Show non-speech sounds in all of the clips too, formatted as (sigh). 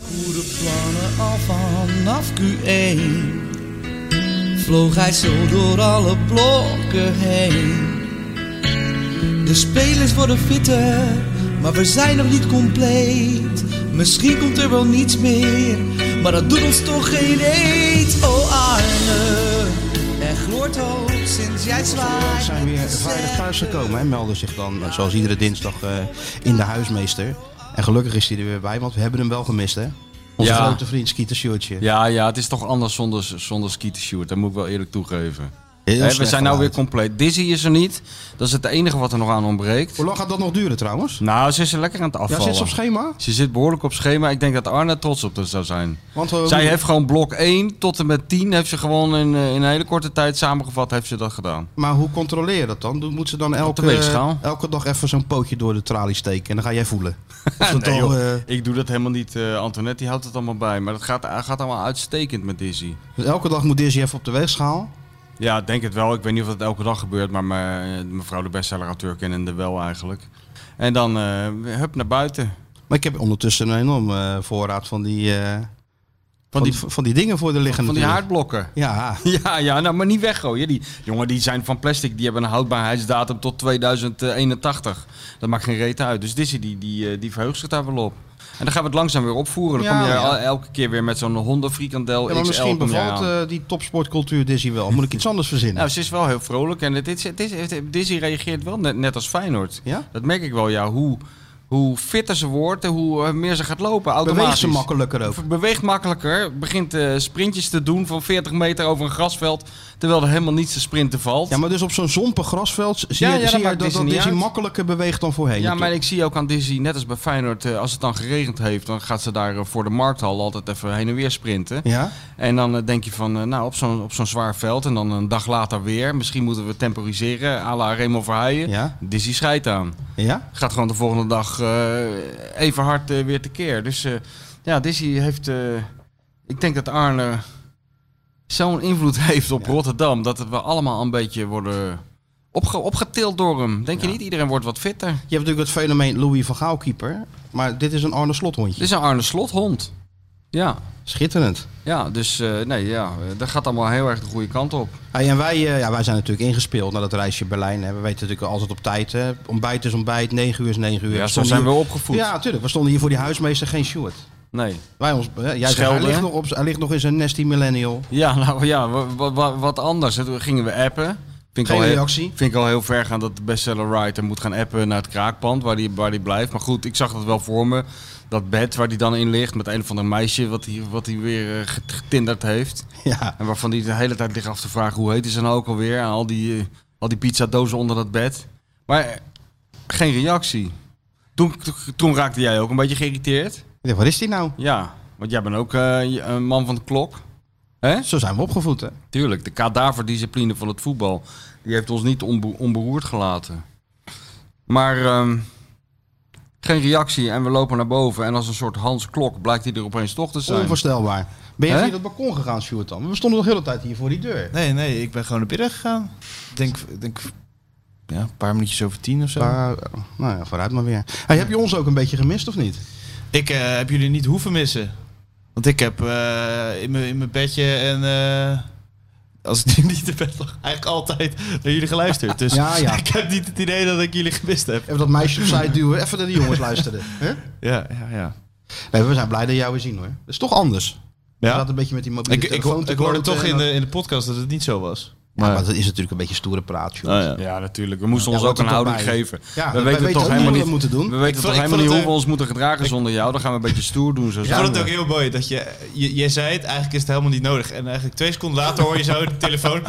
goede plannen al vanaf Q1 Vloog hij zo door alle blokken heen De spelers worden fitter, maar we zijn nog niet compleet Misschien komt er wel niets meer, maar dat doet ons toch geen eet Oh Arne, er gloort hoop sinds jij We zwaait zijn weer veilig thuis gekomen en melden zich dan, eh, zoals iedere dinsdag, eh, in de huismeester. En gelukkig is hij er weer bij, want we hebben hem wel gemist, hè? Onze Ja. grote vriend Skeeter Sjoerdje. Ja, ja, het is toch anders zonder, zonder Skeeter Stewart. Dat moet ik wel eerlijk toegeven. Heel Hè, we slecht zijn nou weer geluid. compleet. Dizzy is er niet. Dat is het enige wat er nog aan ontbreekt. Hoe lang gaat dat nog duren trouwens? Nou, ze is er lekker aan het Ja, afvallen. zit ze op schema? Ze zit behoorlijk op schema. Ik denk dat Arne trots op haar zou zijn. Want eh, we- Zij heeft gewoon blok 1 tot en met 10. Heeft ze gewoon in, eh, in een hele korte tijd samengevat. Heeft ze dat gedaan. Maar hoe controleer je dat dan? Doe- Moet ze dan elke, weegschaal. elke dag even zo'n pootje door de tralie steken en dan ga jij voelen? eh, Of dat (laughs) Nee, al, joh. eh, Ik doe dat helemaal niet. eh, Antoinette die houdt het allemaal bij. Maar dat gaat, gaat allemaal uitstekend met Dizzy. eh, dus elke dag moet Dizzy even op de weegschaal. Ja, ik denk het wel. Ik weet niet of dat elke dag gebeurt, maar me- mevrouw de bestseller-auteur kennende wel eigenlijk. En dan eh hup naar buiten. Maar ik heb ondertussen een enorme voorraad van die, eh, van, die, van, die dingen voor de liggen Van die natuurlijk. haardblokken. (laughs) Ja, Ja, ja, nou, maar niet weggooien. Die jongen, die zijn van plastic. Die hebben een houdbaarheidsdatum tot 2081. Dat maakt geen reet uit. Dus Dizzy, die, die, eh, die verheugt zich daar wel op. En dan gaan we het langzaam weer opvoeren. Dan Ja, kom je ja. el- elke keer weer met zo'n hondenfrikandel Ja, maar XL. misschien kom je bevalt aan. eh, die topsportcultuur Dizzy wel. Moet ik iets anders verzinnen? Nou, ze is wel heel vrolijk. En het, is- het is, het- Dizzy reageert wel net, net als Feyenoord. Ja? Dat merk ik wel, ja. Hoe, hoe fitter ze wordt, en hoe eh, meer ze gaat lopen. Automatisch. Beweegt ze makkelijker ook. Be- Beweegt makkelijker. Begint eh, sprintjes te doen van 40 meter over een grasveld. Terwijl er helemaal niets te sprinten valt. Ja, maar dus op zo'n zompig grasveld zie je, Ja, ja, dat zie je maakt dat, Dizzy dat niet Dizzy uit. makkelijker beweegt dan voorheen. Ja, maar natuurlijk. ik zie ook aan Dizzy, net als bij Feyenoord, eh, als het dan geregend heeft, dan gaat ze daar eh, voor de markthal altijd even heen en weer sprinten. Ja? En dan eh, denk je van, eh, nou, op zo'n op zo'n zwaar veld en dan een dag later weer. Misschien moeten we temporiseren, à la Remo Verheijen. Ja? Dizzy scheidt aan. Ja? Gaat gewoon de volgende dag eh, even hard eh, weer tekeer. Dus eh, ja, Dizzy heeft... eh, ik denk dat Arne zo'n invloed (laughs) heeft op Rotterdam... dat het we allemaal een beetje worden opge opgetild door hem. Denk je niet? Iedereen wordt wat fitter. Je hebt natuurlijk het fenomeen Louis van Gaal keeper. Maar dit is een Arne Slot hondje. Dit is een Arne Slothond. Ja, Dus- Schitterend. ja dus eh, nee, ja, eh, dat gaat allemaal heel erg de goede kant op. Hey, en wij, eh, ja, wij zijn natuurlijk ingespeeld naar dat reisje Berlijn. Hè. We weten natuurlijk altijd op tijd. Hè. Ontbijt is ontbijt, 9 uur is 9 uur. Ja, We zo stonden zijn hier- we opgevoed. Ja, natuurlijk. We stonden hier voor die huismeester, geen Stuart. Nee. Wij ons, hè, jij zegt, hij, Schelden, ligt hè? nog op, hij ligt nog in zijn nasty millennial. (laughs) Ja, (laughs) nou ja, wa- wa- wa- wat anders. hè. Toen gingen we appen. Vind ik, Geen al heel, reactie. vind ik al heel ver gaan dat de bestseller writer moet gaan appen naar het kraakpand waar die, waar die blijft. Maar goed, ik zag dat wel voor me. Dat bed waar die dan in ligt met een van de meisje wat hij wat die weer eh, get- getinderd heeft. Ja. En waarvan hij de hele tijd ligt af te vragen hoe heet is dan ook alweer. En al die, eh, al die pizzadozen onder dat bed. Maar eh, geen reactie. Toen, toen raakte jij ook een beetje geïrriteerd. Ik dacht, Wat is die nou? Ja, want jij bent ook eh, je- een man van de klok. Hè? Zo zijn we opgevoed, hè? Tuurlijk, de kadaverdiscipline van het voetbal. Die heeft ons niet onbe- onberoerd gelaten. Maar ehm, geen reactie en we lopen naar boven. En als een soort Hans Klok blijkt hij er opeens toch te zijn. Onvoorstelbaar. Ben je Hè? via dat balkon gegaan, Stuart dan? We stonden nog de hele tijd hier voor die deur. Nee, nee, ik ben gewoon naar binnen gegaan. Ik denk, ik denk ja, een paar minuutjes over tien of zo. Maar, eh, nou ja, vooruit maar weer. Hey, heb je ons ook een beetje gemist of niet? Ik eh, heb jullie niet hoeven missen. Want ik heb eh, in mijn in mijn bedje en... eh, als ik (laughs) niet te bed lag, eigenlijk altijd naar jullie geluisterd. Dus Ja, ja. (laughs) ik heb niet het idee dat ik jullie gemist heb. Even dat meisje opzij duwen, even naar die jongens (laughs) luisteren. hè? Ja, ja, ja. Nee, we zijn blij dat jou weer zien hoor. Dat is toch anders. Je ja. gaat een beetje met die mobiele Ik, ik, telefoon ik, te hoorde kloten toch en in dat- de, in de podcast dat het niet zo was. Ja, maar dat is natuurlijk een beetje stoere praat, joh. Ah, ja. Ja, natuurlijk. We moesten Ja, ons ook hoort een er toch houding bij. geven. Ja, we wij weten weten toch ook niet helemaal niet hoe we moeten doen. We Ik weten toch vond- ik helemaal vond niet hoe het, we ons moeten gedragen zonder jou. Dan gaan we een beetje stoer doen. Zo Ik zijn vond het we. ook heel mooi dat je, je, jij zei het, eigenlijk is het helemaal niet nodig. En eigenlijk twee seconden later hoor je zo de (laughs) telefoon.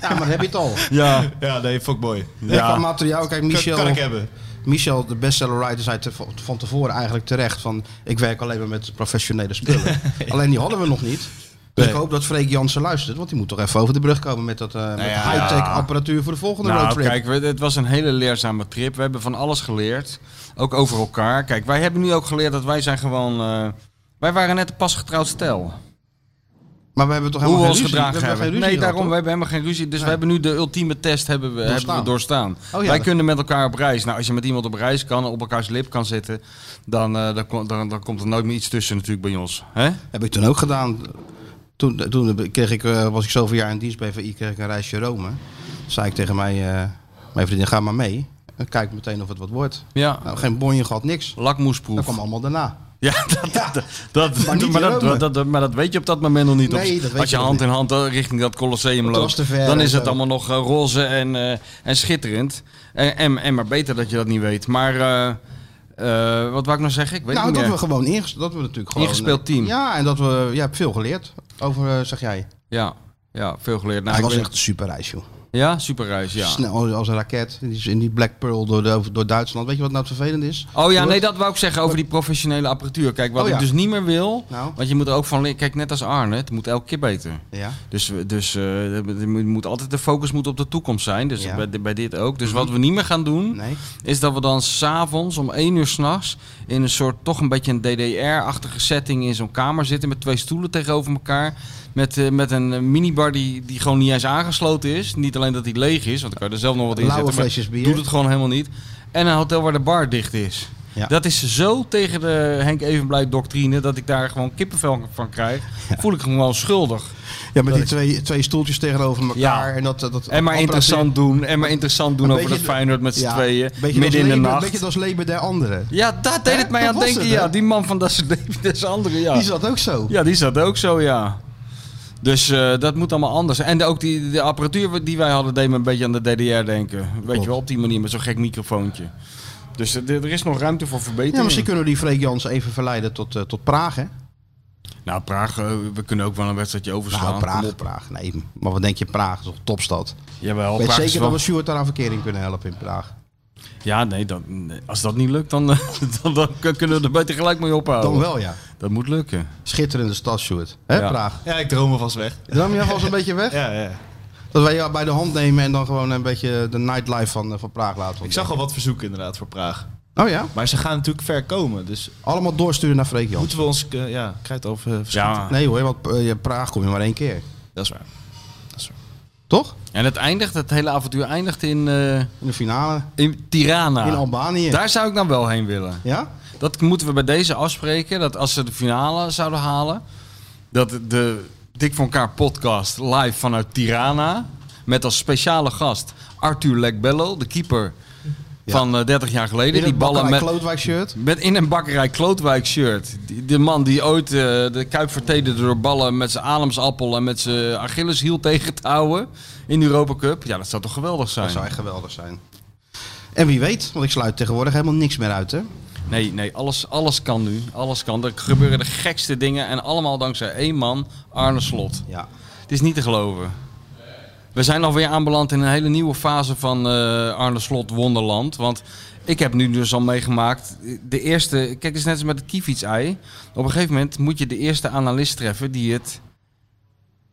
Ja, maar dan heb je het al. Ja, Ja, nee, fuck mooi. Ja. Qua ja. materiaal, kijk, Michel. Michel, Kan, ik hebben. Michel de bestseller writer, zei te- van tevoren eigenlijk terecht van... ik werk alleen maar met professionele (laughs) spullen. Alleen die hadden we nog niet. Dus Nee. ik hoop dat Freek Jansen luistert, want die moet toch even over de brug komen met dat eh, met ja. high-tech apparatuur voor de volgende Nou, roadtrip. kijk, we, het was een hele leerzame trip. We hebben van alles geleerd. Ook over elkaar. Kijk, wij hebben nu ook geleerd dat wij zijn gewoon... eh, wij waren net een pasgetrouwd stel. Maar we hebben toch Hoe we helemaal ons geen ruzie? gedragen We hebben. geen ruzie nee, gehad, daarom, toch? we hebben helemaal geen ruzie. Dus we hebben nu de ultieme test hebben we, hebben we Doorstaan. doorstaan. Oh ja, Wij dat- kunnen met elkaar op reis. Nou, als je met iemand op reis kan, op elkaars lip kan zitten, dan, eh, dan, ko- dan, dan komt er nooit meer iets tussen natuurlijk bij ons. Hè? Heb ik toen ook gedaan. Toen, toen kreeg ik, eh, was ik zoveel jaar in dienst bij VI, kreeg ik een reisje Rome. Toen zei ik tegen mijn, eh, mijn vriendin, ga maar mee. En kijk meteen of het wat wordt. Ja, Nou, geen bonje gehad, niks. Dat lakmoesproef. kwam allemaal daarna. Ja, (laughs) dat, dat, dat, maar maar, niet in dat, Rome. dat- dat- maar dat weet je op dat moment nog niet. Nee, Op- dat weet Als je je nog hand in niet. hand eh, richting dat Colosseum Dat was loopt, te ver dan en is het zo. allemaal nog eh, roze en, eh, en schitterend. En, en, en maar beter dat je dat niet weet. Maar eh, eh, wat wou ik nou zeggen? Ik weet nou, niet dat meer. we gewoon inges, dat we natuurlijk gewoon... eh, Ingespeeld team. Ja, en dat we... Jij hebt veel geleerd over, eh, zeg jij. Ja, ja veel geleerd. Nou, Hij ik was ben- echt een super reis, joh. Ja, superreis, ja. Snel als, als een raket. In die, in die Black Pearl door, de- door Duitsland. Weet je wat nou het vervelend is? Oh ja, Door- nee, dat wou ik zeggen over die professionele apparatuur. Kijk, wat Oh ja. ik dus niet meer wil... Nou, Want je moet er ook van... leren- Kijk, net als Arne, het moet elke keer beter. ja. Dus, dus eh, je moet- moet altijd de focus moet op de toekomst zijn. Dus Ja. Mhm. bij, bij dit ook. Dus wat we niet meer gaan doen, Nee. is dat we dan s'avonds om 1 uur s'nachts in een soort toch een beetje een DDR-achtige setting in zo'n kamer zitten met twee stoelen tegenover elkaar. Met, eh, met een eh, minibar die, die gewoon niet eens aangesloten is. Niet alleen dat die leeg is, want ik kan je er zelf nog wat in Lauwe zetten. maar flesjes bier. Doet het gewoon helemaal niet. En een hotel waar de bar dicht is. Ja. Dat is zo tegen de Henk Evenblij doctrine dat ik daar gewoon kippenvel van krijg. Voel ik gewoon schuldig. Ja, met die twee, twee stoeltjes tegenover elkaar. Ja. En, dat, dat, dat En maar interessant doen. En maar interessant doen Een over de beetje- Feyenoord met z'n Ja, tweeën. beetje Midden in de Lebe- nacht. Een beetje als leven der anderen. Ja, daar deed Hè? het mij Dat aan was denken. het, hè? ja, die man van (laughs) dat soort dat is andere. Ja. Die zat ook zo. ja, die zat ook zo, ja. Dus eh, dat moet allemaal anders. En de- ook die, de apparatuur die wij hadden, deed me een beetje aan de DDR denken. Weet je wel, op die manier met zo'n gek microfoontje. Dus eh, er er is nog ruimte voor verbetering. Ja, misschien kunnen we die Freek Jans even verleiden tot, eh, tot Praag, hè? Nou, Praag, eh, we kunnen ook wel een wedstrijdje overslaan. Nou, Kom Praag, op. Praag. Nee, maar wat denk je, Praag is toch een topstad? Jawel, Ik weet Praag is zeker wel- dat we Stuart daar aan verkering kunnen helpen in Praag. Ja, nee, dat, nee, als dat niet lukt, dan, eh, (laughs) dan, dan kunnen we er beter gelijk mee ophouden. Dan wel, ja. Dat moet lukken. Schitterende stad, Stuart. Hè, Ja. Praag? Oh. Ja, ik droom alvast weg. Dram je alvast een beetje weg? Ja, ja. Dat wij jou bij de hand nemen en dan gewoon een beetje de nightlife van, eh, van Praag laten Ik zag al wat verzoeken inderdaad voor Praag. Oh ja? Maar ze gaan natuurlijk ver komen, dus Allemaal doorsturen naar Freek Jans. moeten we ons... eh, ja, ik krijg het over verschieten. Ja. Nee hoor, want eh, Praag kom je maar één keer. Dat is waar. Toch? En het eindigt, het hele avontuur eindigt in, eh, In de finale. in Tirana. In Albanië. Daar zou ik dan wel heen willen. Ja? Dat moeten we bij deze afspreken. Dat als ze de finale zouden halen, dat de Dik voor elkaar podcast live vanuit Tirana. Met als speciale gast Arthur Lekbello, de keeper Ja. van eh, 30 jaar geleden. In die een ballen bakkerij met, Klootwijk shirt. met in een bakkerij Klootwijk shirt. Die- De man die ooit eh, de Kuip vertederde door ballen met zijn ademsappel en met zijn Achilleshiel (laughs) tegen te houden in de Europa Cup. Ja, dat zou toch geweldig zijn? Dat zou echt geweldig zijn. En wie weet, want ik sluit tegenwoordig helemaal niks meer uit, hè? Nee, nee, alles, alles kan nu. Alles kan. Er gebeuren de gekste dingen en allemaal dankzij één man, Arne Slot. Ja. Het is niet te geloven. We zijn alweer aanbeland in een hele nieuwe fase van eh, Arne Slot Wonderland. Want ik heb nu dus al meegemaakt, de eerste... Kijk, het is net als met het kiefietsei. Op een gegeven moment moet je de eerste analist treffen die het,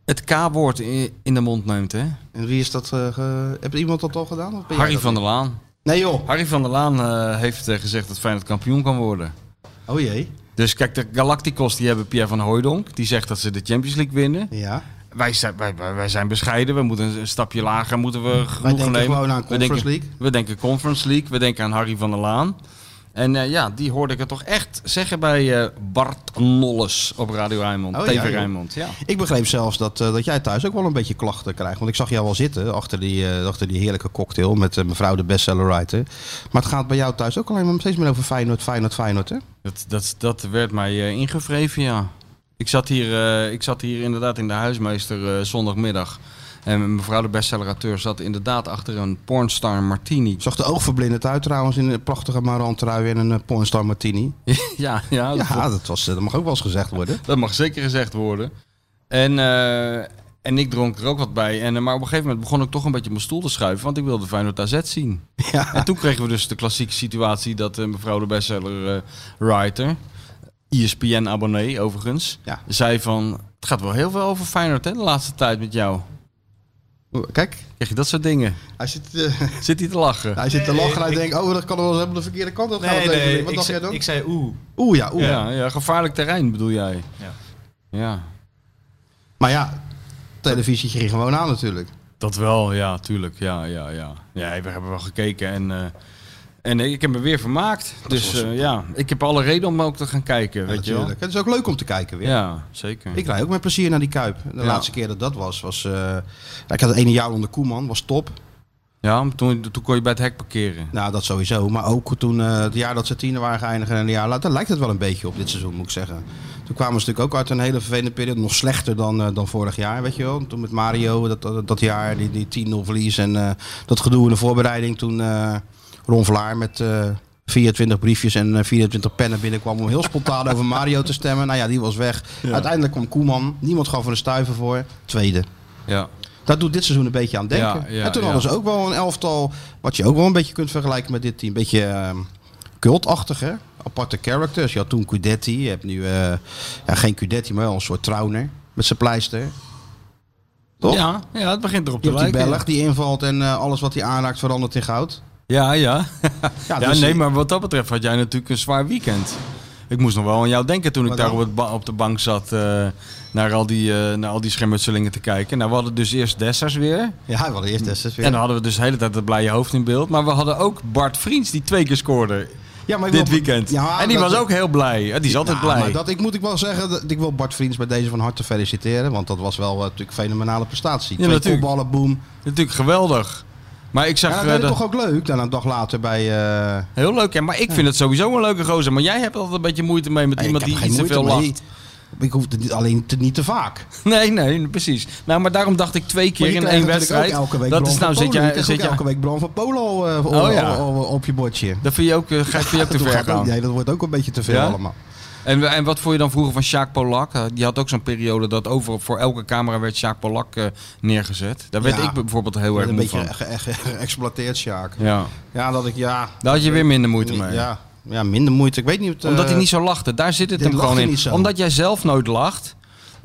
het K-woord in, in de mond neemt, hè? En wie is dat? eh, ge- Heb iemand dat al gedaan? Of ben jij Harry dat? van der Laan. Nee joh. Harry van der Laan eh, heeft eh, gezegd dat Feyenoord kampioen kan worden. Oh jee. Dus kijk, de Galacticos die hebben Pierre van Hooijdonk. Die zegt dat ze de Champions League winnen. Ja. Wij zijn, wij, wij wij zijn bescheiden. We moeten een stapje lager moeten we genoegen Wij denken nemen. gewoon aan we denken, Conference League. we denken Conference League. We denken aan Harry van der Laan. En eh, ja, die hoorde ik het toch echt zeggen bij eh, Bart Nolles op Radio Rijnmond. Oh, TV ja, joh. Rijnmond. Ja. Ik begreep zelfs dat, eh, dat jij thuis ook wel een beetje klachten krijgt. Want ik zag jou wel zitten achter die, eh, achter die heerlijke cocktail met eh, mevrouw de bestsellerwriter. Maar het gaat bij jou thuis ook alleen maar steeds meer over Feyenoord, Feyenoord, Feyenoord, hè? Dat, dat, dat werd mij eh, ingevreven, ja. Ik zat, hier, eh, ik zat hier inderdaad in de huismeester eh, zondagmiddag. En mevrouw de bestseller-auteur zat inderdaad achter een pornstar martini. Zag er oogverblindend uit trouwens in een prachtige marantrui en een eh, pornstar martini. (laughs) ja, ja, dat Ja, dat, was, eh, dat mag ook wel eens gezegd worden. Dat mag zeker gezegd worden. En, eh, en ik dronk er ook wat bij. En, eh, maar op een gegeven moment begon ik toch een beetje op mijn stoel te schuiven. Want ik wilde Feyenoord AZ zien. En toen kregen we dus de klassieke situatie dat eh, mevrouw de bestseller eh, writer... E ESPN-abonnee overigens, Ja. zei van... Het gaat wel heel veel over Feyenoord hè, de laatste tijd met jou. Oeh, Kijk, Krijg je dat soort dingen? hij zit, eh, (laughs) Zit hij te lachen? hij zit te lachen en hij ik- denkt, oh, dat kan wel eens helemaal de verkeerde kant op gaan. Nee, wat denk je? nee, Wat ik, dacht jij zei, dan? ik zei oeh. Oeh ja, oeh. ja, ja, gevaarlijk terrein bedoel jij. Ja. ja. Maar ja, televisie ging gewoon aan natuurlijk. Dat wel, ja, tuurlijk. Ja, ja, ja. Ja, we hebben wel gekeken en, eh, en ik heb me weer vermaakt. Dus was- eh, ja, ik heb alle reden om ook te gaan kijken, weet je wel. natuurlijk. Het is ook leuk om te kijken weer. Ja, zeker. Ik rijd ook met plezier naar die Kuip. De Ja. laatste keer dat dat was, was... eh, ja, ik had het ene jaar onder Koeman, was top. Ja, maar toen, toen kon je bij het hek parkeren. Nou, dat sowieso. Maar ook toen eh, het jaar dat ze tiener waren geëindigd en een jaar later, lijkt het wel een beetje op dit seizoen, moet ik zeggen. Toen kwamen ze natuurlijk ook uit een hele vervelende periode, nog slechter dan, eh, dan vorig jaar, weet je wel. Toen met Mario, dat, dat, dat jaar, die, die 10-0 verlies en eh, dat gedoe in de voorbereiding. Toen eh Ron Vlaar met eh, 24 briefjes en eh, 24 pennen binnenkwam om heel spontaan over Mario te stemmen. Nou ja, die was weg. Uiteindelijk kwam Koeman, niemand gaf er een stuiver voor. Tweede. Ja, Dat doet dit seizoen een beetje aan denken. Ja, ja, en toen ja. hadden ze ook wel een elftal, wat je ook wel een beetje kunt vergelijken met dit team. Een beetje ehm, cultachtig, hè? Aparte characters. Je had toen Cudetti, je hebt nu eh, ja, geen Cudetti, maar wel een soort trouwner met zijn pleister. Toch? ja, ja het begint erop Je te hebt die lijken. Belg die invalt en eh, alles wat hij aanraakt verandert in goud. Ja, ja. Ja, (laughs) Ja, dus- nee, maar wat dat betreft had jij natuurlijk een zwaar weekend. Ik moest nog wel aan jou denken toen ik Wat daar dan? op, het ba- op de bank zat eh, naar al die, eh, naar al die schermutselingen te kijken. Nou, we hadden dus eerst Dessers weer. Ja, hij wilde eerst Dessers weer. En dan hadden we dus de hele tijd dat blije hoofd in beeld. Maar we hadden ook Bart Vriends die twee keer scoorde ja, maar ik dit wil- weekend. Ja, maar en die dat- was ook heel blij. Eh, Die is altijd Ja, blij. Maar dat, ik moet ik wel zeggen, dat, ik wil Bart Vriends bij deze van harte feliciteren. Want dat was wel eh, natuurlijk een fenomenale prestatie. Ja, Twee natuurlijk. kopballen, boom. Natuurlijk geweldig. Maar ik zag Ja, dat eh, deed dat- toch ook leuk. Dan een dag later bij... eh, heel leuk. Ja, maar ik vind het sowieso een leuke gozer. Maar jij hebt altijd een beetje moeite mee met Nee, iemand ik heb die er iets te geen veel moeite lacht. mee. Ik hoef het niet- alleen te, niet te vaak. Nee, (laughs) nee, precies. Nou, maar daarom dacht ik twee keer Maar je in krijgt één natuurlijk wedstrijd. ook elke week dat Bram is nou van zit Polen. Je jij, krijgt zit ook jij. elke week Bram van Polo eh, op- Oh, ja. op- op- op je bordje. Dat vind je ook, eh, ga, vind je ook te Toen ver gaat ook- gaan. Nee, (laughs) dat wordt ook een beetje te veel Ja? allemaal. En, en wat vond je dan vroeger van Sjaak Polak? Eh, Die had ook zo'n periode dat over voor elke camera werd Sjaak Polak eh, neergezet. Daar werd Ja. ik bijvoorbeeld heel erg Een moe beetje van. ge- ge- geëxploiteerd, Sjaak. Ja. Ja, dat ik, ja... Daar had je weer minder moeite mee. Ja, ja, minder moeite. Ik weet niet... eh, Omdat hij niet zo lachte. Daar zit het dit hem lacht gewoon hij in. niet zo. Omdat jij zelf nooit lacht.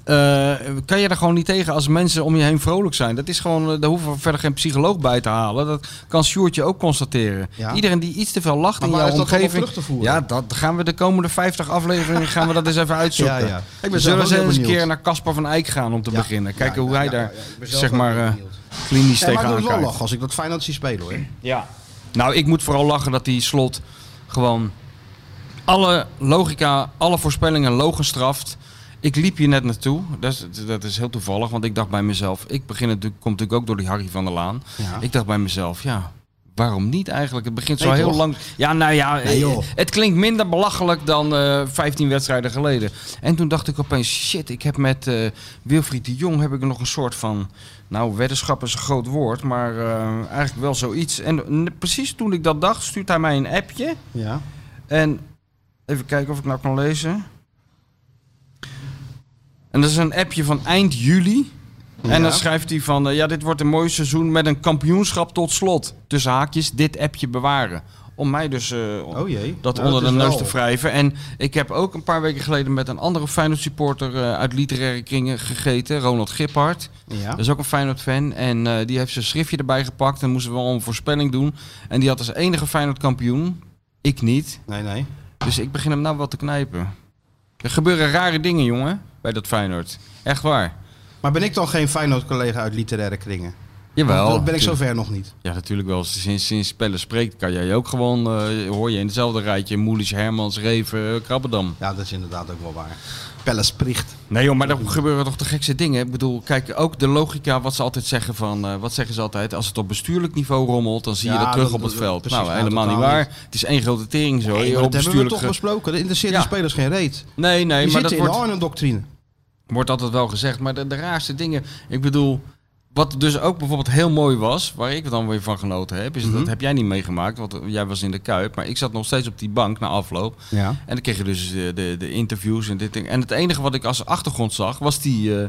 eh, kan je er gewoon niet tegen als mensen om je heen vrolijk zijn. Dat is gewoon, eh, daar hoeven we verder geen psycholoog bij te halen. Dat kan Sjoertje ook constateren. Ja. Iedereen die iets te veel lacht Maar in waar jouw is dat dan op omgeving. terug te voeren? Ja, dat gaan we de komende 50 afleveringen gaan we dat eens even uitzoeken. (laughs) Ja, ja. Ik ben We zelf zullen ook heel eens een benieuwd. keer naar Caspar van Eyck gaan om te Ja, beginnen. ja, Kijken hoe ja, hij ja, daar ja, ik ben zelf zeg ook maar heel eh, benieuwd. klinisch Ja, maar ik tegenaan moet wel kijkt. lachen als ik dat Feyenoord zie spelen, hoor. Ja. Nou, ik moet vooral lachen dat die slot gewoon alle logica, alle voorspellingen logenstraft. Ik liep hier net naartoe. Dat is, dat is heel toevallig, want ik dacht bij mezelf. Ik begin het komt natuurlijk ook door die Harry van der Laan. Ja. Ik dacht bij mezelf, ja. Waarom niet eigenlijk? Het begint zo Nee, heel toch? lang. Ja, nou ja, Nee, joh. het klinkt minder belachelijk dan eh 15 wedstrijden geleden. En toen dacht ik opeens, shit, ik heb met eh Wilfried de Jong heb ik nog een soort van... Nou, weddenschap is een groot woord, maar eh, eigenlijk wel zoiets. En n- precies toen ik dat dacht, stuurt hij mij een appje. Ja. En even kijken of ik nou kan lezen. En dat is een appje van eind juli. En Ja. dan schrijft hij van, eh, ja, dit wordt een mooi seizoen met een kampioenschap tot slot. Tussen haakjes, dit appje bewaren. Om mij dus eh, Oh jee. dat Nou, onder is de neus wel- te wrijven. En ik heb ook een paar weken geleden met een andere Feyenoord supporter eh, uit literaire kringen gegeten. Ronald Giphart. Ja. Dat is ook een Feyenoord fan. En eh, die heeft zijn schriftje erbij gepakt. En moesten we al een voorspelling doen. En die had als enige Feyenoord kampioen. Ik niet. Nee, nee. Dus ik begin hem nou wel te knijpen. Er gebeuren rare dingen, jongen. Bij dat Feyenoord. Echt waar. Maar ben ik dan geen Feyenoord-collega uit literaire kringen? Jawel. Dan ben ik tuurlijk. zover nog niet. Ja, natuurlijk wel. Sinds, sinds Pelle spreekt kan jij ook gewoon... eh, hoor je in hetzelfde rijtje. Moelis, Hermans, Reven, eh, Krabbendam. Ja, dat is inderdaad ook wel waar. Pelle Spricht. Nee joh, maar er gebeuren toch de gekste dingen. Ik bedoel, kijk, ook de logica wat ze altijd zeggen van... eh, wat zeggen ze altijd? Als het op bestuurlijk niveau rommelt, dan zie je Ja, dat terug dat- op het dat- veld. precies, nou, nou, helemaal niet totaal waar. niet. Het is één grote tering zo. Nee, maar op dat hebben we bestuurlijk toch besproken. Er interesseert Ja. de spelers geen reet. ge- Nee, nee, Die maar zitten dat in wordt, de Arnhem-doctrine. wordt altijd wel gezegd. Maar de, de raarste dingen... Ik bedoel, wat dus ook bijvoorbeeld heel mooi was... waar ik dan weer van genoten heb... Mhm. is dat heb jij niet meegemaakt, want eh, jij was in de Kuip. Maar ik zat nog steeds op die bank na afloop. Ja. En dan kreeg je dus eh, de, de interviews en dit ding. En het enige wat ik als achtergrond zag, was die eh,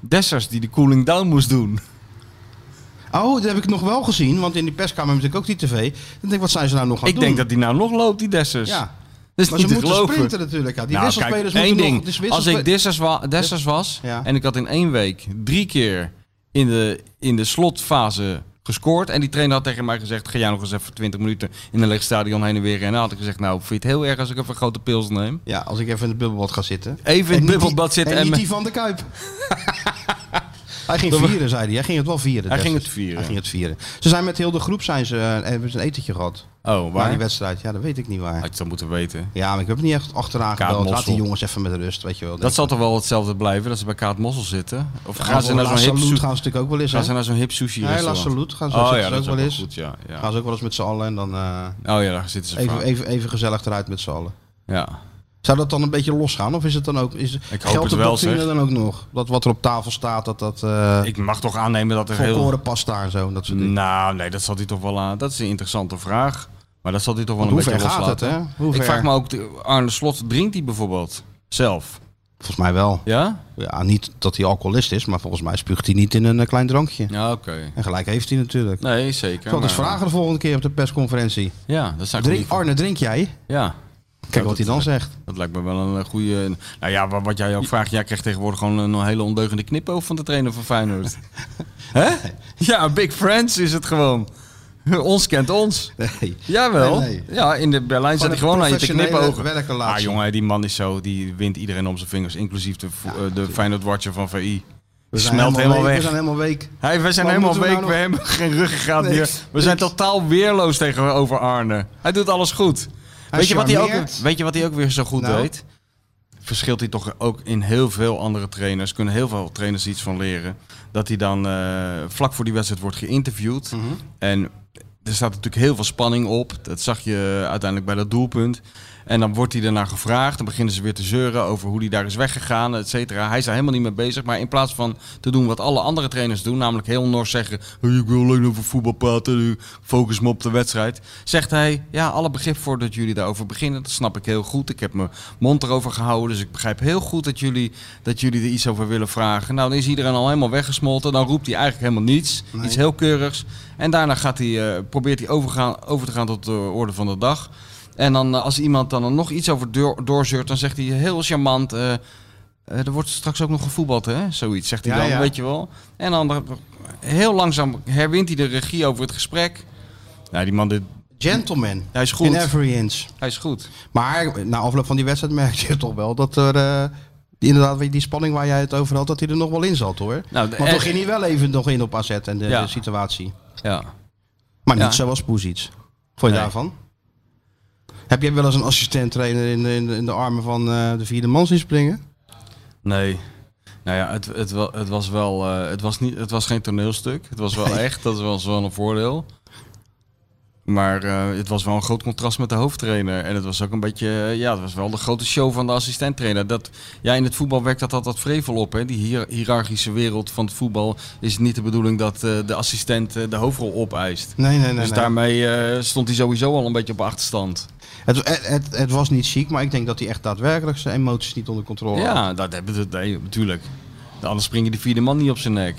Dessers die de cooling down moest doen. Oh, dat heb ik nog wel gezien, want in die perskamer heb ik ook die tv. Dan denk ik, wat zijn ze nou nog aan het ik doen? denk dat die nou nog loopt, die Dessers. Ja, dat (laughs) is maar niet ze te moeten geloven. sprinten natuurlijk. Ja. Die Nou, wisselspelers kijk, één moeten ding. nog... dus Als wisselspe- ik Dessers, wa- Dessers was Ja. en ik had in één week drie keer in de, in de slotfase gescoord. En die trainer had tegen mij gezegd, ga jij nog eens even 20 minuten in een leeg stadion heen en weer. En dan had ik gezegd, nou, vind je het heel erg als ik even een grote pils neem? Ja, als ik even in het bubbelbad ga zitten. Even in En het niet bubbelbad die- zitten En en... niet me- die van de (laughs) Kuip. Hij ging vieren, zei hij. Hij ging het wel vieren. Hij ging destijds. het vieren. Hij ging het vieren. Ze zijn met heel de groep zijn ze, eh, hebben ze een etentje gehad. Oh, Waar? waar? die wedstrijd. Ja, dat weet ik niet waar. Had je dat moeten weten. Ja, maar ik heb het niet echt achteraan Kaat gebeld. Laat die Mossel. jongens even met rust, weet je wel. Dat zal toch wel hetzelfde blijven, dat ze bij Kaat Mossel zitten? Of Ja, gaan ze naar La zo'n hip Salute sushi? gaan ze natuurlijk ook wel eens. Gaan ze hè? naar zo'n hip sushi Nee, La restaurant? Salute gaan ze, Oh zitten ja, ze dat ook is wel eens. goed, ja. ja. Gaan ze ook wel eens met z'n allen en dan eh, Oh ja, daar zitten ze even, e- vaak. even, even gezellig eruit met z'n allen. Ja. Zou dat dan een beetje losgaan? Of is het dan ook. Is, hoop geldt het de wel, doctrine zeg. dan ook nog? Dat wat er op tafel staat, dat dat. eh Ik mag toch aannemen dat er heel... volkoren pasta en zo. en Dat soort dingen. Nou, nee, dat zal hij toch wel aan. Dat is een interessante vraag. Maar dat zal hij toch wel een Hoe beetje ver gaat het, loslaten. hè? Hoe Ik ver? vraag me ook, Arne Slot, drinkt hij bijvoorbeeld zelf? Volgens mij wel. Ja? Ja, niet dat hij alcoholist is, maar volgens mij spuugt hij niet in een eh, klein drankje. Ja, oké. En gelijk heeft hij natuurlijk. Nee, zeker. Ik zal het eens maar- eh, vragen de volgende keer op de persconferentie. Ja, dat zijn Drink, goede- Arne, drink jij? Ja, Kijk dat- wat hij dan zegt. (laughs) dat lijkt me wel een eh, goede... Nou ja, wa- wat jij ook vraagt. Jij krijgt tegenwoordig gewoon een hele ondeugende knipoog van de trainer van (laughs) Feyenoord. Hè? Ja, Big Friends is het gewoon. ons kent ons. Nee. Jawel. Nee, nee. Ja, in de Berlijn Gewoon zat hij gewoon aan je te een knipogen. professionele werkrelatie. Ah jongen, die man is zo, die wint iedereen om zijn vingers, inclusief de, vo- eh, de Feyenoord Watcher van VI. We Die zijn smelt helemaal week, We weg. zijn helemaal week. Hey, we zijn Wat helemaal moeten we week, nou we nog? hebben geen ruggengraat Niks, meer. We zijn niks. totaal weerloos tegenover Arne. Hij doet alles goed. Hij weet, je wat hij ook, charmeert. weet je wat hij ook weer zo goed Nou? deed? Verschilt hij toch ook in heel veel andere trainers. Kunnen heel veel trainers iets van leren. Dat hij dan eh, vlak voor die wedstrijd wordt geïnterviewd. En er staat natuurlijk heel veel spanning op. Dat zag je uiteindelijk bij dat doelpunt. En dan wordt hij ernaar gevraagd. Dan beginnen ze weer te zeuren over hoe hij daar is weggegaan, et cetera. Hij is daar helemaal niet mee bezig. Maar in plaats van te doen wat alle andere trainers doen, namelijk heel nors zeggen... "Hey, ik wil alleen over voetbal praten, focus me op de wedstrijd. Zegt hij, ja, alle begrip voor dat jullie daarover beginnen. Dat snap ik heel goed. Ik heb mijn mond erover gehouden. Dus ik begrijp heel goed dat jullie, dat jullie er iets over willen vragen. Nou, dan is iedereen al helemaal weggesmolten. Dan roept hij eigenlijk helemaal niets. Iets heel keurigs. En daarna gaat hij, eh, probeert hij overgaan, over te gaan tot de orde van de dag. En dan eh, als iemand dan er nog iets over door, doorzeurt, dan zegt hij heel charmant... eh, eh, er wordt straks ook nog gevoetbald, hè? Zoiets zegt hij Ja, dan, ja. weet je wel. En dan eh, heel langzaam herwint hij de regie over het gesprek. Nou, die man, dit, Gentleman. hij is goed. In every inch. Hij is goed. Maar na afloop van die wedstrijd (laughs) merkte je toch wel dat er... eh, die- inderdaad, weet je, die spanning waar jij het over had, dat hij er nog wel in zat hoor. Nou, de- Want eh, toen ging hij wel even nog in op AZ en de, Ja. de situatie. Ja. Maar niet Ja. zoals Poesic. Vond je Nee. daarvan? Heb jij wel eens een assistent trainer in de, in de, in de armen van eh, de vierde man zien springen? Nee. Nou ja, het, het, wel- het was wel. eh, het, was niet, het was geen toneelstuk. Het was wel echt. Dat was wel een voordeel. Maar eh, het was wel een groot contrast met de hoofdtrainer. En het was ook een beetje. eh, ja, het was wel de grote show van de assistenttrainer. Dat, ja, in het voetbal werkt dat altijd vrevel op. Hè? Die hier- hiërarchische wereld van het voetbal is het niet de bedoeling dat eh, de assistent eh, de hoofdrol opeist. Nee, nee, nee. dus nee. daarmee eh, stond hij sowieso al een beetje op achterstand. Het, het, het, het was niet ziek, maar ik denk dat hij echt daadwerkelijk zijn emoties niet onder controle had. Ja, dat hebben we nee, natuurlijk. Anders spring je de vierde man niet op zijn nek.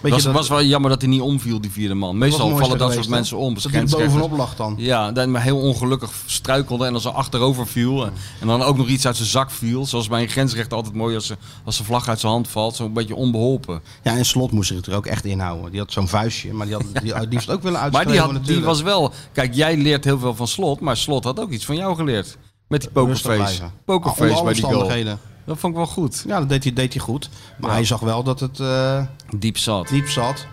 Weet was, je, dat was wel jammer dat hij niet omviel, die vierde man. was het Meestal mooiste vallen dat soort geweest, hè? mensen om. dat hij scheidsrechters. bovenop lag dan. Ja, dat hij maar heel ongelukkig struikelde en dan zo achterover viel. En, en dan ook nog iets uit zijn zak viel. Zoals bij een grensrechter altijd mooi als, ze, als zijn vlag uit zijn hand valt. Zo'n beetje onbeholpen. Ja, en Slot moest zich er ook echt inhouden. Die had zo'n vuistje, maar die had die het liefst ook willen Maar uitschrijven die, had, die natuurlijk. was wel... Kijk, jij leert heel veel van Slot, maar Slot had ook iets van jou geleerd. Met die pokerface. Ah, Pokerface onder bij die goal. omstandigheden. Dat vond ik wel goed. Ja, dat deed hij, deed hij goed. Maar Ja. hij zag wel dat het eh, Diep zat. diep zat.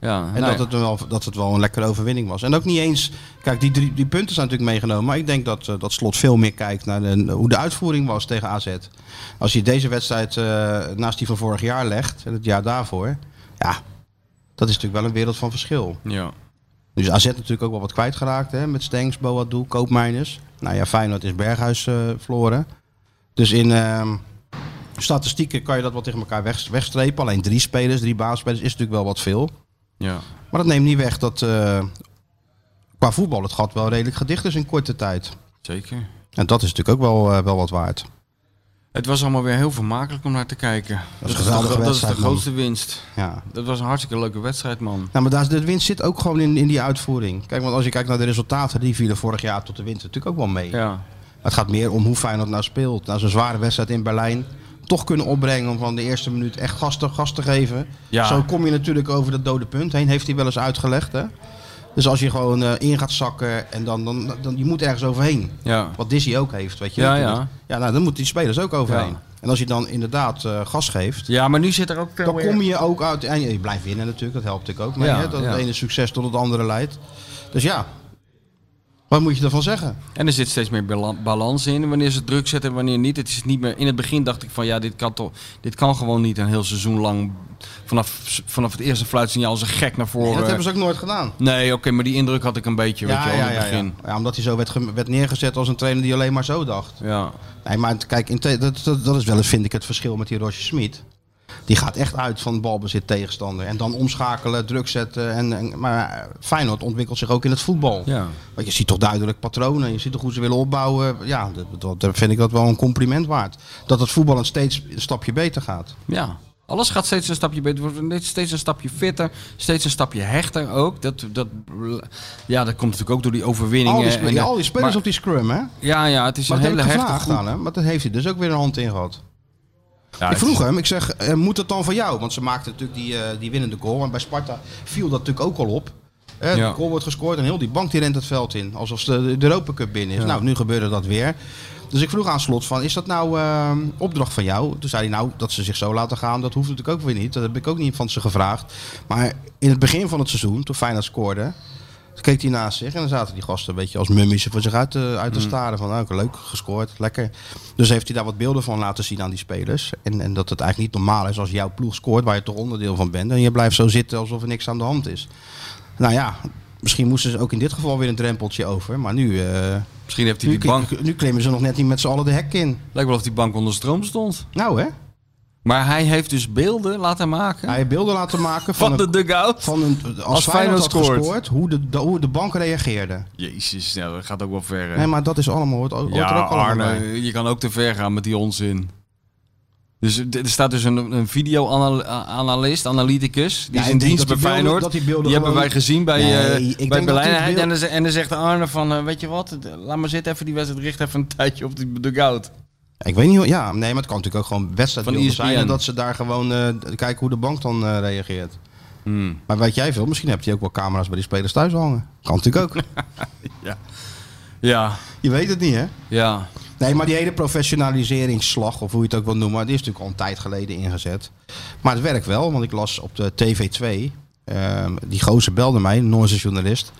Ja, En nou dat, ja. het wel, dat het wel een lekkere overwinning was. En ook niet eens... Kijk, die, drie, die punten zijn natuurlijk meegenomen. Maar ik denk dat, eh, dat Slot veel meer kijkt naar de, hoe de uitvoering was tegen AZ. Als je deze wedstrijd eh, naast die van vorig jaar legt. En het jaar daarvoor. Ja, dat is natuurlijk wel een wereld van verschil. ja. Dus AZ natuurlijk ook wel wat kwijtgeraakt hè, met Stengs, Boadou, Koopmijners. Nou ja, Feyenoord is Berghuis eh, verloren. Dus in ehm, statistieken kan je dat wel tegen elkaar weg- wegstrepen. Alleen drie spelers, drie baasspelers is natuurlijk wel wat veel. ja. Maar dat neemt niet weg dat eh, qua voetbal het gat wel redelijk gedicht is in korte tijd. Zeker. En dat is natuurlijk ook wel, eh, wel wat waard. Het was allemaal weer heel vermakelijk om naar te kijken. was een de geweldige gro- dat is de wedstrijd, man. grootste winst. Ja. Dat was een hartstikke leuke wedstrijd, man. Nou, maar daar, is- de winst zit ook gewoon in, in die uitvoering. Kijk, want als je kijkt naar de resultaten, die vielen vorig jaar tot de winter natuurlijk ook wel mee. Ja. Het gaat meer om hoe Feyenoord nou speelt. Na zo'n zware Nou, wedstrijd in Berlijn. toch kunnen opbrengen om van de eerste minuut echt gas te, gas te geven. Ja. Zo kom je natuurlijk over dat dode punt heen, heeft hij wel eens uitgelegd. Hè? Dus als je gewoon eh, in gaat zakken en dan, dan, dan, je moet ergens overheen. Ja. Wat Dizzy ook heeft, weet je. Ja, natuurlijk. ja. ja nou, dan moeten die spelers ook overheen. Ja. En als je dan inderdaad eh, gas geeft, ja, maar nu zit er ook veel dan meer- kom je ook uit. En je blijft winnen natuurlijk, dat helpt ik ook mee. Ja, hè? Dat ja. het ene succes tot het andere leidt. Dus ja, wat moet je ervan zeggen? En er zit steeds meer bala- balans in. Wanneer ze druk zetten en wanneer niet. Het is niet meer, in het begin dacht ik van ja, dit kan, toch, dit kan gewoon niet een heel seizoen lang. Vanaf, vanaf het eerste fluitsignaal als een gek naar voren. En dat hebben ze ook nooit gedaan. Nee, oké, maar die indruk had ik een beetje, weet eh, je wel, in ja, het begin. ja. Ja, omdat hij zo werd, ge- werd neergezet als een trainer die alleen maar zo dacht. Ja. Nee, maar het- kijk, in te- dat, dat, dat is wel eens, vind ik, het verschil met die Roger Smit. Die gaat echt uit van balbezit tegenstander. En dan omschakelen, druk zetten. En, en, maar Feyenoord ontwikkelt zich ook in het voetbal. Ja. Want je ziet toch duidelijk patronen. Je ziet toch hoe ze willen opbouwen. Ja, dat, dat- dat vind ik dat wel een compliment waard. Dat het voetbal een steeds een stapje beter gaat. Ja. Alles gaat steeds een stapje beter. Het wordt steeds een stapje fitter. Steeds een stapje hechter ook. Dat, dat, ja, dat komt natuurlijk ook door die overwinningen. Al die, spe- en, ja, eh, al die spelers maar- op die scrum, hè? Ja, ja, het is Maar een dat heb hele ik hechte gevraagd groep. aan hem. Maar dat heeft hij dus ook weer een hand in gehad. Ja, ik het- vroeg hem, ik zeg, eh, moet dat dan van jou? Want ze maakten natuurlijk die, eh, die winnende goal. En bij Sparta viel dat natuurlijk ook al op. Eh, Ja. De goal wordt gescoord en heel die bank die rent het veld in. Alsof de, de Europa Cup binnen is. Nou, nu gebeurde dat weer. Dus ik vroeg aan Slot van, is dat nou eh, opdracht van jou? Toen zei hij, nou, dat ze zich zo laten gaan, dat hoeft natuurlijk ook weer niet. Dat heb ik ook niet van ze gevraagd. Maar in het begin van het seizoen, toen Feyenoord scoorde... keek hij naast zich en dan zaten die gasten een beetje als mummies voor zich uit te, uit te staren. Van, nou, leuk, gescoord, lekker. Dus heeft hij daar wat beelden van laten zien aan die spelers. En, en dat het eigenlijk niet normaal is als jouw ploeg scoort, waar je toch onderdeel van bent. En je blijft zo zitten alsof er niks aan de hand is. Nou ja, misschien moesten ze ook in dit geval weer een drempeltje over. Maar nu, eh, Misschien heeft hij nu, die klim- bank... nu klimmen ze nog net niet met z'n allen de hek in. Lijkt wel of die bank onder stroom stond. Nou hè, Maar hij heeft dus beelden laten maken hij heeft beelden laten maken van, van de een- dugout. van een, als, Als Feyenoord had Feyenoord scoort. gescoord, hoe de, de- hoe de bank reageerde. Jezus, nou, dat gaat ook wel ver. hè? Nee, maar dat is allemaal, hoort, hoort ja, er ook allemaal Arne, bij. je kan ook te ver gaan met die onzin. Dus er er staat dus een, een video-analyst, analyticus, die Ja, is ik in denk dat dienst die bij beelden- Feyenoord. dat Die, die beelden hebben gewoon- wij gezien bij, Nee, eh, ik denk bij dat Berlijn. dit En hij- beeld- en, dan ze- en dan zegt Arne van, eh, weet je wat, laat maar zitten even die wedstrijd, richt even een tijdje op die dugout. Ik weet niet hoe, ja, nee, maar het kan natuurlijk ook gewoon wedstrijdbeelden Van E zijn. ESPN. En dat ze daar gewoon eh, kijken hoe de bank dan eh, reageert. Hmm. Maar weet jij veel, misschien heb je ook wel camera's bij die spelers thuis hangen. Kan natuurlijk (laughs) ook. Ja, je weet het niet, hè? ja. Nee, maar die hele professionaliseringsslag, of hoe je het ook wil noemen, die is natuurlijk al een tijd geleden ingezet. Maar het werkt wel, want ik las op de TV2, ehm, die gozer belde mij, een Noorse journalist.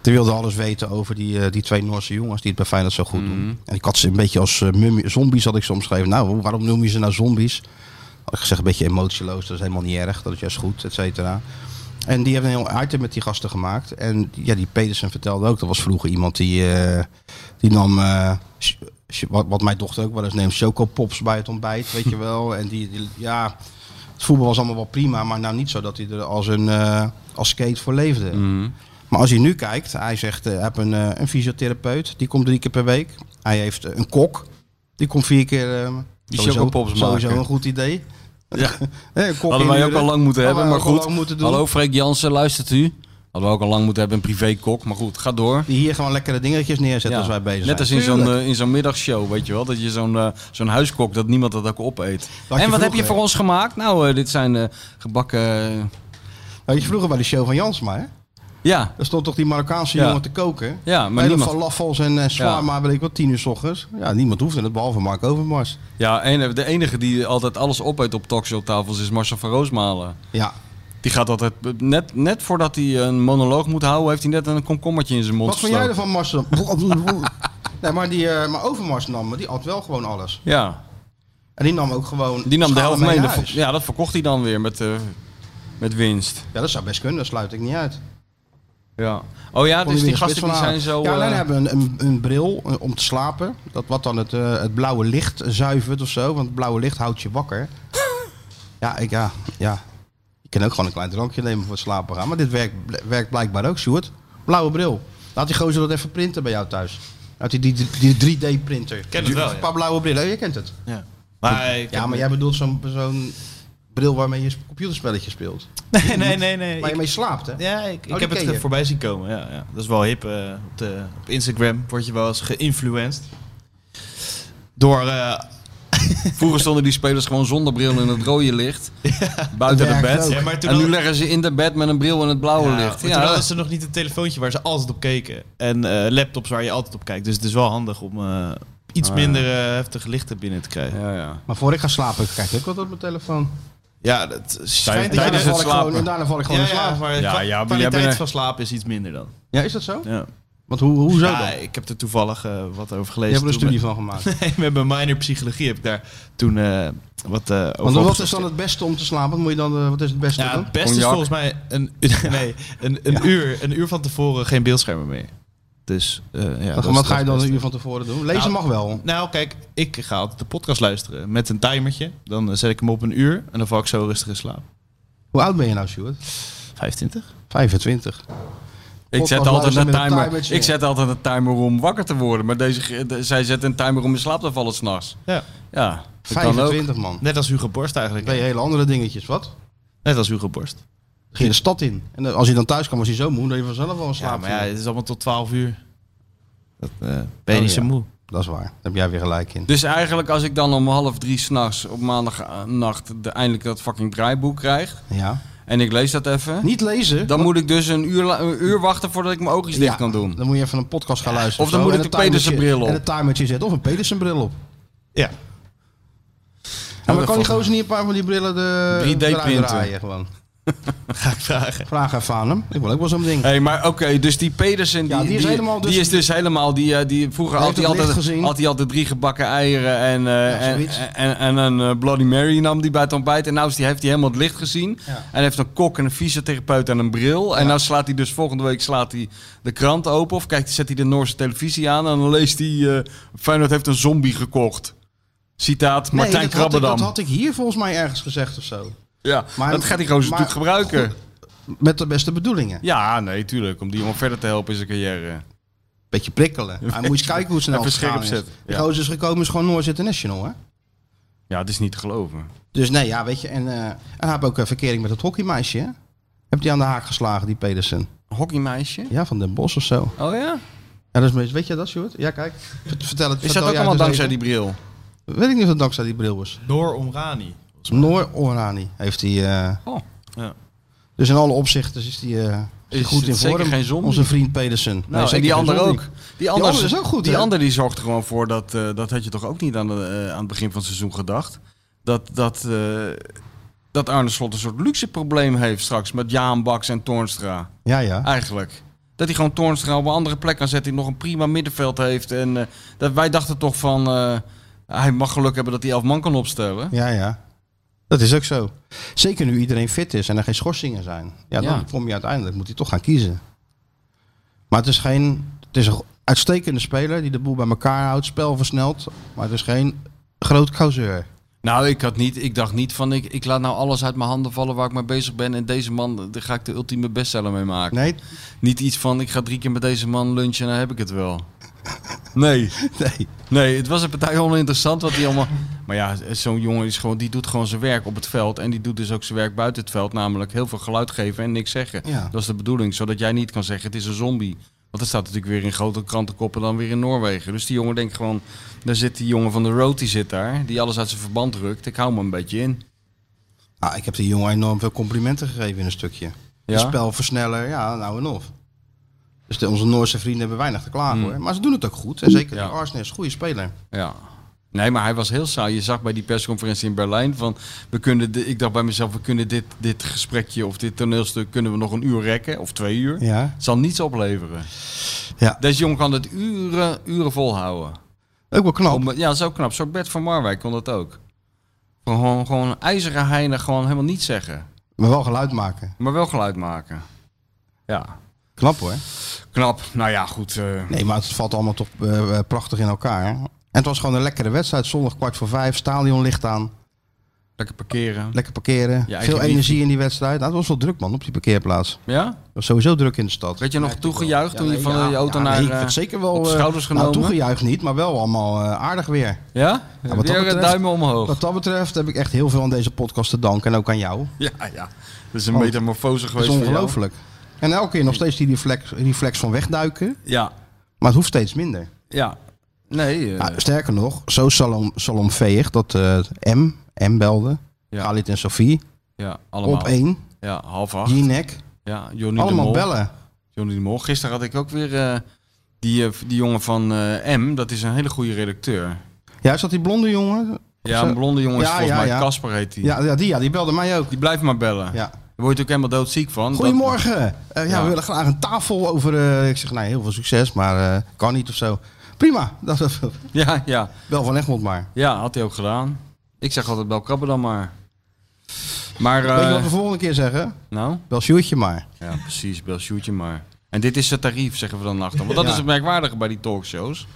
Die wilde alles weten over die, eh, die twee Noorse jongens die het bij Feyenoord zo goed doen. En ik had ze een beetje als eh, mummie- zombies, had ik soms geschreven. Nou, waarom noem je ze nou zombies? Had ik gezegd, een beetje emotieloos, dat is helemaal niet erg, dat is juist goed, et cetera. En die hebben een heel item met die gasten gemaakt. En ja, die Pedersen vertelde ook, dat was vroeger iemand die, eh, die nam, eh, ch- ch- wat, wat mijn dochter ook wel eens neemt, chocopops bij het ontbijt, (laughs) weet je wel. En die, die- ja, het voetbal was allemaal wel prima, maar nou niet zo dat hij er als een eh, als skate voor leefde. Mhm. Maar als je nu kijkt, hij zegt, eh, hij heeft een, eh, een fysiotherapeut, die komt drie keer per week. Hij heeft eh, een kok, die komt vier keer. eh Die sowieso- chocopops maken. Sowieso een goed idee. Ja. Hè, een kok Hadden wij ook Eh, inhuren. al lang moeten hebben, Hadden maar wij ook al goed. lang moeten doen. Hallo Freek Jansen, luistert u? Hadden we ook al lang moeten hebben, een privékok, maar goed, ga door. Die hier gewoon lekkere dingetjes neerzet als wij bezig Net als zijn. in zo'n, Tuurlijk. eh, in zo'n middagshow, weet je wel. Dat je zo'n, eh, zo'n huiskok, dat niemand dat ook opeet. Wat je en wat heb vroeger- je voor ons gemaakt? Nou, eh, dit zijn eh, gebakken... eh, Weet je, vroeger bij de show van Jansma, hè? ja, Daar stond toch die Marokkaanse Ja. jongen te koken? ja, maar Maar Hele niemand... falafels en eh shawarma, weet ik wat, tien uur s ochtends. Ja, niemand hoefde het, behalve Mark Overmars. Ja, en de enige die altijd alles opeet op talkshowtafels is Marcel van Roosmalen. Ja, Die gaat altijd... eh, Net, net voordat hij een monoloog moet houden, heeft hij net een komkommertje in zijn mond wat vond jij gestoken. ervan, Mars? (laughs) nee, maar, die, eh, maar Overmars nam, die at wel gewoon alles. Ja, En die nam ook gewoon die nam de schalen helft mee. naar Dat huis. ver- ja, dat verkocht hij dan weer met, eh, met winst. Ja, dat zou best kunnen, dat sluit ik niet uit. Ja. Oh ja, Kon dus je weer die een spits gasten die van zijn halen. zo... Ja, eh, alleen hebben een, een, een bril eh, om te slapen. Dat wat dan het, eh, het blauwe licht zuivert of zo. Want het blauwe licht houdt je (laughs) wakker. ja, ik, ja, ja. Je kan ook gewoon een klein drankje nemen voor het slapen gaan. Maar dit werkt, werkt blijkbaar ook, Sjoerd. Blauwe bril. Laat die gozer dat even printen bij jou thuis. Uit die, die, die 3D-printer. ken het wel, Een ja. paar blauwe brillen, je kent het. Ja. Maar, ik Ja, heb- maar jij bedoelt zo'n zo'n bril waarmee je computerspelletje speelt. Nee, nee, nee. nee. Waar je Ik, mee slaapt, hè? ja, ik, ik die heb het ken ge- je. voorbij zien komen. Ja, ja. Dat is wel hip. eh, op, de, op Instagram word je wel eens geïnfluenced. Door eh, Vroeger stonden die spelers gewoon zonder bril in het rode (laughs) licht. buiten dat de werkt bed. ook. Ja, maar toen En nu hadden- leggen ze in de bed met een bril in het blauwe ja, licht. maar Ja, toen hadden ze nog niet een telefoontje waar ze altijd op keken. En eh, laptops waar je altijd op kijkt. Dus het is wel handig om eh, iets Ah, ja. minder eh, heftig licht er binnen te krijgen. ja, ja. Maar voor ik ga slapen, kijk ik wat op mijn telefoon. Ja, dat schijnt... En Tijdens daarna het val ik gewoon- slapen. en daarna val ik gewoon Ja, in ja, slaap. maar Ja, kwa- ja, maar jij kwaliteit bent- van slaap is iets minder dan. Ja, is dat zo? Ja. Want hoe, hoezo dan? Ja, Je ik heb er toevallig eh, wat over hebt er gelezen. een toen studie van gemaakt. Met, (laughs) met mijn minor psychologie heb ik daar toen eh, wat eh over Want wat is opgezocht. dan het beste om te slapen? Wat, moet je dan, eh, wat is het beste Ja, dan? het beste is Cognac. volgens mij een, (laughs) nee, een, een, uur, een uur van tevoren geen beeldschermen meer. Dus eh, ja, Wat- dat is wat ga je het dan beste. een uur van tevoren doen? Lezen Nou, mag wel. Nou, kijk, ik ga altijd de podcast luisteren met een timertje. Dan eh, zet ik hem op een uur en dan val ik zo rustig in slaap. Hoe oud ben je nou, Stuart? 25? 25. Ik zet, Podcast altijd een luisteren met een timer, timertje. ik zet altijd een timer om wakker te worden. Maar deze, ge- de- zij zet een timer om in slaap te vallen s'nachts. Ja. Ja, dat kan ook. 25 man. Net als Hugo Borst eigenlijk. Ben je hele andere dingetjes, wat? Dan Net als Hugo Borst. Ging je de stad in. En dan- als je dan thuis kwam, was hij zo moe dat je vanzelf wel Ja, slaapt. maar ja, het is allemaal tot 12 uur. Dat, eh, ben je Oh, niet zo ja. moe. Dat is waar. Daar heb jij weer gelijk in. Dus eigenlijk als ik dan om half drie s'nachts op maandagnacht de, eindelijk dat fucking draaiboek krijg. Ja. En ik lees dat even. Niet lezen. Dan moet ik dus een uur, la- een uur wachten voordat ik mijn oogjes dicht Ja, kan doen. Dan moet je even een podcast gaan luisteren. of dan zo, moet en ik een de Pedersen timertje- bril op. En een timertje zetten. Of een Pedersen bril op. Ja. En maar dat kan die valt gozer niet een paar van die brillen de 3D eruit printen. draaien gewoon. (laughs) Ga ik vragen. Vraag even aan hem. Ik wil ook wel zo'n ding. Hé, hey, maar oké, dus die Pedersen, die, Ja, die is helemaal dus- die is dus helemaal, die, eh, die vroeger Hij had heeft hij, het licht altijd, gezien. had hij altijd drie gebakken eieren en, eh, en, zoiets. en, en een eh, Bloody Mary nam die bij het ontbijt. En nou is die, heeft hij helemaal het licht gezien. Ja. En heeft een kok en een fysiotherapeut en een bril. En Ja. nou slaat hij dus volgende week slaat hij de krant open of kijkt, zet hij de Noorse televisie aan. En dan leest hij, eh Feyenoord heeft een zombie gekocht. Citaat Nee, Martijn dat had ik- Krabbedam. Dat had ik hier volgens mij ergens gezegd of zo. Ja, Maar- dat gaat die gozer maar- natuurlijk gebruiken. Met de beste bedoelingen. Ja, nee, tuurlijk. Om die jongen verder te helpen in zijn carrière. Beetje prikkelen. Maar (laughs) moet je eens kijken hoe snel Even het gegaan scherp is. zetten, De ja. gozer is gekomen, is gewoon Noors International, hè? Ja, het is niet te geloven. Dus nee, ja, weet je. En, eh, en hij heeft ook een verkering met het hockeymeisje, hè? Heb die aan de haak geslagen, die Pedersen? Hockeymeisje? Ja, van Den Bos of zo. Oh ja? Ja, dat is, meest- weet je dat, Sjoerd? Ja, kijk. Vert- Vertel het. Is vertel dat ook jij allemaal dus dankzij even. die bril? Weet ik niet of het dankzij die bril was. Door Omrani. Noor Orani heeft hij. eh, Oh. Ja. Dus in alle opzichten is hij eh, is hij Is goed het in zeker vorm. geen zombie? Onze vriend Pedersen. Nee, Nou, en zeker die geen ander zombie. ook. Die ander ander is ook goed, Die hè? ander die zorgt er gewoon voor dat, eh, dat had je toch ook niet aan, de, eh, aan het begin van het seizoen gedacht. Dat, dat, eh, dat Arne Slot een soort luxe probleem heeft straks met Jaan Baks en Toornstra. Ja, ja. Eigenlijk. Dat hij gewoon Toornstra op een andere plek kan zetten. Die nog een prima middenveld heeft. En eh, dat wij dachten toch van. eh, hij mag geluk hebben dat hij elf man kan opstellen. Ja, ja. Dat is ook zo. Zeker nu iedereen fit is en er geen schorsingen zijn. Ja, dan Ja. kom je uiteindelijk, moet hij toch gaan kiezen. Maar het is geen. Het is een uitstekende speler die de boel bij elkaar houdt, spel versnelt. Maar het is geen groot causeur. Nou, ik, had niet, ik dacht niet van ik, ik laat nou alles uit mijn handen vallen waar ik mee bezig ben. En deze man, eh, daar ga ik de ultieme bestseller mee maken. Nee, (laughs) Niet iets van ik ga drie keer met deze man lunchen en dan heb ik het wel. Nee, nee. nee, het was een partij (laughs) oninteressant wat hij allemaal. Maar ja, zo'n jongen is gewoon, die doet gewoon zijn werk op het veld. En die doet dus ook zijn werk buiten het veld. Namelijk heel veel geluid geven en niks zeggen. Ja. Dat is de bedoeling, zodat jij niet kan zeggen het is een zombie. Want dat staat natuurlijk weer in grote krantenkoppen dan weer in Noorwegen. Dus die jongen denkt gewoon, daar zit die jongen van de road, die zit daar. Die alles uit zijn verband rukt. Ik hou me een beetje in. Ah, ik heb die jongen enorm veel complimenten gegeven in een stukje. Ja? Ja? Spelversneller, ja, nou en of. Dus de- onze Noorse vrienden hebben weinig te klagen hoor. Maar ze doen het ook goed. En zeker Hmm. Ja. die Arsenal is een goede speler. Ja. Nee, maar hij was heel saai. Je zag bij die persconferentie in Berlijn van... We kunnen di- ik dacht bij mezelf, we kunnen dit, dit gesprekje of dit toneelstuk... kunnen we nog een uur rekken of twee uur. Ja. Het zal niets opleveren. Ja. Deze jongen kan het uren, uren volhouden. Ook wel knap. Om- ja, zo knap. Zo Bert van Marwijk kon dat ook. Gewoon, gewoon een ijzeren heine, gewoon helemaal niets zeggen. Maar wel geluid maken. Maar wel geluid maken. Ja, Knap hoor. knap. Nou ja, goed. eh, Nee, maar het valt allemaal toch eh, eh, prachtig in elkaar. hè. En het was gewoon een lekkere wedstrijd. Zondag kwart voor vijf. Stadion licht aan. lekker parkeren. Lekker parkeren. Ja, ik veel heb niet- energie in die wedstrijd. Nou, het was wel druk man op die parkeerplaats. Het Ja? was sowieso druk in de stad. Werd je nog Merkte ik wel. toegejuicht toen je van je auto naar... nee, ik eh, werd zeker wel op de eh, schouders Nou, genomen? toegejuicht niet, maar wel allemaal eh, aardig weer. Ja? wat dat Weer eh, betreft- duimen omhoog. Wat dat betreft heb ik echt heel veel aan deze podcast te danken. En ook aan jou. Ja, ja. Dat is een Oh, metamorfose Het is geweest voor jou. ongelooflijk. En elke keer nog steeds die reflex, reflex van wegduiken. Ja, Maar het hoeft steeds minder. ja. Nee, eh, Nou, sterker nog, zo salom, salomveeg dat eh, M, M belde, Ja. Khalid en Sophie, ja, allemaal. op één, Ja, half acht. Jinek, Ja, Johnny de allemaal Mol. bellen. Johnny de Mol. Gisteren had ik ook weer eh, die, eh, die jongen van eh, M. Dat is een hele goede redacteur. Ja, is dat die blonde jongen? Ja, Zo. een blonde jongen is Ja, volgens ja, mij ja. Casper heet die. Ja, ja, die, ja, die belde mij ook. Die blijft maar bellen. Ja. Daar word je ook helemaal doodziek van. Dat- Goedemorgen. Eh, ja, Ja. we willen graag een tafel over. eh, ik zeg, nee, heel veel succes, maar eh, kan niet of zo. Prima, (laughs) dat is (laughs) ja, ja. wel van Egmond maar. ja, had hij ook gedaan. Ik zeg altijd bel krabben dan maar. Maar, eh, Weet je wat we volgende keer zeggen? nou? Wel Sjoerdje maar. Ja, precies. Bel shootje maar. En dit is het tarief, zeggen we dan achter. Want dat Ja. is het merkwaardige bij die talkshows.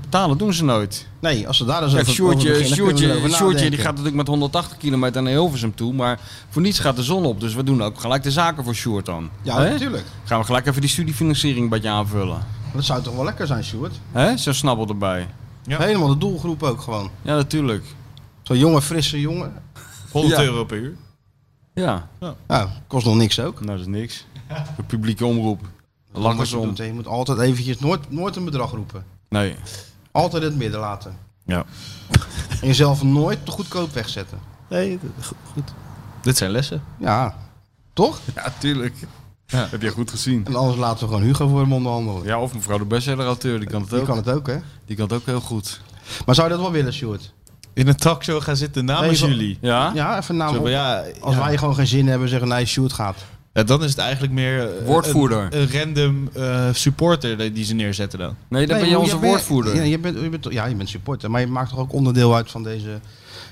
Betalen doen ze nooit. Nee, als ze daar eens Kijk, over over Sjoertje, beginnen, kunnen we Sjoertje, erover Sjoertje die nadenken. gaat natuurlijk met 180 kilometer naar Hilversum toe. Maar voor niets gaat de zon op. Dus we doen ook gelijk de zaken voor Sjoerd dan. Ja, Hè? natuurlijk. Gaan we gelijk even die studiefinanciering bij je aanvullen. Dat zou toch wel lekker zijn, Sjoerd? hè Zo'n snabbel erbij. Ja. Helemaal de doelgroep ook gewoon. Ja, natuurlijk. Zo'n jonge, frisse jongen. 100 Ja. euro per uur. Ja, Nou, kost nog niks ook. nou dat is (laughs) niks. De publieke omroep. Lachen Moet ze je, om. doen, hè. je moet altijd eventjes nooit, nooit een bedrag roepen. Nee. Altijd in het midden laten. Ja. En jezelf nooit te goedkoop wegzetten. Nee, goed. Dit zijn lessen. Ja, toch? Ja, tuurlijk. Heb je goed gezien. En anders laten we gewoon Hugo voor hem onderhandelen. Ja, of mevrouw de bestseller-auteur, die kan het Die ook. kan het ook, hè? Die kan het ook heel goed. Maar zou je dat wel willen, Sjoerd? In een talkshow gaan zitten namens Nee, zo- jullie. Ja? Ja, even naam Zo op. van, ja, Als ja. wij gewoon geen zin hebben, zeggen nee, Sjoerd gaat. Ja, dan is het eigenlijk meer... eh, Woordvoerder. Een, een random eh, supporter die- die ze neerzetten dan. Nee, dan Nee, ben je hoe- onze jij bent- woordvoerder. Ja je, bent, je bent, ja, je bent supporter, maar je maakt toch ook onderdeel uit van deze,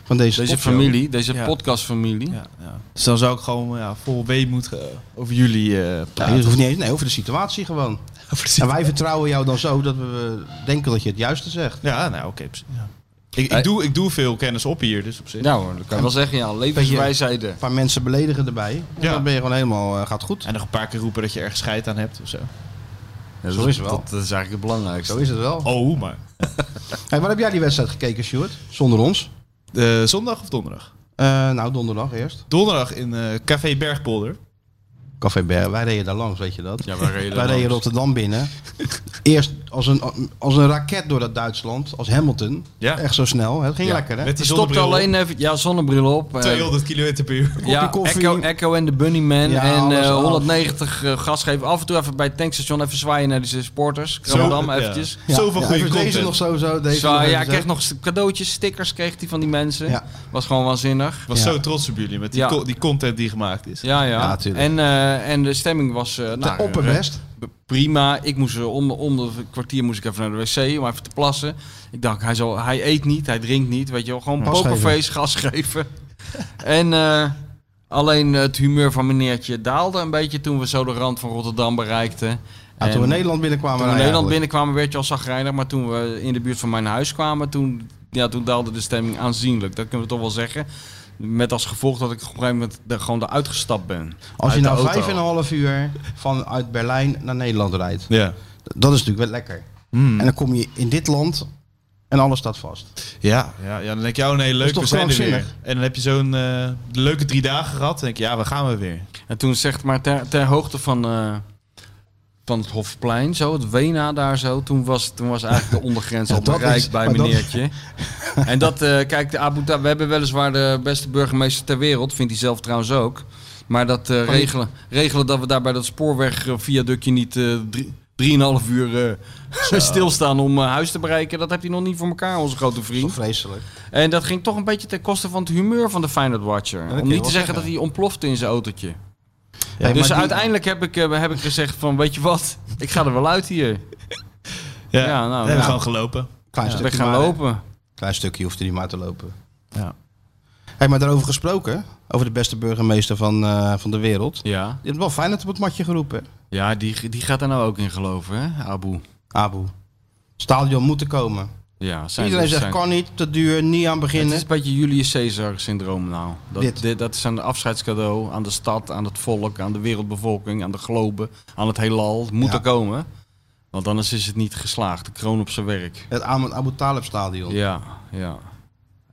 van deze, Deze topshow? familie, deze Ja. podcastfamilie. Ja, ja. Dus dan zou ik gewoon ja, vol weemoed eh, over jullie eh Nee, dat praten. hoeft niet eens. Nee, over de situatie gewoon. En wij vertrouwen jou dan zo dat we denken dat je het juiste zegt. Ja, nou oké. precies, ja. ik, Hey. ik, doe, ik doe veel kennis op hier, dus op zich. Nou hoor, dat kan je wel zeggen. Ja, eh. levenswijsheden. Een paar mensen beledigen erbij. En Ja. Dan ben je gewoon helemaal, eh, gaat goed. En nog een paar keer roepen dat je ergens scheid aan hebt of zo. Ja, Zo is het wel. Dat, dat is eigenlijk het belangrijkste. Zo is het wel. Oh, maar. Hey, waar heb jij die wedstrijd gekeken, Sjoerd? Zonder ons? Eh, zondag of donderdag? Eh, nou, donderdag eerst. Donderdag in eh, Café Bergpolder. Café Ber, wij reden daar langs, weet je dat? Ja, waar reden Wij reden Rotterdam binnen. Eerst als een, als een raket door dat Duitsland, als Hamilton. Ja. Echt zo snel. hè. Het ging Ja. lekker, hè? Met die Je stopt zonnebril alleen even... Ja, zonnebril op. op, eh, 200 km per uur. (laughs) ja, koffie. Echo, Echo en de Bunnyman Ja, en alles eh, af. 190 eh, gas geven. Af en toe even bij het tankstation even zwaaien naar die supporters. Kramdam (laughs) ja. eventjes. Ja, Zoveel ja, goede even content. Deze nog zo, zo. Deze Zo, nog even ja, ik zo. kreeg nog s- cadeautjes, stickers kreeg hij van die mensen. Ja. Was gewoon waanzinnig. Ik was Ja. zo trots op jullie met die, Ja. co- die content die gemaakt is. Ja, Ja, ja. tuurlijk. en, eh, en de stemming was... eh De nou, opperbest. prima. Ik moest eh, om, de- om de kwartier moest ik even naar de wc om even te plassen. Ik dacht, hij, zal, hij eet niet, hij drinkt niet. Weet je wel, gewoon Gas pokerface, gas geven. (laughs) en eh, alleen het humeur van meneertje daalde een beetje toen we zo de rand van Rotterdam bereikten. Ja, toen we En Nederland binnenkwamen. toen we nou, Nederland ja, binnenkwamen werd je al zagrijnig. Maar toen we in de buurt van mijn huis kwamen, toen, ja, toen daalde de stemming aanzienlijk. Dat kunnen we toch wel zeggen. Met als gevolg dat ik op een gegeven moment er gewoon eruit gestapt ben. Als je Uit de nou auto. vijf en een half uur vanuit Berlijn naar Nederland rijdt. Ja. Dat is natuurlijk wel lekker. Hmm. En dan kom je in dit land en alles staat vast. Ja, ja, ja, dan denk je, oh nee, leuk, toch we zijn er weer. krankzinnig? En dan heb je zo'n eh, leuke drie dagen gehad. Dan denk je, ja, we gaan we weer. En toen zegt maar ter, ter hoogte van, eh, van het Hofplein, zo, het Wena daar zo, toen was, toen (laughs) was eigenlijk de ondergrens Ja, al dat bereikt is- bij maar dat- (laughs) meneertje. en dat, eh, kijk, de Abu Dhabi, we hebben weliswaar de beste burgemeester ter wereld, vindt hij zelf trouwens ook. Maar dat eh, regelen, regelen dat we daar bij dat spoorwegviaductje niet eh, drie, drieënhalf uur eh, (laughs) stilstaan om eh, huis te bereiken, dat heeft hij nog niet voor elkaar, onze grote Dat vriend. is toch vreselijk. En dat ging toch een beetje ten koste van het humeur van de Feyenoord Watcher. dat Om kun je niet te wel zeggen dat zeggen. hij ontplofte in zijn autootje. Hey, dus maar die- uiteindelijk heb ik, eh, heb ik gezegd van, weet je wat, ik ga er wel uit hier. Ja, Ja, nou, dan ja. hebben we gewoon gelopen. Klein Dus stukje ik ga maar, hè. lopen. Klein stukje hoefde hij maar te lopen. Ja. Hey, maar daarover gesproken, over de beste burgemeester van, eh, van de wereld. Je Ja, hebt wel fijn op het matje geroepen, hè? ja die, die gaat er nou ook in geloven, hè, Abu. Abu. Stadion moeten komen. Ja, zijn Iedereen zegt zijn- kan niet, te duur, niet aan Het beginnen. is een beetje Julius Caesar-syndroom nou. Dat, Dit. dit. dat is een afscheidscadeau aan de stad, aan het volk, aan de wereldbevolking, aan de globe, aan het heelal. Het moet Ja. er komen, want anders is het niet geslaagd. De kroon op zijn werk. Het Ahmed Abu Talib Stadion. Ja, ja.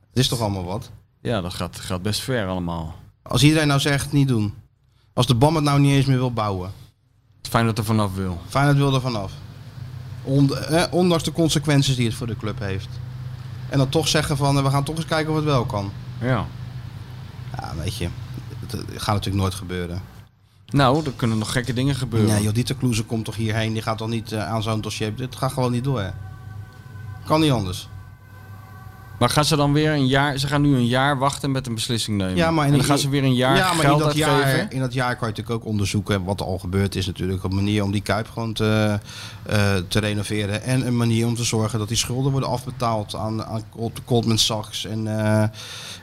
Het is toch allemaal wat? Ja, dat gaat, gaat best ver allemaal. Als iedereen nou zegt, niet doen. Als de BAM het nou niet eens meer wil bouwen. Fijn dat er vanaf wil. Feyenoord wil er vanaf. Ond- eh, ondanks de consequenties die het voor de club heeft. En dan toch zeggen van, eh, we gaan toch eens kijken of het wel kan. Ja. Ja, weet je, het, eh, gaat natuurlijk nooit gebeuren. Nou, er kunnen nog gekke dingen gebeuren. Nee, joh, die Kloeze komt toch hierheen, die gaat dan niet eh, aan zo'n dossier. Dit gaat gewoon niet door, hè. Kan niet anders. Maar gaan ze dan weer een jaar... Ze gaan nu een jaar wachten met een beslissing nemen. Ja, maar in en dan die- gaan ze weer een jaar ja, maar in geld dat uitgeven. jaar, in dat jaar kan je natuurlijk ook onderzoeken wat er al gebeurd is. Natuurlijk een manier om die Kuip gewoon te, eh, te renoveren. En een manier om te zorgen dat die schulden worden afbetaald aan, aan Colt- Goldman Sachs en, eh,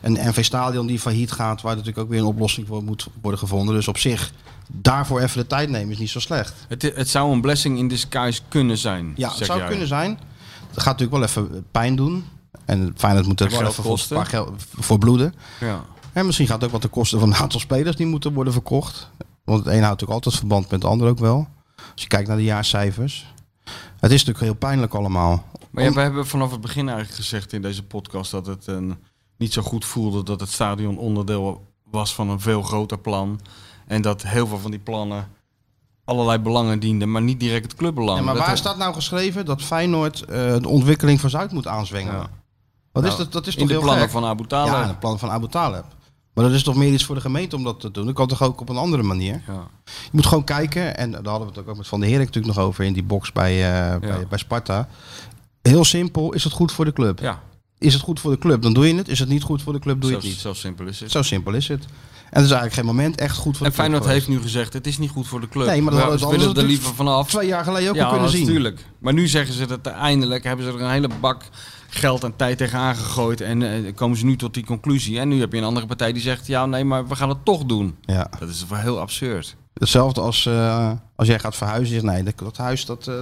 en NV Stadion die failliet gaat. Waar natuurlijk ook weer een oplossing voor moet worden gevonden. Dus op zich, daarvoor even de tijd nemen is niet zo slecht. Het, het zou een blessing in disguise kunnen zijn. Ja, zeg het zou jij. kunnen zijn. Het gaat natuurlijk wel even pijn doen. En Feyenoord moet er En wel geld even voor, kosten. een paar geld voor bloeden. Ja. En misschien gaat het ook wat de kosten van een aantal spelers die moeten worden verkocht. Want het een houdt natuurlijk altijd verband met het ander ook wel. Als je kijkt naar de jaarcijfers. Het is natuurlijk heel pijnlijk allemaal. Maar ja, we hebben vanaf het begin eigenlijk gezegd in deze podcast dat het een, niet zo goed voelde dat het stadion onderdeel was van een veel groter plan. En dat heel veel van die plannen allerlei belangen dienden, maar niet direct het clubbelang. Ja, maar Dat- waar staat nou geschreven dat Feyenoord eh, de ontwikkeling van Zuid moet aanzwengelen? Ja. Wat is Nou, dat, dat is in toch de heel plannen gek? van Abu Talib. Ja, in de plannen van Abu Talib. Maar dat is toch meer iets voor de gemeente om dat te doen? Dat kan toch ook op een andere manier? Ja. Je moet gewoon kijken, en daar hadden we het ook ook met Van der Herik natuurlijk nog over in die box bij, eh, bij, bij Sparta. Heel simpel, is het goed voor de club? Ja, Is het goed voor de club, dan doe je het. Is het niet goed voor de club, doe je zo, het niet. zo simpel is het. Zo simpel is het. En het is eigenlijk geen moment echt goed voor en de club. Feyenoord heeft nu gezegd, het is niet goed voor de club. Nee, maar dat We- hadden we ze het willen anders er liever vanaf. Twee jaar geleden ook al ja, kunnen zien. natuurlijk. Maar nu zeggen ze dat eindelijk hebben ze er een hele bak geld en tijd tegenaan gegooid. En eh, komen ze nu tot die conclusie. En nu heb je een andere partij die zegt, ja nee, maar we gaan het toch doen. Ja. Dat is wel heel absurd. Hetzelfde als eh, als jij gaat verhuizen. Is, nee, dat, dat huis dat eh,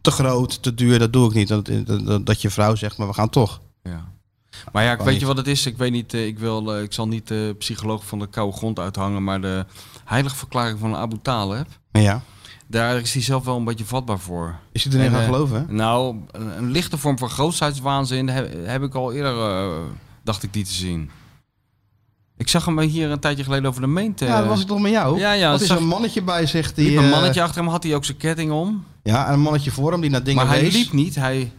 te groot, te duur, dat doe ik niet. Dat, dat, dat je vrouw zegt, maar we gaan toch. Ja. Maar ja, ik Kan weet niet. je wat het is? Ik weet niet, eh, ik, wil, eh, ik zal niet de psycholoog van de koude grond uithangen, maar de heilige verklaring van Abu Talib, Maar ja, daar is hij zelf wel een beetje vatbaar voor. is hij erin En, gaan eh, geloven? hè? Nou, een, een lichte vorm van grootheidswaanzin heb, heb ik al eerder, eh, dacht ik, die te zien. Ik zag hem hier een tijdje geleden over de meente. ja, dat was ik toch met jou? ja, ja, Wat is zag- er een mannetje bij zich die... liep een eh, mannetje achter hem, had hij ook zijn ketting om. ja, en een mannetje voor hem die naar dingen Maar hij wees. liep niet, hij,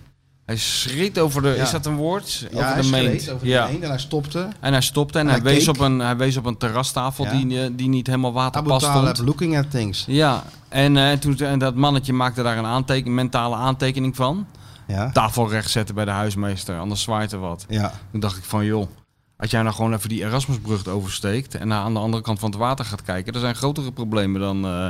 hij schreed over de, Ja. is dat een woord? Ja, hij over de schreed meent. over de ja. meent en hij stopte. En hij stopte en, En hij, hij wees keek. op een, hij wees op een terrastafel Ja. die, eh, die niet helemaal Abu waterpas Talib stond. looking at things. Ja, en, eh, toen, en dat mannetje maakte daar een aanteken, mentale aantekening van. Ja. Tafel recht zetten bij de huismeester, anders zwaait er wat. Ja. Toen dacht ik van, joh, als jij nou gewoon even die Erasmusbrug oversteekt en naar aan de andere kant van het water gaat kijken, er zijn grotere problemen dan eh,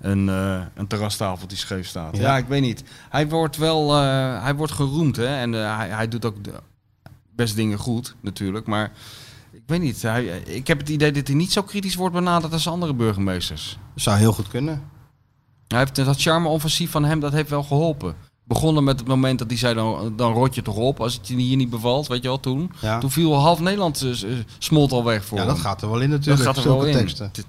een, eh, een terrastafel die scheef staat. Ja. Ja, ik weet niet. Hij wordt wel, eh, hij wordt geroemd hè, en eh, hij, hij doet ook de- best dingen goed natuurlijk, maar ik weet niet. Hij, ik heb het idee dat hij niet zo kritisch wordt benaderd als andere burgemeesters. Zou heel goed kunnen. Hij heeft dat charme-offensief van hem, dat heeft wel geholpen. Begonnen met het moment dat hij zei, dan, dan rot je toch op als het je hier niet bevalt, weet je wel, toen. Ja. Toen viel half Nederland eh, s- eh, smolt al weg voor ja, hem. dat gaat er wel in natuurlijk. Dat gaat er wel zulke in. teksten. Dit-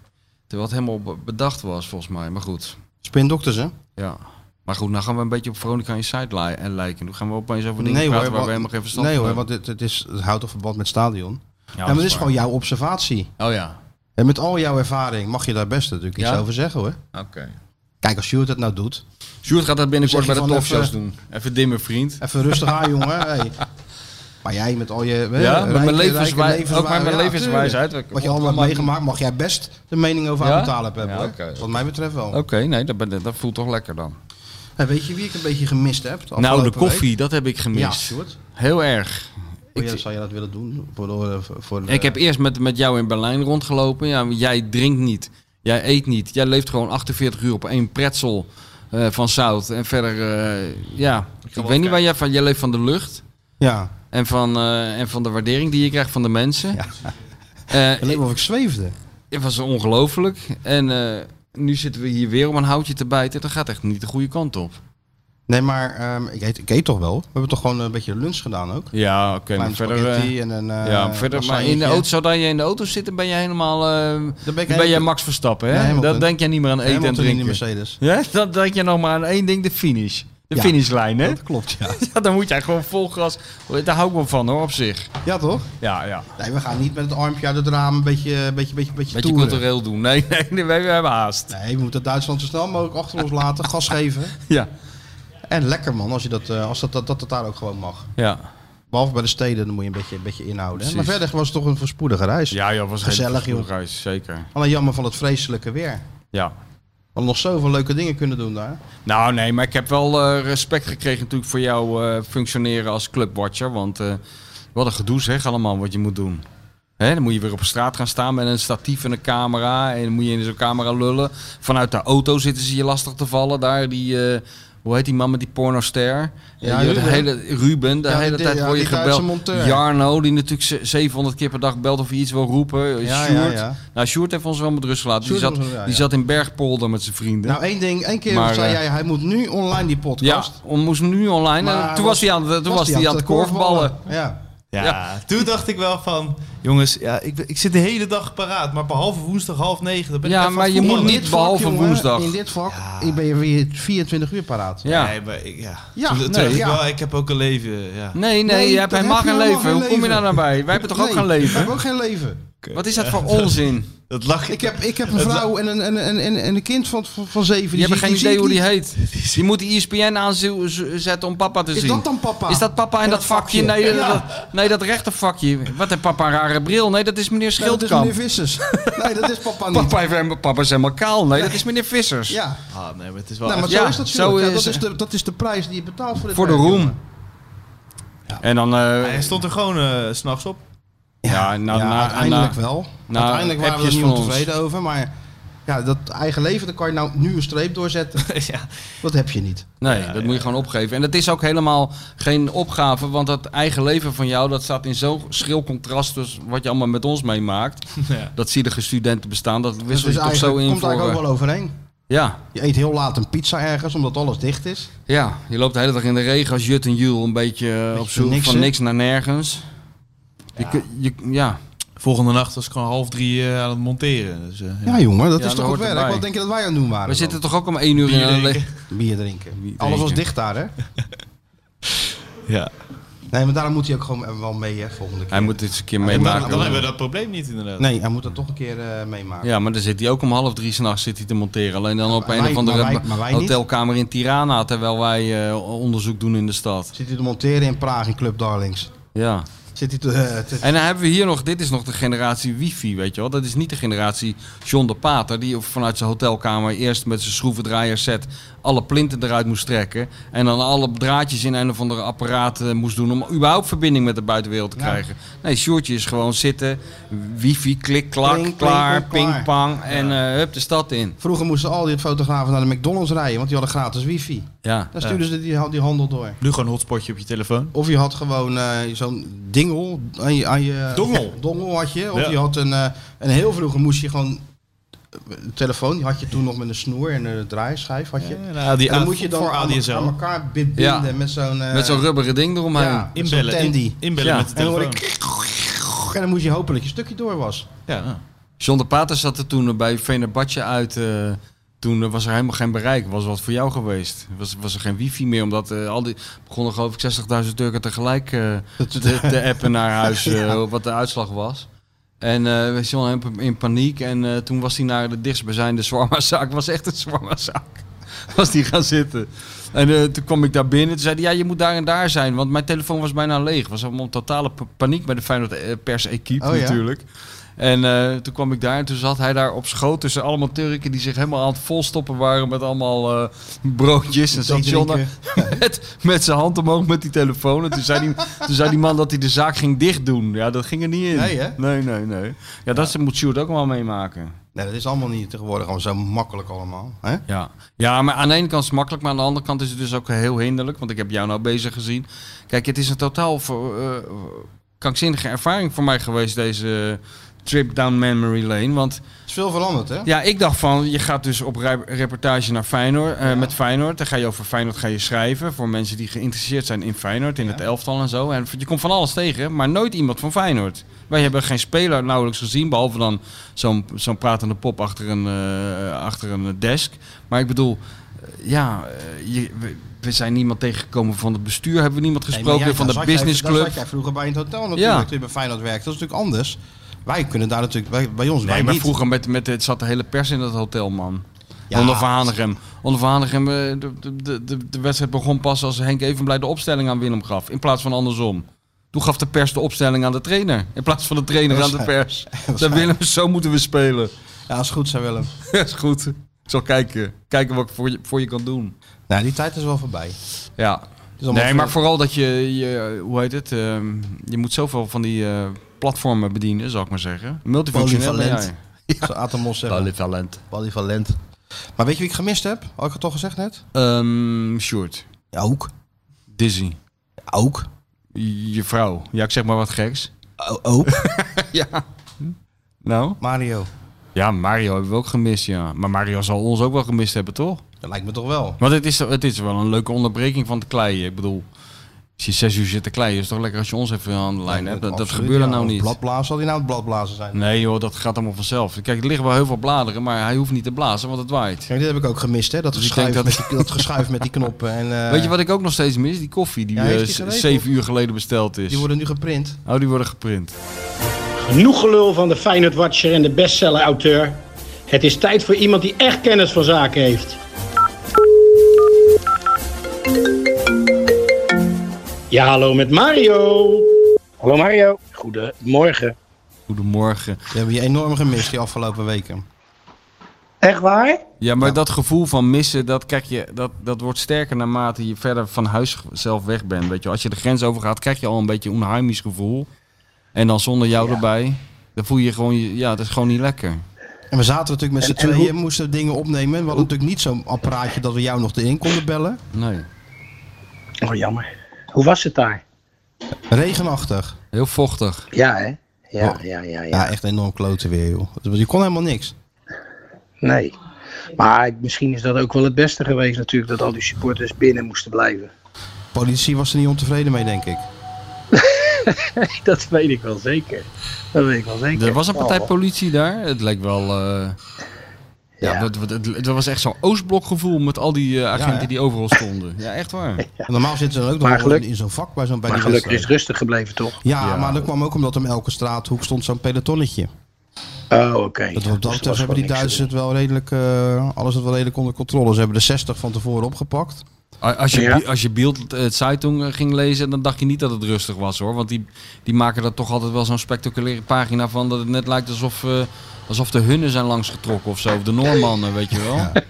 Terwijl het helemaal be- bedacht was, volgens mij. Maar goed, Spindokters, hè? ja. Maar goed, nou gaan we een beetje op Veronica Inside li- en lijken. Nu gaan we opeens over dingen Nee hoor, praten waar want- we helemaal geen verstand Nee van hoor, hebben. want het, het, is, het houdt een verband met stadion. Ja, Ja, maar dat het is is gewoon jouw observatie. waar. Oh ja, En met al jouw ervaring mag je daar best natuurlijk iets Ja? over zeggen, hoor. oké. Kijk, als Sjoerd dat nou doet... Sjoerd gaat dat binnenkort Zeg bij je de Dus van talkshows even- doen. Even dimmen, vriend. Even rustig (laughs) aan, jongen. Hey. Maar jij met al je... hè, Ja, rijke- met mijn rijke levenswij- levenswij- ook met mijn ja, levenswijsheid. tuurlijk. Wat je allemaal hebt meegemaakt, mag jij best de mening over Ja? ja? Abu hebben, Ja, hoor. oké. Wat mij betreft wel. Oké, nee, dat, ben- dat voelt toch lekker dan. Hey, weet je wie ik een beetje gemist heb? nou, de afgelopen week? koffie, dat heb ik Ja, Oh gemist. Sjoerd. Heel erg. Hoe Ik- jij- zou je dat willen doen? Voor, de- voor, de- Ik heb eerst met, met jou in Berlijn rondgelopen. Ja, jij drinkt niet. Jij eet niet. Jij leeft gewoon 48 uur op één pretzel eh, van zout. En verder, eh, ja. Ik, wel weet niet waar kijken. jij van... Jij leeft van de lucht. Ja. En van, eh, en van de waardering die je krijgt van de mensen. Eh, Alleen of ik zweefde. het was ongelooflijk. En eh, nu zitten we hier weer om een houtje te bijten. Dat gaat echt niet de goede kant op. Nee, maar ehm, ik, eet, ik eet toch wel. We hebben toch gewoon een beetje lunch gedaan ook. Ja, oké. Kleine maar verder... spaghetti eh, en een, eh, ja, verder, maar in de lasagnetje. auto, zodra je in de auto zit, dan ben je helemaal... eh, Dan ben ik dan ben je Max Verstappen, hè? Nee, Hamilton. dan denk jij niet meer aan eten helemaal en terug in de drinken. Mercedes. Ja, (laughs) dan denk je nog maar aan één ding, de finish. De Ja. finishlijn, hè? Dat klopt, ja. (laughs) Ja, dan moet jij gewoon vol gas... Daar hou ik wel van, hoor, op zich. Ja, toch? Ja, ja. Nee, we gaan niet met het armpje uit het raam een beetje, een beetje, beetje, beetje, Beetje toeren. cultureel doen. Nee, nee, nee, we hebben haast. Nee, we moeten Duitsland zo snel mogelijk achter ons laten. Gas geven. Ja. En lekker man, als, je dat, eh, als dat, dat, dat, dat daar ook gewoon mag. Ja, Behalve bij de steden, dan moet je een beetje, een beetje inhouden. hè. Maar Precies. verder was het toch een voorspoedige reis. ja joh, was Gezellig, joh. Reis, zeker. Alleen jammer van het vreselijke weer. Ja. We hadden nog zoveel leuke dingen kunnen doen daar. Nou nee, maar ik heb wel eh, respect gekregen natuurlijk voor jouw eh, functioneren als clubwatcher. Want eh, wat een gedoe zeg allemaal wat je moet doen. Hè, dan moet je weer op straat gaan staan met een statief en een camera. En dan moet je in zo'n camera lullen. Vanuit de auto zitten ze je lastig te vallen. Daar die, eh, hoe heet die man met die pornoster? Ja, Eh, je- De Ruben. hele, Ruben, de Ja, hele die- tijd ja, word je die Duitse gebeld. monteur. Jarno, die natuurlijk ze- 700 keer per dag belt of hij iets wil roepen. Ja, Sjoerd. ja, ja. Nou, Sjoerd heeft ons wel met rust gelaten. Die Sjoerd zat, heeft ons wel- ja, die ja. zat in Bergpolder met zijn vrienden. Nou, één ding, één keer Maar, zei eh, jij, hij moet nu online die Ja, podcast. om moest nu online. Maar en toen was hij aan, toen was hij aan het korfballen. Ja. Ja, Ja. toen dacht ik wel van, jongens, ja, ik, ben- ik zit de hele dag paraat, maar behalve woensdag half negen, dan ben Ja, ik even aan maar het je voetballen. moet niet- behalve woensdag. In dit vak Ja. ik ben je weer 24 uur paraat. Ja. Nee, maar ik, ja. Ja, toen, toen nee, dacht ik ja. Hm. wel, ik heb ook een leven, ja. Nee, nee, Nee, je hebt dan helemaal heb je helemaal geen leven. Hoe geen kom je daar leven. nou bij? Wij hebben toch ook Nee, geen Ik heb leven? ook geen leven. Wat is dat voor onzin? Dat lach Ik heb, ik heb een vrouw en een, en, en, en, en een kind van, van, van zeven. Je hebt zie- geen zie idee ik hoe die niet. heet. Je moet E die ESPN aanzetten om papa te zien. Is dat dan papa? Is dat papa in dat vakje? Nee, eh, dat, nee, dat rechtervakje. Wat heeft papa een rare bril? Nee, dat is meneer Nee, dat is Schildkamp. meneer Vissers. Nee, dat is (laughs) papa niet. papa, heeft hem- papa is helemaal kaal. Nee, dat is meneer Vissers. Ja. Ah, nee, maar het is wel Nou, maar echt- zo Ja, is dat zo zo. is dat, het. is de, dat is de prijs die je betaalt voor dit Voor de werk, roem. jongen. En dan... eh, Hij stond er gewoon eh, s s'nachts op. (laughs) ja, nou, ja, na- na- uiteindelijk wel. nou, uiteindelijk waren we er appjes niet van ons. ontevreden over. Maar ja, dat eigen leven, daar kan je nou nu een streep doorzetten. ja. (laughs) Dat heb je niet. Nee, dat moet je gewoon opgeven. En dat is ook helemaal geen opgave, want dat eigen leven van jou, dat staat in zo'n schril contrast dus wat je allemaal met ons meemaakt. (laughs) Ja. Dat zielige studenten bestaan, dat Dus wissel het je is toch zo eigenlijk- in komt voor... eigenlijk eh, ook wel overheen. Ja, Je eet heel laat een pizza ergens, omdat alles dicht is. ja, je loopt de hele dag in de regen als Jut en Jul, een beetje eh, op zoek niks, van hè? niks naar nergens. Je kun- je- ja. Volgende nacht was ik gewoon half drie eh, aan het monteren. Dus, eh, ja. Ja, jongen, dat Ja, is dat toch hoort het werk? erbij. Wat denk je dat wij aan het doen waren? we dan? zitten toch ook om Eh, één uur in Bier een... le- drinken. Bier drinken. drinken. Alles was dicht daar, hè? ja. Nee, maar daarom moet hij ook gewoon eh, wel mee, hè, volgende keer. Hij moet dit eens een keer Dan, dan, meemaken. hebben we dat probleem niet inderdaad. Nee, hij moet dat toch een keer eh, meemaken. Ja, maar dan zit hij ook om half drie s'nachts te monteren. Alleen dan op maar een wij- of andere maar wij- maar wij niet. hotelkamer in Tirana, terwijl wij eh, onderzoek doen in de stad. Zit hij te monteren in Praag in Club Darlings? Ja. Zit hij te... eh, te- En dan hebben we hier nog, dit is nog de generatie wifi, weet je wel. Dat is niet de generatie John de Pater, die vanuit zijn hotelkamer eerst met zijn schroevendraaier set alle plinten eruit moest trekken. En dan alle draadjes in een of andere apparaat eh, moest doen om überhaupt verbinding met de buitenwereld te Ja. krijgen. Nee, Sjoerdje is gewoon zitten, wifi, klik, klak, Kling, kling, klaar, kling, klaar. ping, pang en eh, hup de stad in. Vroeger moesten al die fotografen naar de McDonald's rijden, want die hadden gratis wifi. Ja. Daar stuurden ze die, die handel door. Nu gewoon een hotspotje op je telefoon. Of je had gewoon eh, zo'n dingel aan je... Aan je Dongel. (laughs) Dongel had je. Of Ja. je had een... eh, en heel vroeger moest je gewoon... eh, Een telefoon, die had je toen nog met een snoer en een draaischijf. Had je. Ja, nou, die En dan A- moet je dan voor aan, ADSL. aan elkaar binden Ja. met zo'n... eh, Met zo'n rubberen ding eromheen. ja, met zo'n inbellen. in- tandy. inbellen Ja. met de En dan hoor telefoon. En dan moest je hopen dat je stukje door was. Ja, nou. John de Pater zat er toen bij Venerbahce uit. eh, toen eh, was er helemaal geen bereik. Was wat voor jou geweest. Was, was er geen wifi meer. Omdat eh, al die begonnen geloof ik 60.000 Turken (laughs) tegelijk eh, te, te appen naar huis. eh, Wat de uitslag was. En eh, we John helemaal in paniek. En eh, toen was hij naar de dichtstbijzijnde zwarmazaak. Was echt een zwarmazaak. (laughs) Was die gaan zitten. En eh, toen kwam ik daar binnen. Toen zei hij, ja, je moet daar en daar zijn. Want mijn telefoon was bijna leeg. Was allemaal totale p- paniek bij de Feyenoord eh, pers-equipe Oh ja? natuurlijk. En eh, toen kwam ik daar en toen zat hij daar op schoot tussen allemaal Turken die zich helemaal aan het volstoppen waren met allemaal eh, broodjes. En zat (laughs) John daar met, met zijn hand omhoog met die telefoon. En toen zei die, toen zei die man dat hij de zaak ging dichtdoen. Ja, dat ging er niet in. Nee, hè? Nee, nee, nee. Ja, dat moet Sjoerd ook wel meemaken. Nee, dat is allemaal niet tegenwoordig gewoon zo makkelijk allemaal. Hè? Ja. ja, maar aan de ene kant is het makkelijk, maar aan de andere kant is het dus ook heel hinderlijk. Want ik heb jou nou bezig gezien. Kijk, het is een totaal ver- eh, krankzinnige ervaring voor mij geweest, deze trip down memory lane. Want Het is veel veranderd, hè? ja, ik dacht van, je gaat dus op rei- reportage naar Feyenoord, eh, met Feyenoord. Dan ga je over Feyenoord ga je schrijven voor mensen die geïnteresseerd zijn in Feyenoord, in het elftal en zo. En je komt van alles tegen, maar nooit iemand van Feyenoord. Wij hebben geen speler nauwelijks gezien, behalve dan zo'n zo'n pratende pop achter een, eh, achter een desk. Maar ik bedoel, eh, ja, eh, je, we, we zijn niemand tegengekomen van het bestuur, hebben we niemand Nee, gesproken, maar jij- van daar de zat jij- Daar businessclub. zat jij vroeger bij in het hotel natuurlijk, Ja. toen je bij Feyenoord werkte. Dat is natuurlijk anders. Wij kunnen daar natuurlijk, bij, bij ons, Nee, wij maar niet. vroeger met, met, het zat de hele pers in dat hotel, man. Ja. Onder Van Hanegem. Onder Van Hanegem, eh, de, de, de, de wedstrijd begon pas als Henk Evenblij de opstelling aan Willem gaf. In plaats van andersom. Toen gaf de pers de opstelling aan de trainer. In plaats van de trainer aan de (laughs) pers. Dan Willem, (laughs) zo moeten we spelen. (laughs) Ja, is goed, zei Willem. Dat is goed. Ik zal kijken. Kijken wat ik voor je, voor je kan doen. Nou, die tijd is wel voorbij. Ja. Het is allemaal nee, veel- maar vooral dat je, je hoe heet het, ehm, je moet zoveel van die eh, platformen bedienen, zal ik maar zeggen. Multifunctioneel. Polyvalent. ben Zo Atemos jij. zeggen. Polyvalent. Maar weet je wie ik gemist heb? Had ik het toch gezegd net? Ehm, Sjoerd, Ja, ook. Dizzy, Ook. je vrouw. Ja, ik zeg maar wat geks. O- ook. ja. Nou? Mario. Ja, Mario hebben we ook gemist, ja. Maar Mario zal ons ook wel gemist hebben, toch? Dat lijkt me toch wel. Want het is, het is wel een leuke onderbreking van het kleien. Ik bedoel, als je zes uur zit te kleien, is het toch lekker als je ons even aan de lijn hebt. Dat, dat Absoluut, gebeurde ja. nou Of niet. Bladblazen, zal hij nou het bladblazen zijn? Nee joh, dat gaat allemaal vanzelf. Kijk, er liggen wel heel veel bladeren, maar hij hoeft niet te blazen, want het waait. Kijk, dit heb ik ook gemist, hè? Dat Dus ik geschuif, denk met, dat- die, dat geschuif met die knoppen. En, eh, (laughs) Weet je wat ik ook nog steeds mis? Die koffie die, Ja, heeft eh, die s- geregeld? zeven uur geleden besteld is. Die worden nu geprint. Oh, die worden geprint. Genoeg gelul van de Feyenoord Watcher en de bestseller-auteur. Het is tijd voor iemand die echt kennis van zaken heeft. Ja, hallo met Mario. Hallo Mario. Goedemorgen. Goedemorgen. Die hebben je enorm gemist die afgelopen weken. Echt waar? Ja, maar dat gevoel van missen, dat, krijg je, dat, dat wordt sterker naarmate je verder van huis zelf weg bent. Weet je. wel. Als je de grens overgaat, krijg je al een beetje een onheimisch gevoel. En dan zonder jou erbij, dan voel je gewoon, je- ja, dat is gewoon niet lekker. En we zaten natuurlijk met z'n En- en tweeën, en moesten dingen opnemen. We hadden natuurlijk niet zo'n apparaatje dat we jou nog erin konden bellen. Nee. Oh, jammer. Hoe was het daar? Regenachtig. Heel vochtig. Ja, hè? Ja, Oh. ja, ja, ja. Ja, echt enorm kloten weer, joh. Je kon helemaal niks. Nee. Maar misschien is dat ook wel het beste geweest natuurlijk, dat al die supporters binnen moesten blijven. Politie was er niet ontevreden mee, denk ik. Dat weet ik wel zeker. Dat weet ik wel zeker. Er was een partij politie daar. Het leek wel... eh, ja, Ja. wat- wat- het, het was echt zo'n Oostblokgevoel met al die eh, agenten hè? die overal stonden. Ja, echt waar. Want Normaal zitten ze dan ook Maar nog wel in, geluk- in zo'n vak bij, zo'n, bij Maar die gelukkig is wedstrijd. het rustig gebleven, toch? Ja, Ja. maar dat kwam ook omdat om elke straathoek stond zo'n pelotonnetje. Oh, oké. Dat Ja, op dat dus er was betreft hebben die gewoon niks Duitsers het wel redelijk, eh, alles het wel redelijk onder controle. Ze hebben de 60 van tevoren opgepakt. A- Als je, Ja. als je Bild eh, het Zeitung eh, ging lezen, dan dacht je niet dat het rustig was hoor. Want die, die maken er toch altijd wel zo'n spectaculaire pagina van. Dat het net lijkt alsof, eh, alsof de hunnen zijn langsgetrokken of zo. Of de Noormannen, weet je wel.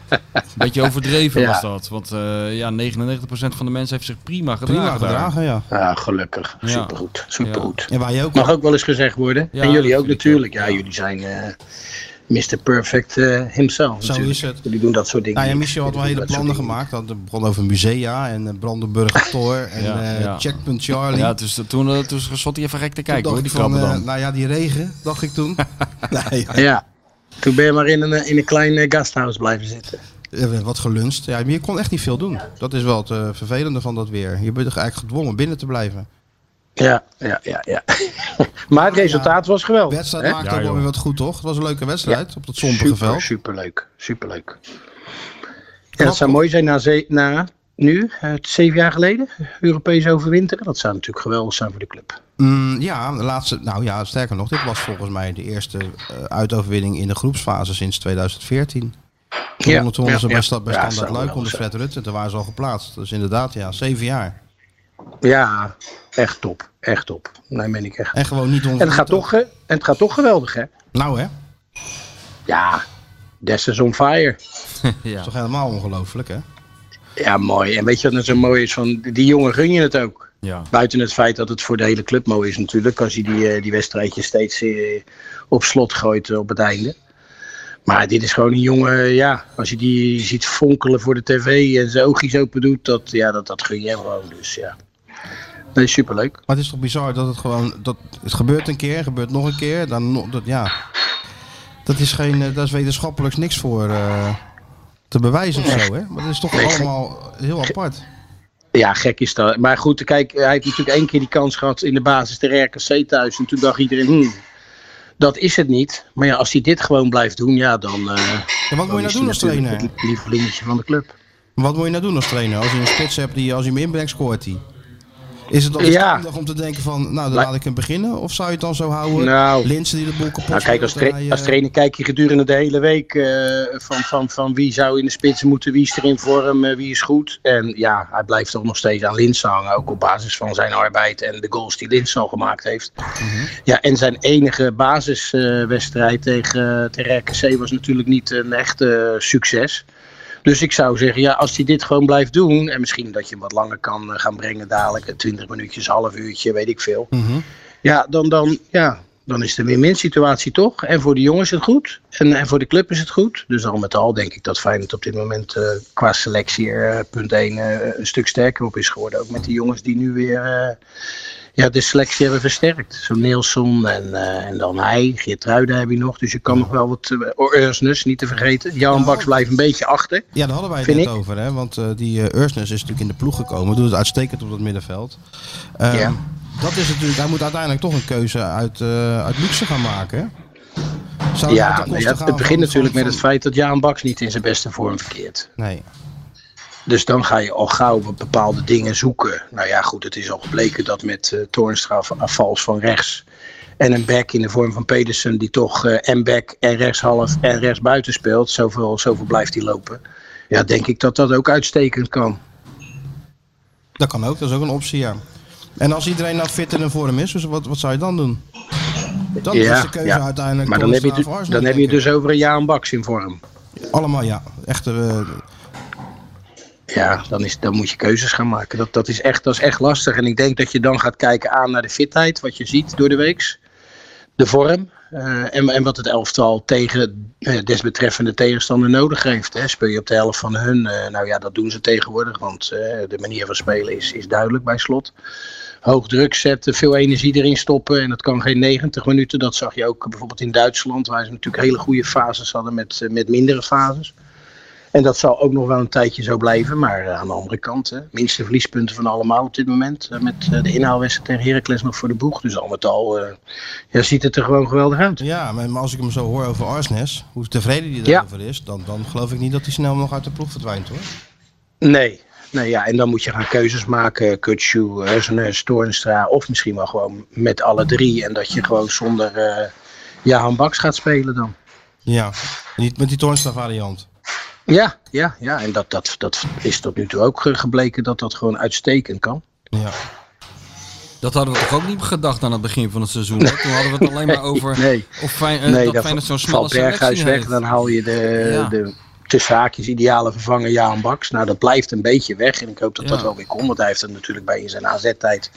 Beetje overdreven Ja. was dat. Want eh, ja, 99% van de mensen heeft zich prima Prima gedragen. daar. gedragen, ja. te doen. Ja, gelukkig. Ja. Supergoed. Supergoed. En waar je ook Mag ook wel eens gezegd worden. Ja, en dat jullie ook vind ik natuurlijk. ook. Ja, Ja. jullie zijn eh Mr. Perfect eh himself. Zo natuurlijk. is het. Jullie doen dat soort dingen. Nou ja, niet. Michel had wel Jullie hele doen dat plannen soort dingen gemaakt. Dat begon over musea en eh, Brandenburger Tor en Ja, eh, ja. Checkpoint Charlie. Ja, dus toen, toen, toen zat hij even gek te kijken Toen hoor, dacht die ik van, krabben eh, dan. nou ja, die regen, dacht ik (laughs) toen. nee, niet. Ja, toen ben je maar in een, eh, in een klein eh, gasthuis blijven zitten. er werd wat gelunst. Ja, maar je kon echt niet veel doen. Dat is wel het eh, vervelende van dat weer. Je bent eigenlijk gedwongen binnen te blijven. Ja, ja, ja, ja. (laughs) maar het resultaat was De geweldig. wedstrijd hè? maakte Ja, ook wel joh. weer wat goed, toch? Het was een leuke wedstrijd op dat sombere Super, veld. superleuk. Superleuk. En dat zou mooi zijn na, ze- na nu, eh, zeven jaar geleden, Europees overwinteren. Dat zou natuurlijk geweldig zijn voor de club. Mm, ja, de laatste, nou ja, sterker nog, dit was volgens mij de eerste eh, uitoverwinning in de groepsfase sinds 2014. Toen ja, toen ja, ze bij, Stad- bij Ja, Standaard zou Luik wel onder zijn. Fred Rutte, daar waren ze al geplaatst. Dus inderdaad, ja, zeven jaar. Ja, echt top. Echt top. Nee, meen ik echt. En gewoon niet En het gaat onvergeten. toch, eh, en het gaat toch geweldig, hè? Nou hè, Ja, Des is on fire. Ja. toch helemaal ongelooflijk hè. Ja, mooi. En weet je wat nou zo mooi is? Van, die jongen gun je het ook. Ja. Buiten het feit dat het voor de hele club mooi is natuurlijk. Als je die, eh, die wedstrijdje steeds eh, op slot gooit eh, op het einde. Maar dit is gewoon een jongen, ja, als je die ziet fonkelen voor de tv en zijn oogjes open doet, dat, ja, dat, dat gun je hem gewoon. Dus ja, nee, superleuk. Maar het is toch bizar dat het gewoon, dat, het gebeurt een keer, gebeurt nog een keer. Dan, nog- dat, ja, dat is geen, eh, daar is wetenschappelijk niks voor eh, te bewijzen of zo hè. Maar dat is toch allemaal heel apart. Ja, gek is dat. Maar goed, kijk, hij heeft natuurlijk één keer die kans gehad in de basis ter RKC thuis. En toen dacht iedereen, hmm, dat is het niet. Maar ja, als hij dit gewoon blijft doen, ja, dan... eh, En wat moet je nou doen als trainer? Het lievelingetje van de club. Wat moet je nou doen als trainer? Als je een spits hebt die als je hem inbrengt, scoort hij. Is het dan Ja. verstandig om te denken van, nou, dan Maar- laat ik hem beginnen? Of zou je het dan zo houden? Nou. Linsen die de boel kapot Nou, kijk, als, tra- speelt, hij, als eh, trainer kijk je gedurende de hele week eh, van, van, van wie zou in de spits moeten, wie is er in vorm, eh, wie is goed. En ja, hij blijft toch nog steeds aan Lins hangen, ook op basis van zijn arbeid en de goals die Lins al gemaakt heeft. Mhm. Ja, en zijn enige basiswedstrijd eh, tegen, tegen RKC was natuurlijk niet een echt eh, succes. Dus ik zou zeggen, ja, als hij dit gewoon blijft doen, en misschien dat je hem wat langer kan eh, gaan brengen dadelijk, eh, 20 minuutjes, half uurtje, weet ik veel. mhm. Ja, dan, dan, ja, dan is het een win-win situatie toch. En voor de jongens is het goed. En, en voor de club is het goed. Dus al met al denk ik dat Feyenoord op dit moment eh, qua selectie er, eh, punt 1 eh, een stuk sterker op is geworden. Ook met die jongens die nu weer eh, ja, de selectie hebben versterkt. Zo Nielsen en, eh, en dan hij. Geert Ruiden heb je nog. Dus je kan nog wel wat... eh, oh, Ursnus, niet te vergeten. Jan Baks blijft een beetje achter. Ja, daar hadden wij het Vind net ik. over. Hè? Want eh, die eh Ursnes is natuurlijk in de ploeg gekomen. Doet het uitstekend op dat middenveld. Ehm, Ja. Dat is natuurlijk, hij moet uiteindelijk toch een keuze uit, eh, uit luxe gaan maken. hè? Zou het Ja, uit de nou kosten ja, gaan het begint van- natuurlijk van- met het feit dat Jan Baks niet in zijn beste vorm verkeert. Nee. Dus dan ga je al gauw op bepaalde dingen zoeken. Nou ja, goed, het is al gebleken dat met eh Toornstra van, eh, vals van rechts. En een back in de vorm van Pedersen, die toch eh, en back en rechtshalf en rechtsbuiten speelt. Zoveel, zoveel blijft hij lopen. Ja, denk ik dat dat ook uitstekend kan. Dat kan ook, dat is ook een optie, ja. En als iedereen nou fit en in vorm is, dus wat, wat zou je dan doen? Dan is dus Ja, de keuze ja. uiteindelijk Maar dan heb je, Toornstra du- of Arsenal, dan heb je denk ik. dus over een jaar een baks in vorm. Allemaal, ja. Echt, eh, Ja, dan, is, dan moet je keuzes gaan maken. Dat, dat, is echt, dat is echt lastig. En ik denk dat je dan gaat kijken aan naar de fitheid, wat je ziet door de weeks. De vorm. eh, en, en wat het elftal tegen eh, desbetreffende tegenstander nodig heeft. Hè. Speel je op de helft van hun? eh, nou ja, dat doen ze tegenwoordig. Want eh, de manier van spelen is, is duidelijk bij slot. Hoog druk zetten, veel energie erin stoppen. En dat kan geen 90 minuten. Dat zag je ook bijvoorbeeld in Duitsland. Waar ze natuurlijk hele goede fases hadden met, eh, met mindere fases. En dat zal ook nog wel een tijdje zo blijven. Maar eh, aan de andere kant, hè, minste verliespunten van allemaal op dit moment. eh, met eh, de inhaalwedstrijd tegen Heracles nog voor de boeg. Dus al met al eh, ja, ziet het er gewoon geweldig uit. ja, maar maar als ik hem zo hoor over Arsnes, hoe tevreden hij Ja. daarover is, dan, dan geloof ik niet dat hij snel nog uit de ploeg verdwijnt, hoor. Nee. Nee, ja, en dan moet je gaan keuzes maken. eh, Kutsu, Hersenes, Toornstra. Of misschien wel gewoon met alle drie. En dat je gewoon zonder eh Jahan Baks gaat spelen dan. Ja, niet met die Toornstra variant. Ja, ja, ja. En dat, dat, dat is tot nu toe ook eh, gebleken dat dat gewoon uitstekend kan. Ja. Dat hadden we toch ook niet gedacht aan het begin van het seizoen. hè? Toen hadden we het alleen (laughs) maar over Nee. of fijn, eh, nee, dat dan Feyenoord zo'n smalle valt Berghuis selectie weg. heeft. Dan haal je de, Ja. de tussen haakjes ideale vervanger Jaan Baks. Nou, dat blijft een beetje weg. En ik hoop dat dat Ja. wel weer komt. Want hij heeft het natuurlijk bij in zijn AZ-tijd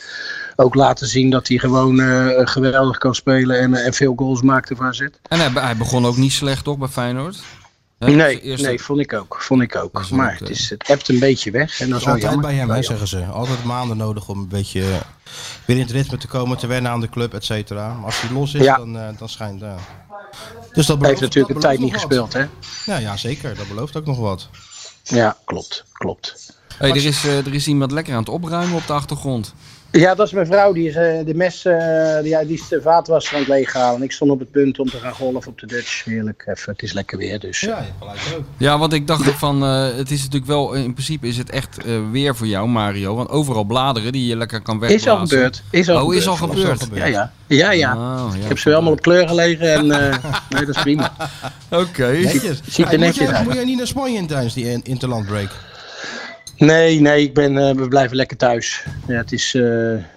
ook laten zien... dat hij gewoon eh, geweldig kan spelen en, eh, en veel goals maakte voor AZ. En hij, be- hij begon ook niet slecht, toch, bij Feyenoord? Hè, nee, zijn eerste- nee, vond ik ook. Vond ik ook. is wel Maar oké. het, is, het ebt een beetje weg. En dat is wel Altijd jammer. Nou, bij hem, Wel hè, jammer. zeggen ze. Altijd maanden nodig om een beetje eh, weer in het ritme te komen, te wennen aan de club, et cetera. Maar als hij los is, Ja. dan, eh, dan schijnt ja. Dus dat Hij belooft, heeft natuurlijk een dat tijd niet belooft nog wat. gespeeld, hè? Ja, ja, zeker. Dat belooft ook nog wat. Ja, klopt. Klopt. Hey, er, is, eh, er is iemand lekker aan het opruimen op de achtergrond. Ja, dat is mijn vrouw. Die is eh, de mes, eh, die, ja, die is de vaatwasser aan het leeghalen. Ik stond op het punt om te gaan golven op de Dutch. Heerlijk, even. Het is lekker weer, dus. Ja, je hebt gelijk ook. Ja, want ik dacht van, eh, het is natuurlijk wel, in principe is het echt eh, weer voor jou, Mario. Want overal bladeren die je lekker kan eh, Is wegblazen. al gebeurd. Is al Oh, gebeurd. is al Dat gebeurd. gebeurd. Ja, ja. Ja, ja. Oh, ja. ik heb ze wel allemaal op kleur gelegen en (laughs) eh, nee, dat is prima. Oké. Netjes. ziet Hey, er moet, netjes jij, uit. moet jij niet naar Spanje in tijdens die in- interlandbreak? Nee, nee, ik ben, eh, we blijven lekker thuis. Ja, het is, eh,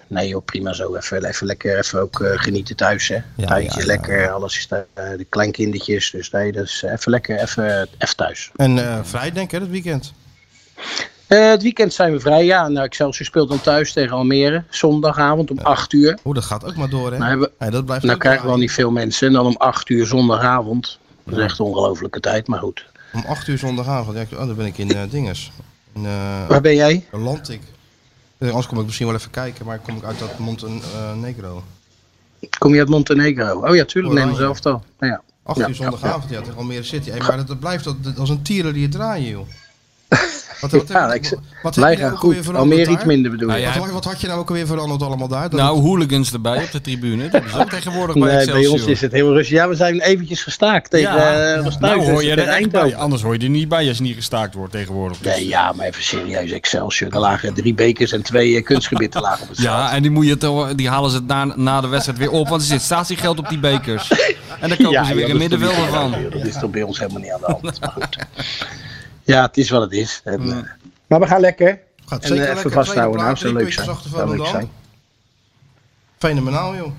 nee joh, prima zo. Even, even lekker, even ook eh, genieten thuis, hè. ja, Tuintje, ja. lekker, alles is daar, eh, de kleinkindertjes. Dus nee, dat is even lekker, even, even thuis. En eh, vrij denk ik, hè, dat weekend. Eh, het weekend zijn we vrij, ja. Nou, Excelsior speelt dan thuis tegen Almere. Zondagavond om 8 uur. Oeh, dat gaat ook maar door, hè? Nou, hebben, Hey, dat blijft nou ook krijgen we al draaien. niet veel mensen. En dan om 8 uur zondagavond. Dat is echt een ongelofelijke tijd, maar goed. Om 8 uur zondagavond. Ja, ik- oh, dan ben ik in eh, Dinges. In, eh, Waar ben jij? land ik. Eh, Anders kom ik misschien wel even kijken, maar kom ik uit dat eh, Montenegro. Kom je uit Montenegro? Oh ja, tuurlijk, neem Oranje. mezelf al. Nou ja. 8 Ja, (laughs) uur zondagavond, ja, tegen Almere City. Hey, maar dat, dat blijft dat, dat als een tieren die het draaien, joh. Wat, wat, Ja, wat- ik- wat heb Wij je nou gaan ook alweer goed. veranderd Almere daar? iets minder bedoel Nou ik. ja, Wat, wat had je nou ook alweer veranderd allemaal daar? Dat Nou, hooligans erbij op de tribune. Dat is (laughs) ook tegenwoordig bij Nee, bij Excelsior. ons is het heel rustig. Ja, we zijn eventjes gestaakt tegen Ja. eh, was nou thuis, hoor dus je er tegen echt bij. Eindhoven. Anders hoor je er niet bij als je niet gestaakt wordt tegenwoordig. Dus- Nee, ja, maar even serieus, Excelsior. Er lagen drie bekers en twee eh, kunstgebieden lagen op het Ja, en die, moet je toch- die halen ze na, na de wedstrijd weer op, want er zit statiegeld op die bekers. En daar kopen (laughs) Ja, ze weer joh, een dat is toch middenvelder niet aan de van. hand, joh. Dat is toch bij ons helemaal niet aan de hand. Maar goed. (laughs) Ja, het is wat het is. En, eh, maar we gaan lekker. gaat En eh, even vasthouden. Nou, zou leuk zijn. Zou leuk zijn. Fenomenaal, joh.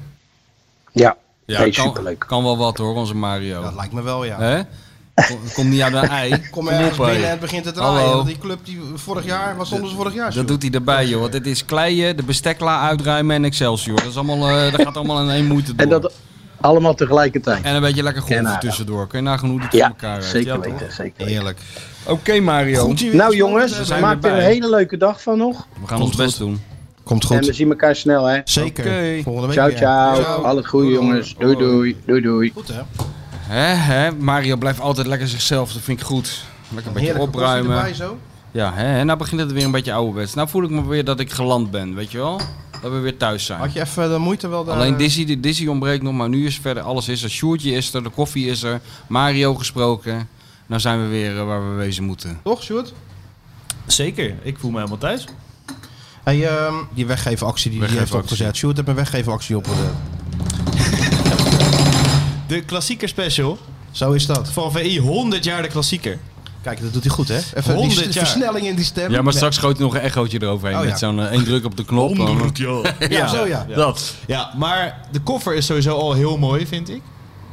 Ja, Ja, Nee, kan, superleuk. kan wel wat hoor, onze Mario. Dat lijkt me wel, ja. Hè? Kom- Kom niet aan de ei. (laughs) Kom ergens hé. binnen en het begint te draaien. Hallo. Want Die club die vorig jaar, was soms vorig jaar? Dat doet hij erbij, joh. Want het is kleien, de bestekla uitruimen en Excelsior. Dat, is allemaal, eh, dat gaat allemaal in één moeite door. (laughs) en En, dat allemaal tegelijkertijd. een beetje lekker En golven haar. tussendoor. Kun je nagaan hoe die het Ja, voor elkaar heeft. zeker toch? weten. Zeker weten. Heerlijk. Oké, Mario. Nou jongens, zijn maak er erbij. een hele leuke dag van nog. We gaan ons best doen. Komt En we goed. zien elkaar snel hè. Zeker. Oké. Volgende week Ciao, weer. ciao. Al het goede jongens. Doei, doei. Doei, doei. Goed, hè? Hè, hè? Mario blijft altijd lekker zichzelf. Dat vind ik goed. Lekker een beetje Heerlijke portie opruimen. erbij zo. Ja, hè? en nou begint het weer een beetje ouderwets. Nou voel ik me weer dat ik geland ben, weet je wel? Dat we weer thuis zijn. Had je even de moeite wel daar? Alleen Dizzy, de- Dizzy ontbreekt nog, maar nu is verder alles is er. Sjoertje is er, de koffie is er, Mario gesproken. Nou zijn we weer eh, waar we wezen moeten. Toch, Sjoerd? Zeker, ik voel me helemaal thuis. Hey, ehm, die weggevenactie die hij heeft Weggevenactie. opgezet. Sjoerd heeft een weggevenactie opgezet. De klassieker special Zo is dat. van VI, 100 jaar de klassieker. Kijk, dat doet hij goed, hè? Even die 100 s- jaar. versnelling in die stem. Ja, maar Nee. straks gooit hij nog een echootje eroverheen. Oh, ja. Met zo'n eh, één druk op de knop. dan- (laughs) jaar. Ja, zo ja. Dat. Ja, maar de koffer is sowieso al heel mooi, vind ik.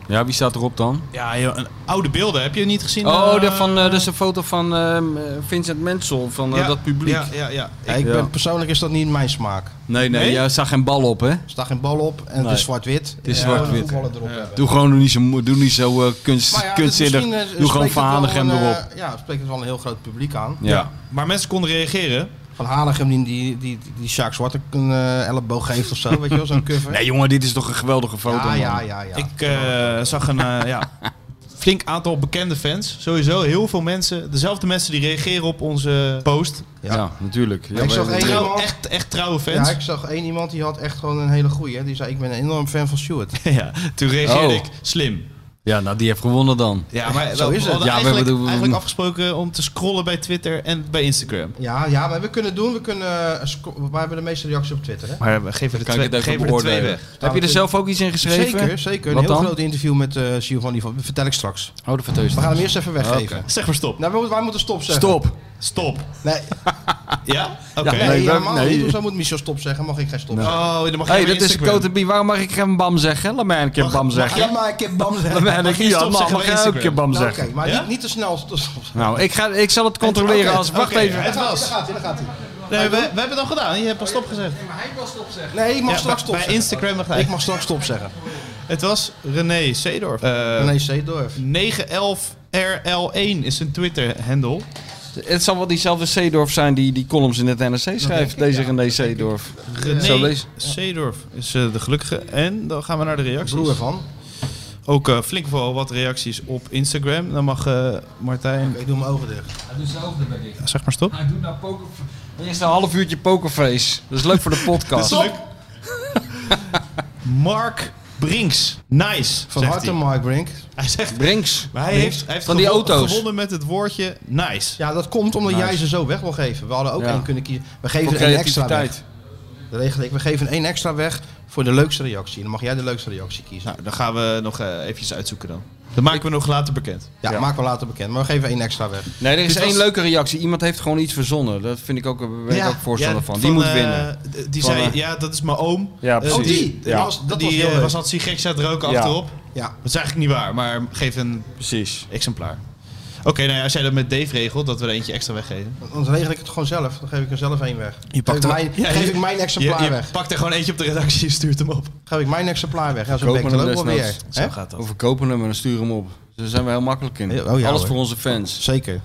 Ja, wie staat erop dan? Ja, joh, een oude beelden heb je niet gezien? Oh, eh, dat, van, eh, dat is een foto van ehm, eh, Vincent Mensel, van eh, ja, dat publiek. Ja, ja, ja. Ja, ik Ja. ben, persoonlijk is dat niet mijn smaak. Nee, nee, Nee? jij zag geen bal op, hè? Er staat geen bal op en Nee. het is zwart-wit. Het is zwart-wit. erop hebben. Doe gewoon niet zo, mo- doe niet zo eh, kunst, Maar ja, dit- kunstzinnig. misschien, eh, spreekt doe gewoon het Van wel Hanegem een, eh, erop. Ja, het spreekt het wel een heel groot publiek aan. Ja. Maar mensen konden reageren. Van Hanegem die, die, die, die Sjaak Zwart een eh, elleboog geeft of zo, weet je wel, zo'n cover. Nee, jongen, dit is toch een geweldige foto, ja, man. ja, ja, ja. Ik eh, zag een (laughs) eh, ja, flink aantal bekende fans. Sowieso heel veel mensen. Dezelfde mensen die reageren op onze post. Ja, Ja. natuurlijk. Ja, ik wij- zag wij- één- Trouw, echt, echt trouwe ja, fans. ik zag één iemand die had echt gewoon een hele goeie. hè. Die zei, ik ben een enorm fan van Stuart. (laughs) Ja, toen reageerde Oh. ik slim. ja, nou, die heeft gewonnen dan. Ja, maar Zo we is het. hadden Ja, we eigenlijk, bedoelen- eigenlijk afgesproken om te scrollen bij Twitter en bij Instagram. Ja, ja, maar we kunnen doen, we kunnen... eh, sco- wij hebben de meeste reacties op Twitter, hè? Maar we geven er Kan ik twee, het even geven er twee beoordelen? weg. Heb je er zelf ook iets in geschreven? Zeker, zeker. Een Wat heel dan? groot interview met eh Giovanni van... Vertel ik straks. Oh, de verteust. We gaan hem eerst even weggeven. Oké. Zeg maar stop. Nou, we moeten- wij moeten stop zeggen. Stop. Stop. Nee, Ja? Oké. nee, nee, helemaal nee. niet. Hoezo moet Michel stop zeggen? Mag ik geen stop zeggen? Oh, dan mag Hé, hey, je dat is Instagram. Cote B. Waarom mag ik geen bam zeggen? Laat mij een keer bam zeggen. Ja, maar ik heb bam Laat zeggen. mij een mag je keer stop mag zeggen ik bij ook een Instagram? keer bam Nou, Oké, zeggen. maar Ja? niet, niet te snel stop zeggen. Nou, ik, ga, ik zal het controleren als... Wacht Oké, even. Het Daar was. gaat hij, daar gaat hij. Nee, we, we hebben het al gedaan. Je hebt al stop gezegd. Nee, ik mag Ja, straks stop bij zeggen. Instagram nog gelijk. Ik mag straks stop zeggen. Het was René Seedorf. Eh, Nee, Zeedorf. 911RL1 is zijn Twitter-handle. Het zal wel diezelfde Seedorf zijn die die columns in het NRC schrijft. Deze René Seedorf. Zo René lees- Seedorf is eh, de gelukkige. En dan gaan we naar de reacties. Broer van. Ook eh, flink wel wat reacties op Instagram. Dan mag eh, Martijn... Ik doe mijn ogen dicht. Hij doet zijn ogen erbij dicht. Zeg maar stop. Hij doet nou poker... Eerst nou een half uurtje pokerface. Dat is leuk voor de podcast. Leuk. (laughs) Mark Brinks. Nice, Van zegt harte, hij. Mark Brink. Hij zegt... Brinks. Maar hij heeft, hij heeft Van die gewo- auto's. gewonnen met het woordje nice. Ja, dat komt omdat Nice. jij ze zo weg wil geven. We hadden ook Ja. één kunnen kiezen. We Voor geven er één extra weg. creativiteit. Dat regel ik. We geven één extra weg voor de leukste reactie. En Dan mag jij de leukste reactie kiezen. Nou, dan gaan we nog eh, eventjes uitzoeken dan. Dat maken we nog later bekend. ja, ja. maken we later bekend. Maar we geven één extra weg. Nee, er is Dit was- één leuke reactie. Iemand heeft gewoon iets verzonnen. Dat vind ik ook, daar ben ik ook voorstander ja, van. Die moet eh, winnen. d- Die Van, zei, eh, ja, dat is mijn oom. Ja, Eh, precies. Oh, die? Ja. Dat was, dat die was heel eh, leuk. was al ziek zat roken Ja. achterop. Ja. Dat is eigenlijk niet waar, maar geef een Precies. exemplaar. Oké, nou ja, als jij dat met Dave regelt, dat we er eentje extra weggeven. Dan regel ik het gewoon zelf. Dan geef ik er zelf één weg. Je Geef, ik er- mijn, Ja, geef je- ik mijn exemplaar je, je weg. pakt er gewoon eentje op de redactie en stuurt hem op. Geef ik mijn exemplaar weg. Ja, zo Koop ben ik maar er ook een wel weer. desnoods. Zo Hè? gaat Of dat. we kopen hem en dan sturen we hem op. Dus Daar zijn we heel makkelijk in. Oh ja, Alles hoor. voor onze fans. Zeker.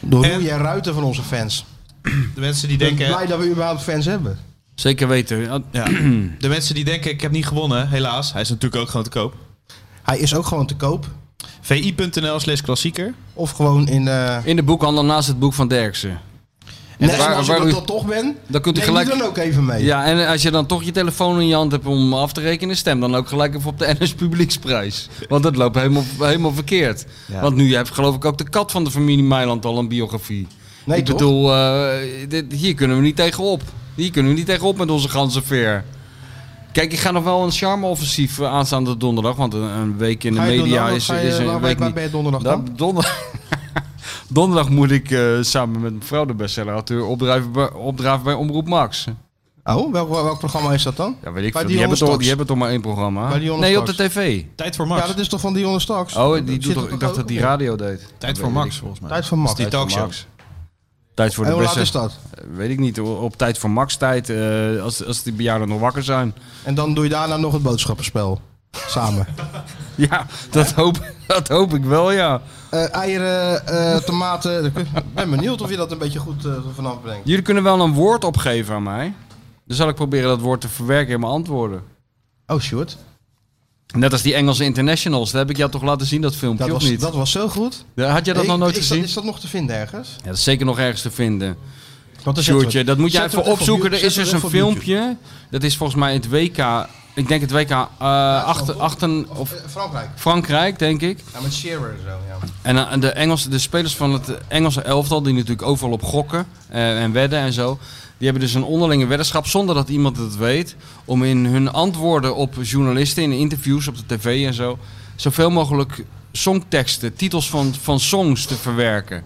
De roei En- en ruiten van onze fans. De mensen die Ik ben denken, blij dat we überhaupt fans hebben. Zeker weten. ja, (clears throat) de mensen die denken, ik heb niet gewonnen, helaas. Hij is natuurlijk ook gewoon te koop. Hij is ook gewoon te koop. vi.nl slash klassieker. Of gewoon in eh, de... In de boekhandel naast het boek van Derksen. En waar- als waar je u- dat dan toch bent, Dan kunt u neem gelijk... die dan ook even mee. Ja, en als je dan toch je telefoon in je hand hebt om af te rekenen, stem dan ook gelijk even op de (laughs) NS Publieksprijs. Want dat loopt helemaal, helemaal verkeerd. Ja. Want nu heb geloof ik ook de kat van de familie Meiland al een biografie. Nee, ik toch? bedoel, eh, dit- hier kunnen we niet tegenop. Hier kunnen we niet tegenop met onze ganse veer. Kijk, ik ga nog wel een charme-offensief eh, aanstaande donderdag. Want een, een week in de Ga je doen dan? media Wat is, ga je- is een waar- week Waar niet... ben je donderdag Dan- dan? donder- (laughs) donderdag moet ik eh, samen met mevrouw de bestsellerauteur opdraven, bij- opdraven bij Omroep Max. Oh, welk, welk programma is dat dan? Ja, weet ik Bij veel. Die hebben, Dionne toch, Stocks. die hebben toch maar één Bij programma? Dionne Nee, op de Stocks. tv. Tijd voor Ja, Max. dat is toch van Dionne Staks? Oh, die Zit doet er toch, ik ook dacht dat op? die radio deed. Tijd voor Max, volgens mij. Tijd van Max. Die Tijd voor talkshow. Max. Tijd voor En de hoe laat beste. is dat? Weet ik niet. hoor. Op tijd voor Max tijd. eh, als, als die bejaarden nog wakker zijn. (laughs) En dan doe je daarna nog het boodschappenspel. Samen. Ja, dat hoop, dat hoop ik wel, ja. Eh, eieren, eh, tomaten. Ik ben benieuwd of je dat een beetje goed eh, vanaf brengt. Jullie kunnen wel een woord opgeven aan mij. Dan zal ik proberen dat woord te verwerken in mijn antwoorden. Oh, short. Net als die Engelse internationals. Dat heb ik jou toch laten zien, dat filmpje, Dat of was, niet? dat was zo goed. Had jij dat Ik- nog nooit is gezien? Dat, is dat nog te vinden ergens? Ja, dat is zeker nog ergens te vinden. Want dan zetten we Sjoerdje, het- dat moet jij zetten even we het op opzoeken. YouTube, Er is dus zetten een we het op YouTube. filmpje. Dat is volgens mij het WK. Ik denk het WK eh achter, achter, of Eh, Frankrijk. Frankrijk, denk ik. Ja, met Shearer en zo, ja. En eh, de, Engelse, de spelers van het Engelse elftal, die natuurlijk overal op gokken eh, en wedden en zo. Die hebben dus een onderlinge weddenschap, zonder dat iemand het weet. Om in hun antwoorden op journalisten, in interviews op de tv en zo. Zoveel mogelijk songteksten, titels van, van songs te verwerken.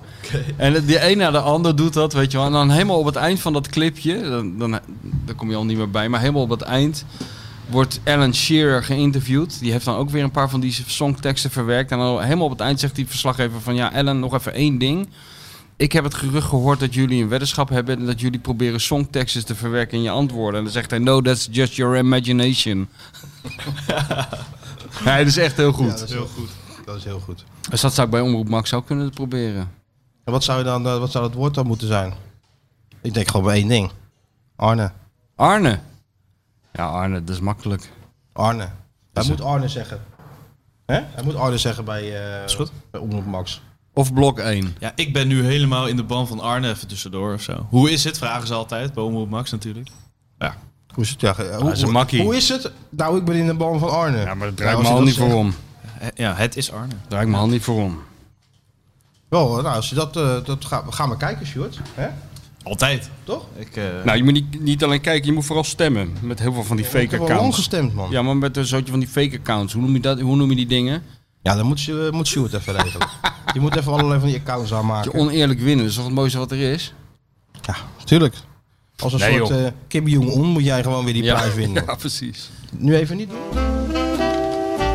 En de een na de ander doet dat, weet je wel. En dan helemaal op het eind van dat clipje, dan, dan, dan kom je al niet meer bij, maar helemaal op het eind wordt Alan Shearer geïnterviewd. Die heeft dan ook weer een paar van die songteksten verwerkt. En dan helemaal op het eind zegt die verslaggever van... Ja, Alan, nog even één ding. Ik heb het gerucht gehoord dat jullie een weddenschap hebben... en dat jullie proberen songteksten te verwerken in je antwoorden. En dan zegt hij, no, that's just your imagination. ja, dat is echt heel Ja, goed. dat is heel goed. Dat is heel goed. Dus dat zou ik bij Omroep Max ook kunnen proberen. En wat zou, je dan, eh, wat zou het woord dan moeten zijn? Ik denk gewoon bij één ding. Arne. Arne. Ja, Arne, dat is makkelijk. Arne. Hij moet Arne zeggen. Hè? Hij moet Arne zeggen bij, eh bij Omroep Max. Of blok 1. Ja, ik ben nu helemaal in de ban van Arne even tussendoor of zo. Hoe is het? Vragen ze altijd. Bij Omroep Max natuurlijk. Hoe is het? Ja, eh, hoe, Ah, is een hoe- makkie. hoe is het? Nou, ik ben in de ban van Arne. Nou, Ja, maar daar draai draait ik mijn hand niet voor om. Eh, Ja, het is Arne. Draai ik mijn hand niet voor om. Wel, nou, als je dat, eh, dat ga, we gaan maar kijken, Sjoerd. Hè? Altijd. Toch? Ik, eh, Nou, je moet niet, niet alleen kijken, je moet vooral stemmen. Met heel veel van die Ik fake heb al lang accounts. gestemd, man. Ja, Ja, maar met een zootje van die fake accounts. Hoe noem je, dat, hoe noem je die dingen? dan moet, je- eh, moet Sjoerd even (laughs) regelen. je moet even allerlei van die accounts Dat aanmaken. je oneerlijk winnen, dat is toch het mooiste wat er is? Ja, tuurlijk. Als een Nee, soort eh Kim Jong-un moet jij gewoon weer die prijs winnen. (laughs) ja, precies. Nu even niet doen.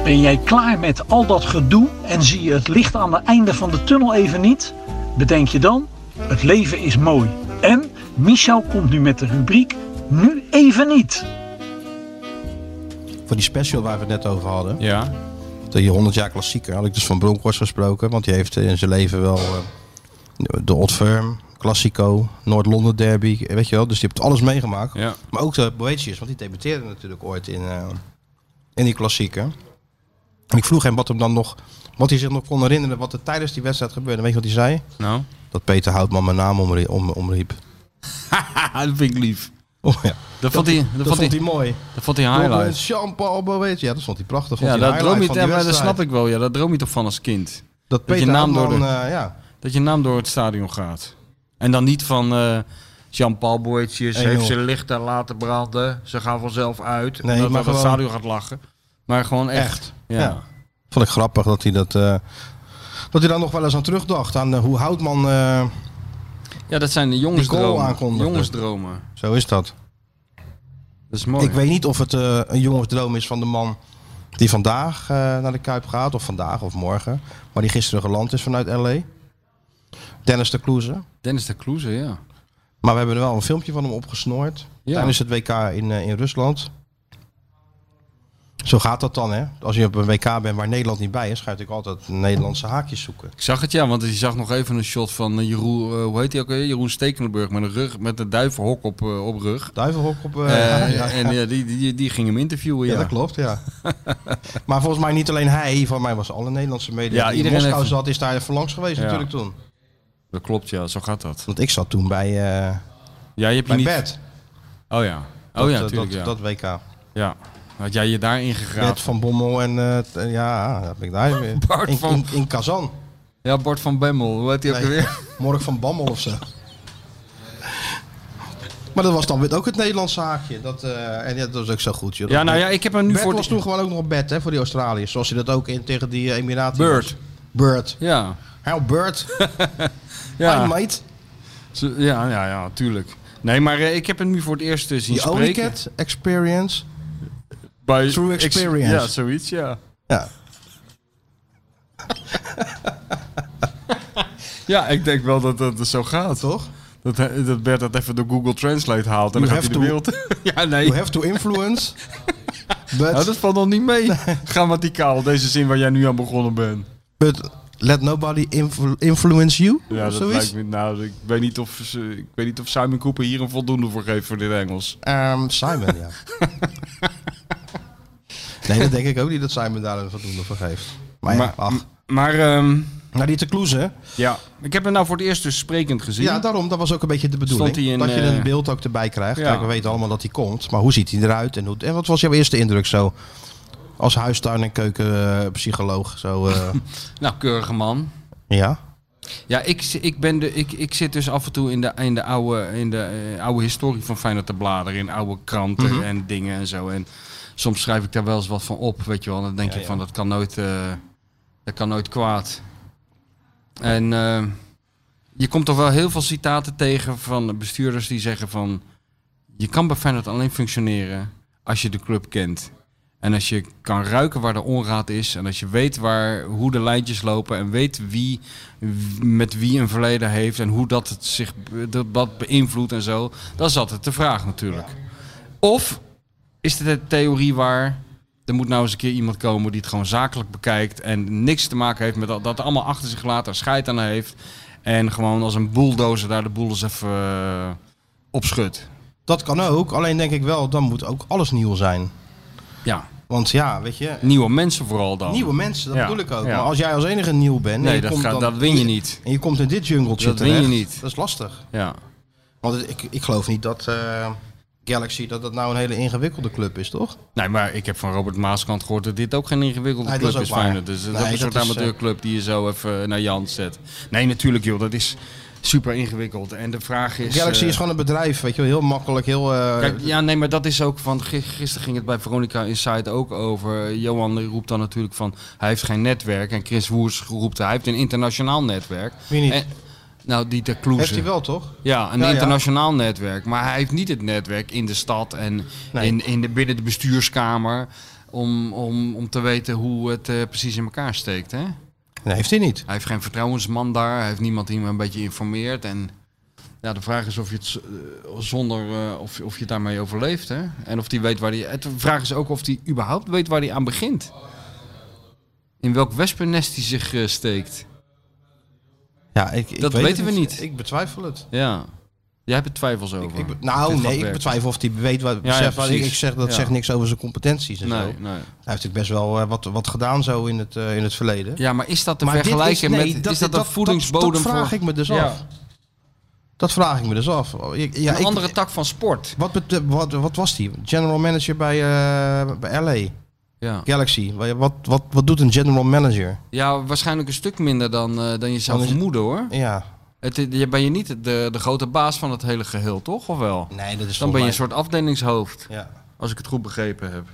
Ben jij klaar met al dat gedoe en zie je het licht aan het einde van de tunnel even niet? Bedenk je dan, het leven is mooi. En Michel komt nu met de rubriek Nu even niet. Voor die special waar we het net over hadden. Ja. Die 100 jaar klassieker had ik dus van Bronkhorst gesproken. Want die heeft in zijn leven wel eh, de Old Firm, Classico, Noord-Londen Derby. eh, Weet je wel, dus die heeft alles meegemaakt. ja. Maar ook de Boetius, want die debuteerde natuurlijk ooit in, eh, in die klassieker. En ik vroeg hem wat hem dan nog, wat hij zich nog kon herinneren, wat er tijdens die wedstrijd gebeurde. Weet je wat hij zei? Nou. Dat Peter Houtman mijn naam omrie- om, omriep. (laughs) Haha, (laughs) dat vind ik lief. Oh ja, Dat vond hij, dat vond hij, mooi. dat vond hij Highlight. highlight. Jean-Paul Boetius, ja, dat vond hij prachtig. Vond Ja, hij daar highlight droom je, van ja, die maar dat wedstrijd. snap ik wel. Ja, daar droom je toch van als kind. Dat je Peter naam door Houtman, de- eh, ja, Dat je naam door het stadion gaat. En dan niet van eh, Jean-Paul Boetjes Hey, heeft joh. zijn lichten laten branden. Ze gaan vanzelf uit. Nee, Nee, dat maar het gewoon- stadion gaat lachen. Maar gewoon echt. echt. Ja. Ja. Vond ik grappig dat hij dat... eh, dat hij daar nog wel eens aan terugdacht. Aan eh, hoe Houtman... eh, ja, dat zijn de goal jongensdromen. aankondigde. Jongensdromen. zo is dat. Dat is mooi. Ik weet niet of het eh, een jongensdroom is van de man die vandaag eh, naar de Kuip gaat. Of vandaag of morgen. Maar die gisteren geland is vanuit L.A. Dennis de Kloeze. Dennis de Kloeze, ja. Maar we hebben er wel een filmpje van hem opgesnoord. Ja. Tijdens het WK in, eh, in Rusland. Zo gaat dat dan, hè? Als je op een WK bent waar Nederland niet bij is, ga je natuurlijk altijd Nederlandse haakjes zoeken. Ik zag het ja, want je zag nog even een shot van eh, Jeroen, eh, hoe heet hij ook weer? Jeroen Stekelenburg met een rug, met een duivenhok op, eh, op rug. Duivelhok op. eh, Eh, (laughs) ja, En ja, die, die, die ging hem interviewen. Ja, Ja, dat klopt, (laughs) ja. maar volgens mij niet alleen hij, van mij was alle Nederlandse media. Ja, die in iedereen Moskou heeft- zat, is daar even langs geweest Ja. natuurlijk toen. Dat klopt, ja, zo gaat dat. Want ik zat toen bij, eh, Ja, je hebt je bij niet... Bert. Oh ja. Oh Dat, ja, eh, natuurlijk. dat, ja. dat WK. ja. Had jij je daarin Bert gegraven? van Bommel en eh, t- eh, ja, dat heb ik daar weer. (laughs) Bart in, van- in, in Kazan. Ja, Bart van Bemmel. Hoe heet hij ook Nee. weer? Morgen van Bammel of zo. Maar dat was dan weer ook het Nederlandse haakje. Dat, eh, en ja, dat was ook zo goed. Joh. Ja, nou ja, ik heb hem nu Bert voor... was toen gewoon ook nog op bed hè, voor die Australiërs. Zoals hij dat ook in, tegen die eh, Emiraten Bird. was. Bird. e- Ja. Hell, Bird. Ja. Hi, mate. Zo- ja, ja, ja, tuurlijk. Nee, maar eh, ik heb hem nu voor het eerst eh, zien Die spreken. Onicat Experience. Bij True ex- experience. ja, zoiets, ja. Ja. Ja, ik denk wel dat dat zo gaat. Toch? Dat, hij- dat Bert dat even door Google Translate haalt en You dan gaat hij de have wereld... (laughs) ja, nee. You have to (laughs) influence. But, Nou, dat valt nog niet mee. (laughs) Grammaticaal, deze zin waar jij nu aan begonnen bent. but let nobody influ- influence you. Ja, of dat zoiets. lijkt me... Nou, ik weet, niet of, ze- ik weet niet of Simon Cooper hier een voldoende voor geeft voor dit Engels. Ehm, Simon, (laughs) ja. nee, dat denk ik ook niet dat Simon daar een voldoende voor geeft. Maar, ja, Maar, ach. maar ehm, Nou, die te hè? ja, ik heb hem nou voor het eerst dus sprekend gezien. Ja, daarom. Dat was ook een beetje de bedoeling. Stond hij in, dat je eh, een beeld ook erbij krijgt. Ja. Kijk, we weten allemaal dat hij komt. Maar hoe ziet hij eruit? En, hoe, en wat was jouw eerste indruk zo? Als huistuin- en keukenpsycholoog. Zo, (laughs) eh, Nou, keurige man. ja. Ja, ik, zi- ik, ben de, ik, ik zit dus af en toe in de, in de, oude, in de eh, oude historie van Feyenoord te bladeren. In oude kranten en dingen en zo. En soms schrijf ik daar wel eens wat van op, weet je wel. En dan denk ik van, dat kan nooit, eh, dat kan nooit kwaad. En eh, je komt toch wel heel veel citaten tegen van bestuurders die zeggen van... Je kan bij Feyenoord alleen functioneren als je de club kent. En als je kan ruiken waar de onraad is. En als je weet waar, hoe de lijntjes lopen. En weet wie w- met wie een verleden heeft. En hoe dat het zich be- dat- dat beïnvloedt en zo. Dat is altijd de vraag natuurlijk. Of is dit de theorie waar... Er moet nou eens een keer iemand komen die het gewoon zakelijk bekijkt. En niks te maken heeft met dat, dat allemaal achter zich laat. Daar scheid aan heeft. En gewoon als een bulldozer daar de boel eens even eh, opschudt. Dat kan ook, alleen denk ik wel, dan moet ook alles nieuw zijn. Ja, Want ja, weet je, nieuwe mensen vooral dan. nieuwe mensen, dat Ja, bedoel ik ook. ja. Maar als jij als enige nieuw bent... en Nee, je dat, komt gaat, dan- dat win je niet. En je komt in dit jungletje Dat win je terecht, niet. Dat is lastig. Ja. Want het- ik, ik geloof niet dat eh, Galaxy, dat dat nou een hele ingewikkelde club is, toch? Nee, maar ik heb van Robert Maaskant gehoord dat dit ook geen ingewikkelde Nee, dat club is ook is. waar. Feyenoord. Dus dat Nee, is een dat soort is, eh, amateurclub die je zo even eh, naar Jan zet. Nee, natuurlijk joh, dat is super ingewikkeld. En de vraag is... Galaxy eh, is gewoon een bedrijf, weet je wel, heel makkelijk, heel... eh, Kijk, ja, nee, maar dat is ook van. gi- Gisteren ging het bij Veronica Inside ook over. Eh, Johan roept dan natuurlijk van. Hij heeft geen netwerk. En Chris Woers roept. Hij heeft een internationaal netwerk. Wie niet? En- nou, die ter Kloeze. heeft hij wel, toch? Ja, een Ja, ja. internationaal netwerk. Maar hij heeft niet het netwerk in de stad en Nee. in, in de, binnen de bestuurskamer. Om, om, om te weten hoe het eh, precies in elkaar steekt. Hè? Nee, heeft hij niet. Hij heeft geen vertrouwensman daar. Hij heeft niemand die hem een beetje informeert. En ja, de vraag is of je het z- eh, zonder eh, of, of je het daarmee overleeft. Hè? En of die weet waar hij. het- De vraag is ook of hij überhaupt weet waar hij aan begint. In welk wespennest hij zich eh, steekt. Ja, ik, ik Dat weet weten het we niet. Ik betwijfel het. Ja. Jij hebt er twijfels over. Ik be- Of nou, dit nee, gaat ik werken. betwijfel of hij weet wat... Ja, ja, beseft wat ik, precies. ik zeg, dat Ja. zegt niks over zijn competenties en zo. Nee, nee. Hij heeft natuurlijk best wel eh, wat, wat gedaan zo in het, eh, in het verleden. Ja, maar is dat te dit vergelijken nee, met... is dat, een voedingsbodem dat, dat vraag voor ik me dus Ja. af. Dat vraag ik me dus af. Oh, ik- Ja, een ik- andere tak van sport? wat, bet- wat, wat was die? General manager bij, eh, bij LA Ja. Galaxy. Wat, wat, wat, wat doet een general manager? ja, waarschijnlijk een stuk minder dan, eh, dan je zou Dan is- vermoeden, hoor. Ja. Het, je ben je niet de, de grote baas van het hele geheel, toch? Of wel? Nee, dat is Dan ben je een soort afdelingshoofd, Ja. als ik het goed begrepen heb.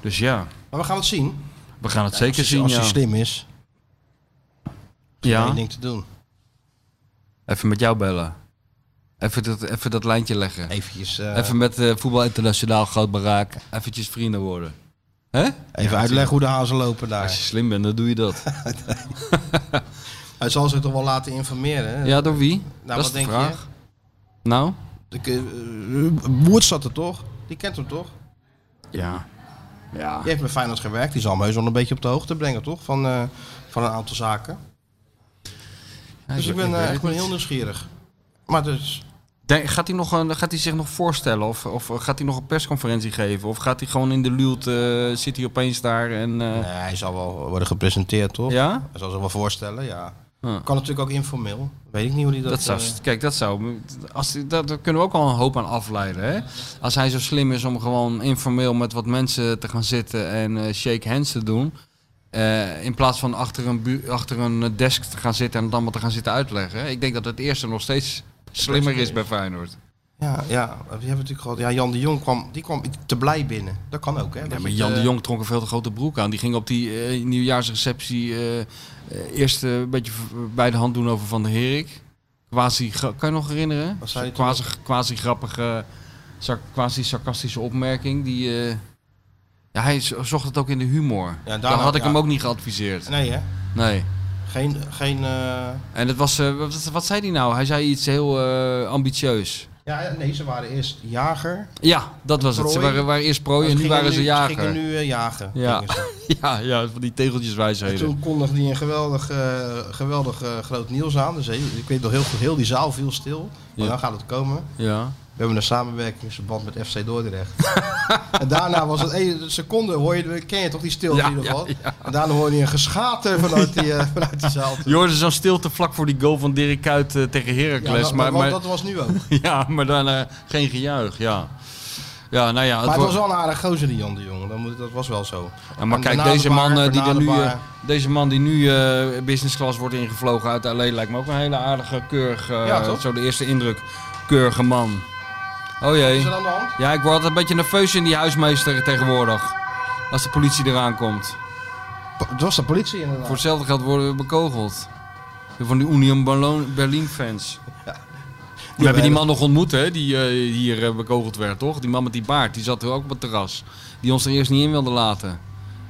Dus ja, Maar we gaan het zien. we gaan het zeker als hij, zien. als hij ja. slim is. Ja. ja. ding te doen. Even met jou bellen. Even dat, even dat lijntje leggen. Eventjes, eh, Even met eh, voetbal internationaal groot beraak. Eventjes vrienden worden. Hè? even uitleggen hoe de hazen lopen Als je daar. slim bent, dan doe je (laughs) dat. Hij zal zich toch wel laten informeren. hè? Ja, door wie? dat Nou, wat is de denk je? vraag. Nou? De, eh, Woerts zat er toch? Die kent hem toch? Ja. Ja. Die heeft bij Feyenoord gewerkt. Die zal me heus wel een beetje op de hoogte brengen, toch? Van, eh, van een aantal zaken. Dus ik ben, eh, ik ben heel nieuwsgierig. Maar dus, Denk- gaat, hij nog een, gaat hij zich nog voorstellen? Of, of gaat hij nog een persconferentie geven? Of gaat hij gewoon in de luwte, eh, zit hij opeens daar en... eh, nee, hij zal wel worden gepresenteerd, toch? ja? Hij zal zich wel voorstellen, ja. Ja. Kan natuurlijk ook informeel. Weet ik niet hoe die dat... Dat zou, eh, kijk, dat zou, als, die- daar, daar kunnen we ook al een hoop aan afleiden. Hè? Als hij zo slim is om gewoon informeel met wat mensen te gaan zitten en eh, shake hands te doen. eh, in plaats van achter een, bu- achter een eh, desk te gaan zitten en het allemaal te gaan zitten uitleggen. hè. Ik denk dat het eerste nog steeds slimmer is bij Feyenoord. Ja, ja, we hebben natuurlijk gehad. Ja, Jan de Jong kwam, die kwam te blij binnen. Dat kan ook, hè? Ja, Dat maar je eh, Jan te- de Jong trok een veel te grote broek aan. Die ging op die eh, nieuwjaarsreceptie eh, eh, eerst eh, een beetje v- bij de hand doen over Van der Herik. Quasi, gra- kan je nog herinneren? Wat zei hij toen? Quasi, quasi grappige, sar- quasi sarcastische opmerking. Die, eh, ja, hij zo- zocht het ook in de humor. Ja, Daar daarna- had ik ja. hem ook niet geadviseerd. Nee, hè? Nee. Geen. geen eh, En het was, eh, wat, wat zei hij nou? Hij zei iets heel eh, ambitieus. Ja, nee, ze waren eerst jager. Ja, dat was het. Ze Prooi. waren, waren eerst prooi Ze en Oh nu gingen waren ze gingen jager. nu eh, jagen. Ja. gingen ze. (laughs) Ja, ja, van die En tegeltjeswijsheden. toen kondigde hij een geweldig, eh, geweldig eh, groot nieuws aan. Dus heel- ik weet nog heel goed, heel die zaal viel stil. Maar Ja. dan gaat het komen. Ja. We hebben een samenwerkingsverband met FC Dordrecht. (laughs) en daarna was het één seconde, hoor je, ken je toch die stilte Ja, in ieder geval. ja, En daarna hoorde je een (laughs) geschater vanuit, die, eh, vanuit die zaal. Je hoorde zo'n stilte vlak voor die goal van Dirk Kuyt eh, tegen Ja, Heracles. dat, maar, dat, maar, dat was nu ook. (laughs) ja, maar dan eh, geen gejuich, ja. Ja, nou ja. Het Maar het wordt- was wel een aardig gozer, die Jan de Jong. Dat, moet, dat was wel zo. Ja, maar En kijk, daarna deze de man, baar, eh, die daarna er de nu, eh, baar. deze man die nu eh business class wordt ingevlogen uit L.A. lijkt me ook een hele aardige, keurig, eh, Ja, toch? zo de eerste indruk, keurige man. Oh Is jee. er aan de hand? Ja, ik word altijd een beetje nerveus in die huismeester tegenwoordig. Als de politie eraan komt. Po- Het was de politie inderdaad. Voor hetzelfde geld worden we bekogeld. Van die Union Berlo- Berlin fans. We hebben die man nog ontmoet, hè, die eh, hier eh, bekogeld werd, toch? Die man met die baard, die zat er ook op het terras. Die ons er eerst niet in wilde laten.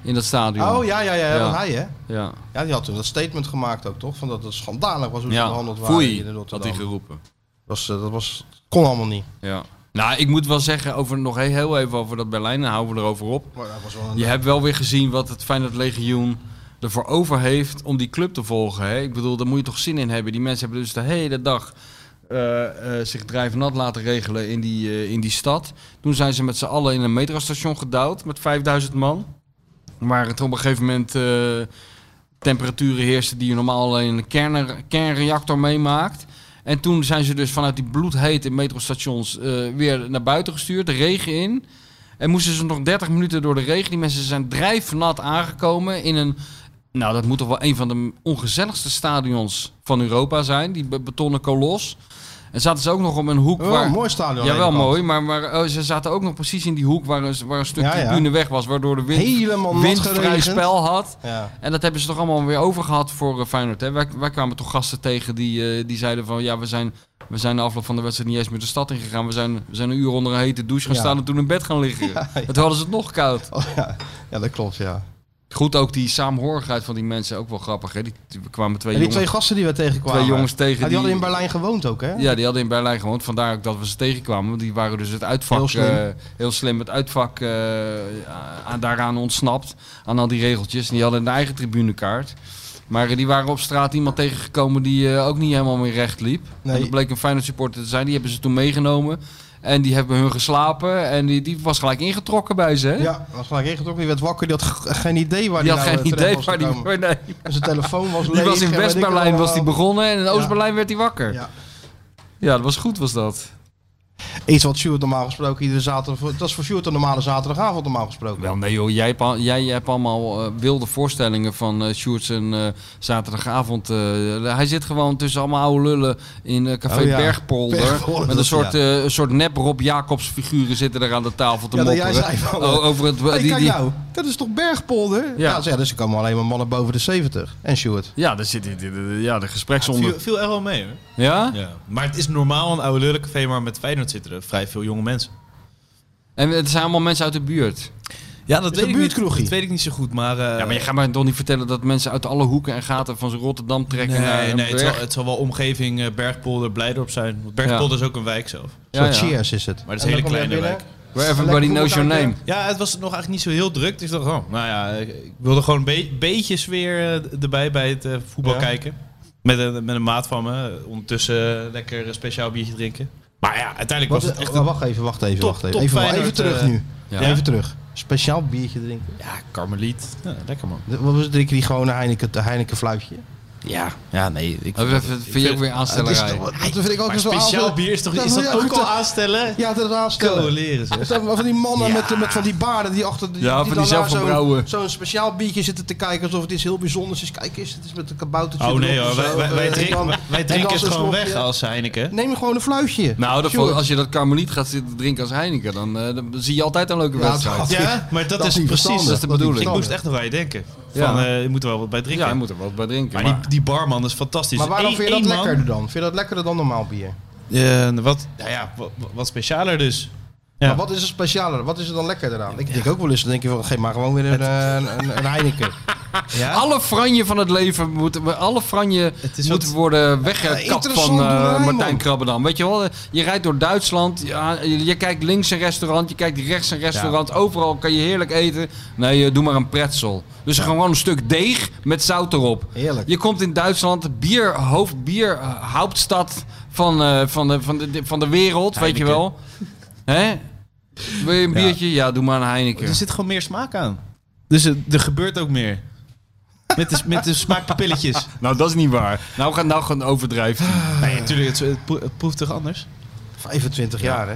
In dat stadion. Oh ja, ja, ja, ja. Ja. want hij hè. ja. Ja, die had toen dat statement gemaakt ook toch? Van dat het schandalig was hoe ze Ja. behandeld waren hier in Foei, had Rotterdam. hij geroepen. was, eh, dat was, kon allemaal niet. Ja. Nou, ik moet wel zeggen, over, nog he- heel even over dat Berlijn, dan houden we erover op. Maar dat was wel een... Je hebt wel weer gezien wat het Feyenoord Legioen ervoor over heeft om die club te volgen. Hè? Ik bedoel, daar moet je toch zin in hebben. Die mensen hebben dus de hele dag eh, eh, zich drijvenat laten regelen in die, eh, in die stad. Toen zijn ze met z'n allen in een metrostation gedouwd met 5000 man. Waar het op een gegeven moment eh, temperaturen heersten die je normaal alleen in een kern, kernreactor meemaakt. En toen zijn ze dus vanuit die bloedhete metrostations eh, weer naar buiten gestuurd, de regen in. En moesten ze nog 30 minuten door de regen. Die mensen zijn drijfnat aangekomen in een... Nou, dat moet toch wel een van de ongezelligste stadions van Europa zijn. Die be- betonnen kolos. En zaten ze ook nog op een hoek Oh, waar... mooi stadion. Ja, aan de wel ene kant. mooi, maar, maar eh, ze zaten ook nog precies in die hoek waar een, waar een stuk Ja, ja. tribune weg was, waardoor de wind, Helemaal nat windvrij geregend. spel had. Ja. (laughs) En dat hebben ze toch allemaal weer overgehad voor eh, Feyenoord. Hè? Wij, wij kwamen toch gasten tegen die, eh, die zeiden van... ja, we zijn, we zijn na afloop van de wedstrijd niet eens meer de stad ingegaan. We zijn, we zijn een uur onder een hete douche gaan Ja. staan en toen in bed gaan (laughs) liggen. En toen hadden ze het nog koud. Oh, ja. ja, dat klopt, ja. Goed, ook die saamhorigheid van die mensen, ook wel grappig. Hè? Die, die- we kwamen twee En die jongens... twee gasten die we tegenkwamen. Twee jongens tegen Ja, die, die- hadden in Berlijn gewoond ook, hè? Ja, die hadden in Berlijn gewoond. Vandaar ook dat we ze tegenkwamen. Want die waren dus het uitvak... Heel slim. eh, heel slim het uitvak eh, aan- daaraan ontsnapt. Aan al die regeltjes. En die hadden een eigen tribunekaart. Maar eh, die waren op straat iemand tegengekomen die eh, ook niet helemaal meer recht liep. Nee. En dat bleek een Feyenoord supporter te zijn. Die hebben ze toen meegenomen. En die hebben hun geslapen. En die, die was gelijk ingetrokken bij ze. hè? Ja, dat was gelijk ingetrokken. Die werd wakker, die had (laughs) g- geen idee waar Die die had nou, geen eh, terecht idee was waar die... gekomen. (laughs) waar- Nee. En zijn telefoon was leeg. Die was in en weet ik West-Berlijn was die allemaal. eh, begonnen. En in Oost-Berlijn werd hij wakker. Ja. Ja. dat was goed was dat. Iets wat Sjoerd normaal gesproken iedere zaterdag... Dat is voor Sjoerd een normale zaterdagavond normaal gesproken. Wel nee joh, jij hebt, al- jij, jij hebt allemaal eh, wilde voorstellingen van eh Sjoerd zijn eh, zaterdagavond. eh, hij zit gewoon tussen allemaal oude lullen in eh, Café Oh ja, Bergpolder. Bergpolder, Met een dat- soort, ja. eh, een soort nep Rob Jacobs figuren zitten er aan de tafel te Ja, dat jij mopperen. zei van, O- over het, Hey, die- kijk die- nou, dat is toch Bergpolder? Ja. zeg, dus er komen alleen maar mannen boven de 70. En Sjoerd. ja, daar zit die- die- die- ja, de gespreksonder. Viel, viel echt wel mee hoor. Ja? Ja. Maar het is normaal een oude lullencafé, maar met Feyenoord zitten er vrij veel jonge mensen. En het zijn allemaal mensen uit de buurt. Ja, dat weet weet, ik ik niet. niet, Dat dat weet ik niet zo goed, maar... eh, ja, Eh. maar je gaat mij toch niet vertellen dat mensen uit alle hoeken en gaten van Rotterdam trekken naar Nee, een eh, nee het, zal, berg. het zal wel omgeving eh, Bergpolder, Blijdorp zijn. Want Bergpolder is ook een wijk zelf. Een soort Ja, ja. Cheers is het. Maar het is En een hele dan kom jij kleine wijk. binnen Where everybody knows your name. Ja, het was nog eigenlijk niet zo heel druk. Dus ik dacht, oh, nou ja, ik wilde gewoon een be- beetje sfeer eh, erbij bij het eh, voetbal Ja. kijken. Met een, met een maat van me. Ondertussen eh, lekker een speciaal biertje drinken. Maar ja, uiteindelijk Wat, was het echt oh, een... wacht even, wacht even, Top- wacht even. top Even, wel- Feyenoord, even terug eh, nu. ja. Even terug. Speciaal biertje drinken. Ja, karmeliet. Ja, lekker man. De- Wat was het? Drinken die gewoon een Heineken, een Heineken fluitje? Ja, ja nee. Ik Hebben we even vind je ook weer aanstellerij. dat vind ik ook maar speciaal aanstel- bier is toch Dat is moet dat je ook goed- eh, al aanstellen? Ja, dat aanstellen. Coleren ze. Stel, maar Van die mannen Ja. met, met van die baarden die achter die, Ja, van die dan daar zelfgebrouwen. Zo'n zo'n speciaal biertje zitten te kijken alsof het iets heel bijzonders is. Kijk eens, het is met een kaboutertje. Oh nee erop hoor, en wij, zo. wij, wij En drinken, dan- wij- wij en drinken dan het zo'n gewoon slokje. weg als Heineken. Neem gewoon een fluitje. Nou, dat- Sure. als je dat Karmeliet gaat zitten drinken als Heineken, dan, eh, dan zie je altijd een leuke Ja, wedstrijd. dat- Ja, maar dat, Dat is niet precies... verstandig. dat is de niet bedoeling. Ik verstandig. moest echt nog aan je denken. Van, Ja. eh, je moet er wel wat bij drinken. Ja, je moet er wat bij drinken. Maar, Maar die, die barman is fantastisch. Maar waarom Eén- vind je dat één man- lekkerder dan? Vind je dat lekkerder dan normaal bier? Eh, wat, nou ja, wat, wat specialer dus. Ja. Maar wat is er specialer? Wat is er dan lekkerder aan? Ik denk ook wel eens, dan denk je van, geef maar gewoon weer een, eh, een, een (laughs) Heineken. Ja? alle franje van het leven moeten, alle franje Het is moeten wat- worden weggekapt interessant van eh, doelij, man. Martijn Krabbedam. Weet je wel, eh, je rijdt door Duitsland, ja, je, je kijkt links een restaurant, je kijkt rechts een restaurant. Overal kan je heerlijk eten. Nee, eh, doe maar een pretzel. Dus gewoon een stuk deeg met zout erop. Heerlijk. Je komt in Duitsland, bier, hoofdbier, eh, hoofdstad van, eh, van, de, van, de, van de wereld, weet je wel. Hè? Wil je een biertje? Ja, doe maar een Heineken. Er zit gewoon meer smaak aan. Dus eh, er gebeurt ook meer. Met de, met de smaakpapilletjes. (laughs) Nou, dat is niet waar. Nou, gaan nou gaan overdrijven. Nee, natuurlijk, het, het pro- het proeft toch anders? 25 jaar, hè?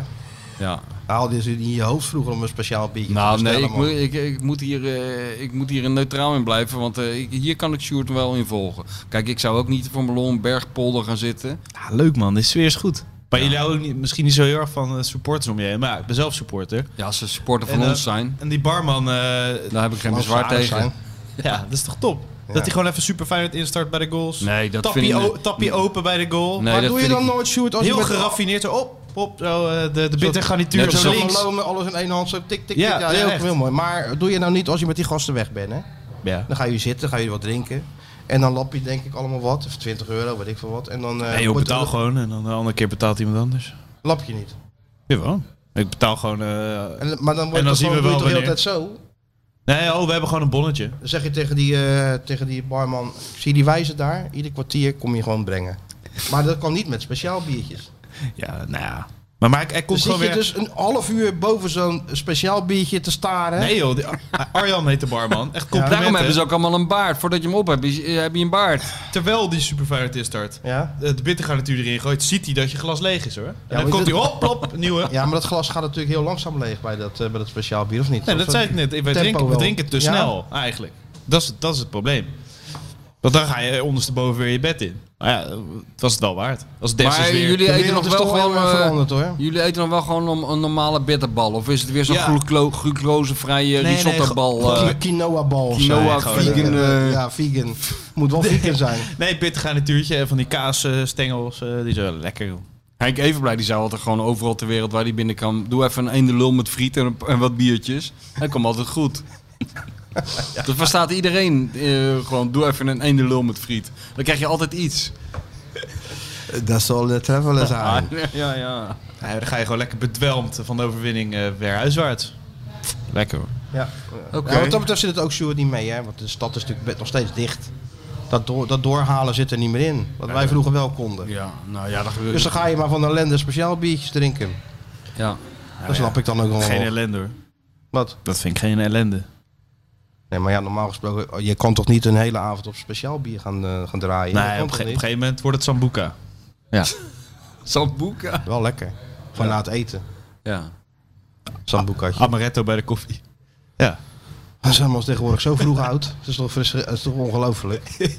Ja. Haal dit in je hoofd vroeger om een speciaal biertje Nou, te nee, bestellen, ik, man. moet- ik, ik, moet hier, eh, ik moet hier een neutraal in blijven, want eh, ik- hier kan ik Sjoerd wel in volgen. Kijk, ik zou ook niet voor mijn lol een bergpolder gaan zitten. Ja, leuk man, de sfeer is goed. Maar jullie houden ook niet, misschien niet zo heel erg van eh, supporters om je heen. Maar ja, ik ben zelf supporter. Ja, als ze supporter van En, eh, ons zijn, En die barman, eh, daar heb ik geen Als ze bezwaar aardig tegen. zijn. ja, dat is toch top? Dat hij gewoon even super fijn instart bij de goals. Nee, dat tappie, vind ik- o- tappie open bij de goal. Nee, maar dat doe je vind dan ik- nooit, Sjoerd, als Heel je met geraffineerd, zo op, op, zo, eh, de, de bitter garnituur net zo zo zo'n links. lomen, alles in één hand, zo tik, tik, tik. Ja, Ja, heel, ja, echt. heel mooi. Maar doe je nou niet als je met die gasten weg bent, hè? Ja. Dan ga je zitten, ga je wat drinken. En dan lap je denk ik allemaal wat, of 20 euro, weet ik veel wat. En dan eh, Nee, joh, wordt- betaal gewoon en dan de andere keer betaalt iemand anders. lap je niet. Jawel. Ik betaal gewoon... eh, En, maar dan, wordt dan het zien gewoon- doe je we wel toch de hele tijd zo. Nee, oh, we hebben gewoon een bonnetje. Dan zeg je tegen die, eh, tegen die barman, zie je die wijzer daar? Ieder kwartier kom je gewoon brengen. Maar dat kan niet met speciaal biertjes. Ja, nou ja. Maar, maar hij, hij Dan komt zit gewoon je weer... dus een half uur boven zo'n speciaal biertje te staren. Nee joh, die Ar- Arjan heet de barman. (laughs) Echt complimenten. Daarom hebben eh, ze ook allemaal een baard. Voordat je hem op hebt, is- eh, heb je een baard. Terwijl die superfire is start. Ja? De bittergarnituur erin gooit, ziet hij dat je glas leeg is hoor. En dan maar komt hij, dit- hop, hop, nieuwe. Ja, maar dat glas gaat natuurlijk heel langzaam leeg bij dat, eh, bij dat speciaal bier, of niet? Nee, Of, dat eh, zei ik net. Wij Tempo drinken, we wel. drinken te Ja. snel eigenlijk. Dat is, dat is het probleem. Want dan ga je ondersteboven weer je bed in. Maar ja, het was het wel waard. Als Des is Maar weer... jullie De eten wereld nog is wel toch gewoon... helemaal eh, veranderd hoor. Jullie eten nog wel gewoon een, een normale bitterbal? Of is het weer zo'n Ja. gluclo- glucosevrije nee, risottabal? eh? Ki- quinoa bal. Quinoa, zei ik gewoon. vegan, Eh, eh. ja, vegan. Moet wel vegan zijn. (laughs) Nee, bittergarnituurtje en van die kaasstengels. eh, die zijn wel lekker. joh. Henk Evenblij die zou altijd gewoon overal ter wereld waar hij binnen kan... Doe even een eende lul met friet en, en wat biertjes. Dat komt altijd (laughs) goed. Dat verstaat iedereen. eh, gewoon doe even een eende lul met friet. Dan krijg je altijd iets. Dat zal de traveler Ah, zijn. (laughs) ja, ja. Ja, dan ga je gewoon lekker bedwelmd van de overwinning eh, weer huiswaarts. Lekker hoor. Ja. Oké. Ja, wat dat betreft zit het ook Sjoerd niet mee, hè? Want de stad is natuurlijk be- nog steeds dicht. Dat, door, dat doorhalen zit er niet meer in. Wat wij vroeger wel konden. Ja, nou ja, dat gebeurt. (laughs) Dus dan ga je maar van ellende speciaal biertjes drinken. ja. dat snap ik dan ook nog Geen wel. ellende hoor. Wat? Dat vind ik geen ellende. Nee, maar ja, normaal gesproken, oh, je kan toch niet een hele avond op speciaal bier gaan, eh, gaan draaien? Dat nee, kan op, toch ge- op een niet? gegeven moment wordt het Sambuca. Sambuca. Wel lekker. Gewoon na het eten. Ja. Ah. Sambucaatje. Amaretto bij de koffie. Ja. We zijn ons tegenwoordig zo vroeg oud. Het is toch, fris, het is toch (laughs) ongelooflijk.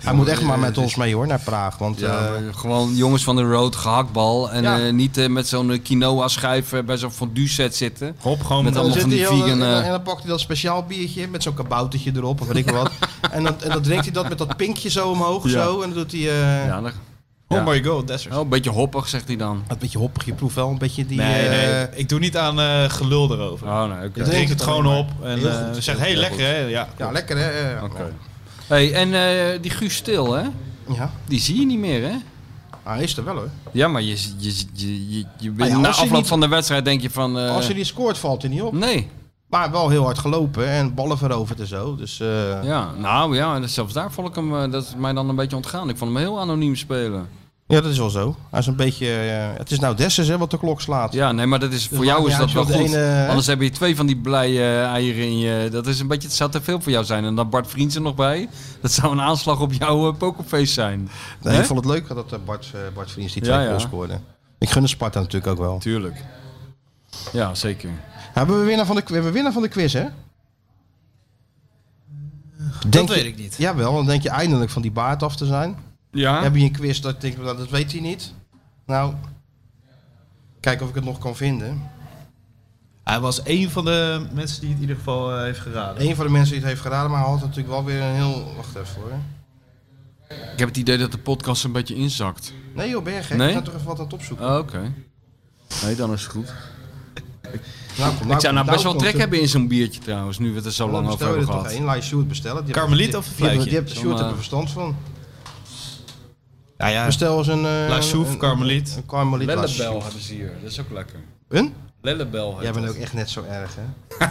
Hij moet echt maar met ons mee hoor, naar Praag. Want dus Ja, eh, maar gewoon jongens van de road, gehaktbal. En Ja. eh, niet eh, met zo'n eh, quinoa-schijf eh, bij zo'n fondue set zitten. Hop, gewoon Met dan zit allemaal van die hij heel- vegan... en, dan- eh, en dan pakt hij dat speciaal biertje met zo'n kaboutertje erop of weet ik (laughs) wat. en, dan, en dan drinkt hij dat met dat pinkje zo omhoog zo. En dan doet hij eh, ja, dat- Oh Ja. my god, Dessers. wel een beetje hoppig, zegt hij dan. een beetje hoppig. Je proeft wel een beetje die... Nee, eh, nee, ik doe niet aan eh, gelul erover. Oh, nee, oké. ik drink drink het het gewoon alleen op en Heel eh, goed. zeg, hey, Heel lekker goed. hè. Ja. Ja, lekker hè. eh, Hey, en eh, die Guus Stil, hè? Ja. Die zie je niet meer, hè? Hij is er wel hoor. Ja, maar je, je, je, je, je bent, ja, na als je afloop niet- van de wedstrijd denk je van... eh, Als je die scoort valt hij niet op. Nee. Maar wel heel hard gelopen en ballen veroverd en zo. Dus eh, ja. Ja, nou ja, en zelfs daar vond ik hem, eh, dat is mij dan een beetje ontgaan. Ik vond hem heel anoniem spelen. dat is wel zo. Hij is een beetje. eh, het is nou Dessers hè, wat de klok slaat. Ja, nee, maar dat is, voor maakt jou niet is dat uit, wel joh, de goed. ene, hè? Anders heb je twee van die blije eh, eieren in je. Dat is een beetje, het zou te veel voor jou zijn. En dan Bart Vriends er nog bij. Dat zou een aanslag op jouw eh, pokerface zijn. Nee, Hè? ik vond het leuk dat eh, Bart, eh, Bart Vriends die Ja, twee ja. goals scoorde. Ik gun de Sparta natuurlijk ook wel. Tuurlijk. Ja, zeker. Hebben we winnaar van de, we hebben winnaar van de quiz, hè? Dat Denk weet je, ik niet. Jawel, dan denk je eindelijk van die baard af te zijn. Ja? Heb je een quiz dat ik denk, nou, dat weet hij niet. Nou, kijk of ik het nog kan vinden. Hij was één van de mensen die het in ieder geval eh, heeft geraden. Een van de mensen die het heeft geraden, maar hij had natuurlijk wel weer een heel... Wacht even hoor. Ik heb het idee dat de podcast een beetje inzakt. Nee joh, Berg, hè? Nee? ik ben toch even wat aan het opzoeken. Oh, Oké. Nee, dan is het goed. Nou, kom, ik zou nou kom, best wel komt trek het. hebben in zo'n biertje trouwens, nu we het er zo Dan lang over bestel je hebben er toch gehad. één, laat je Sjoerd bestellen. Die Karmeliet die- of een die hebben- Die fluitje? hebt Sjoerd heeft Zo'n, er eh, verstand van. Nou ja, Bestel eens een... eh, La Chouf, een- Karmeliet. Een Karmeliet La Lellebel Chouf. hebben ze hier, dat is ook lekker. Een? Lellebel. Jij bent ook echt net zo erg, (laughs) hè?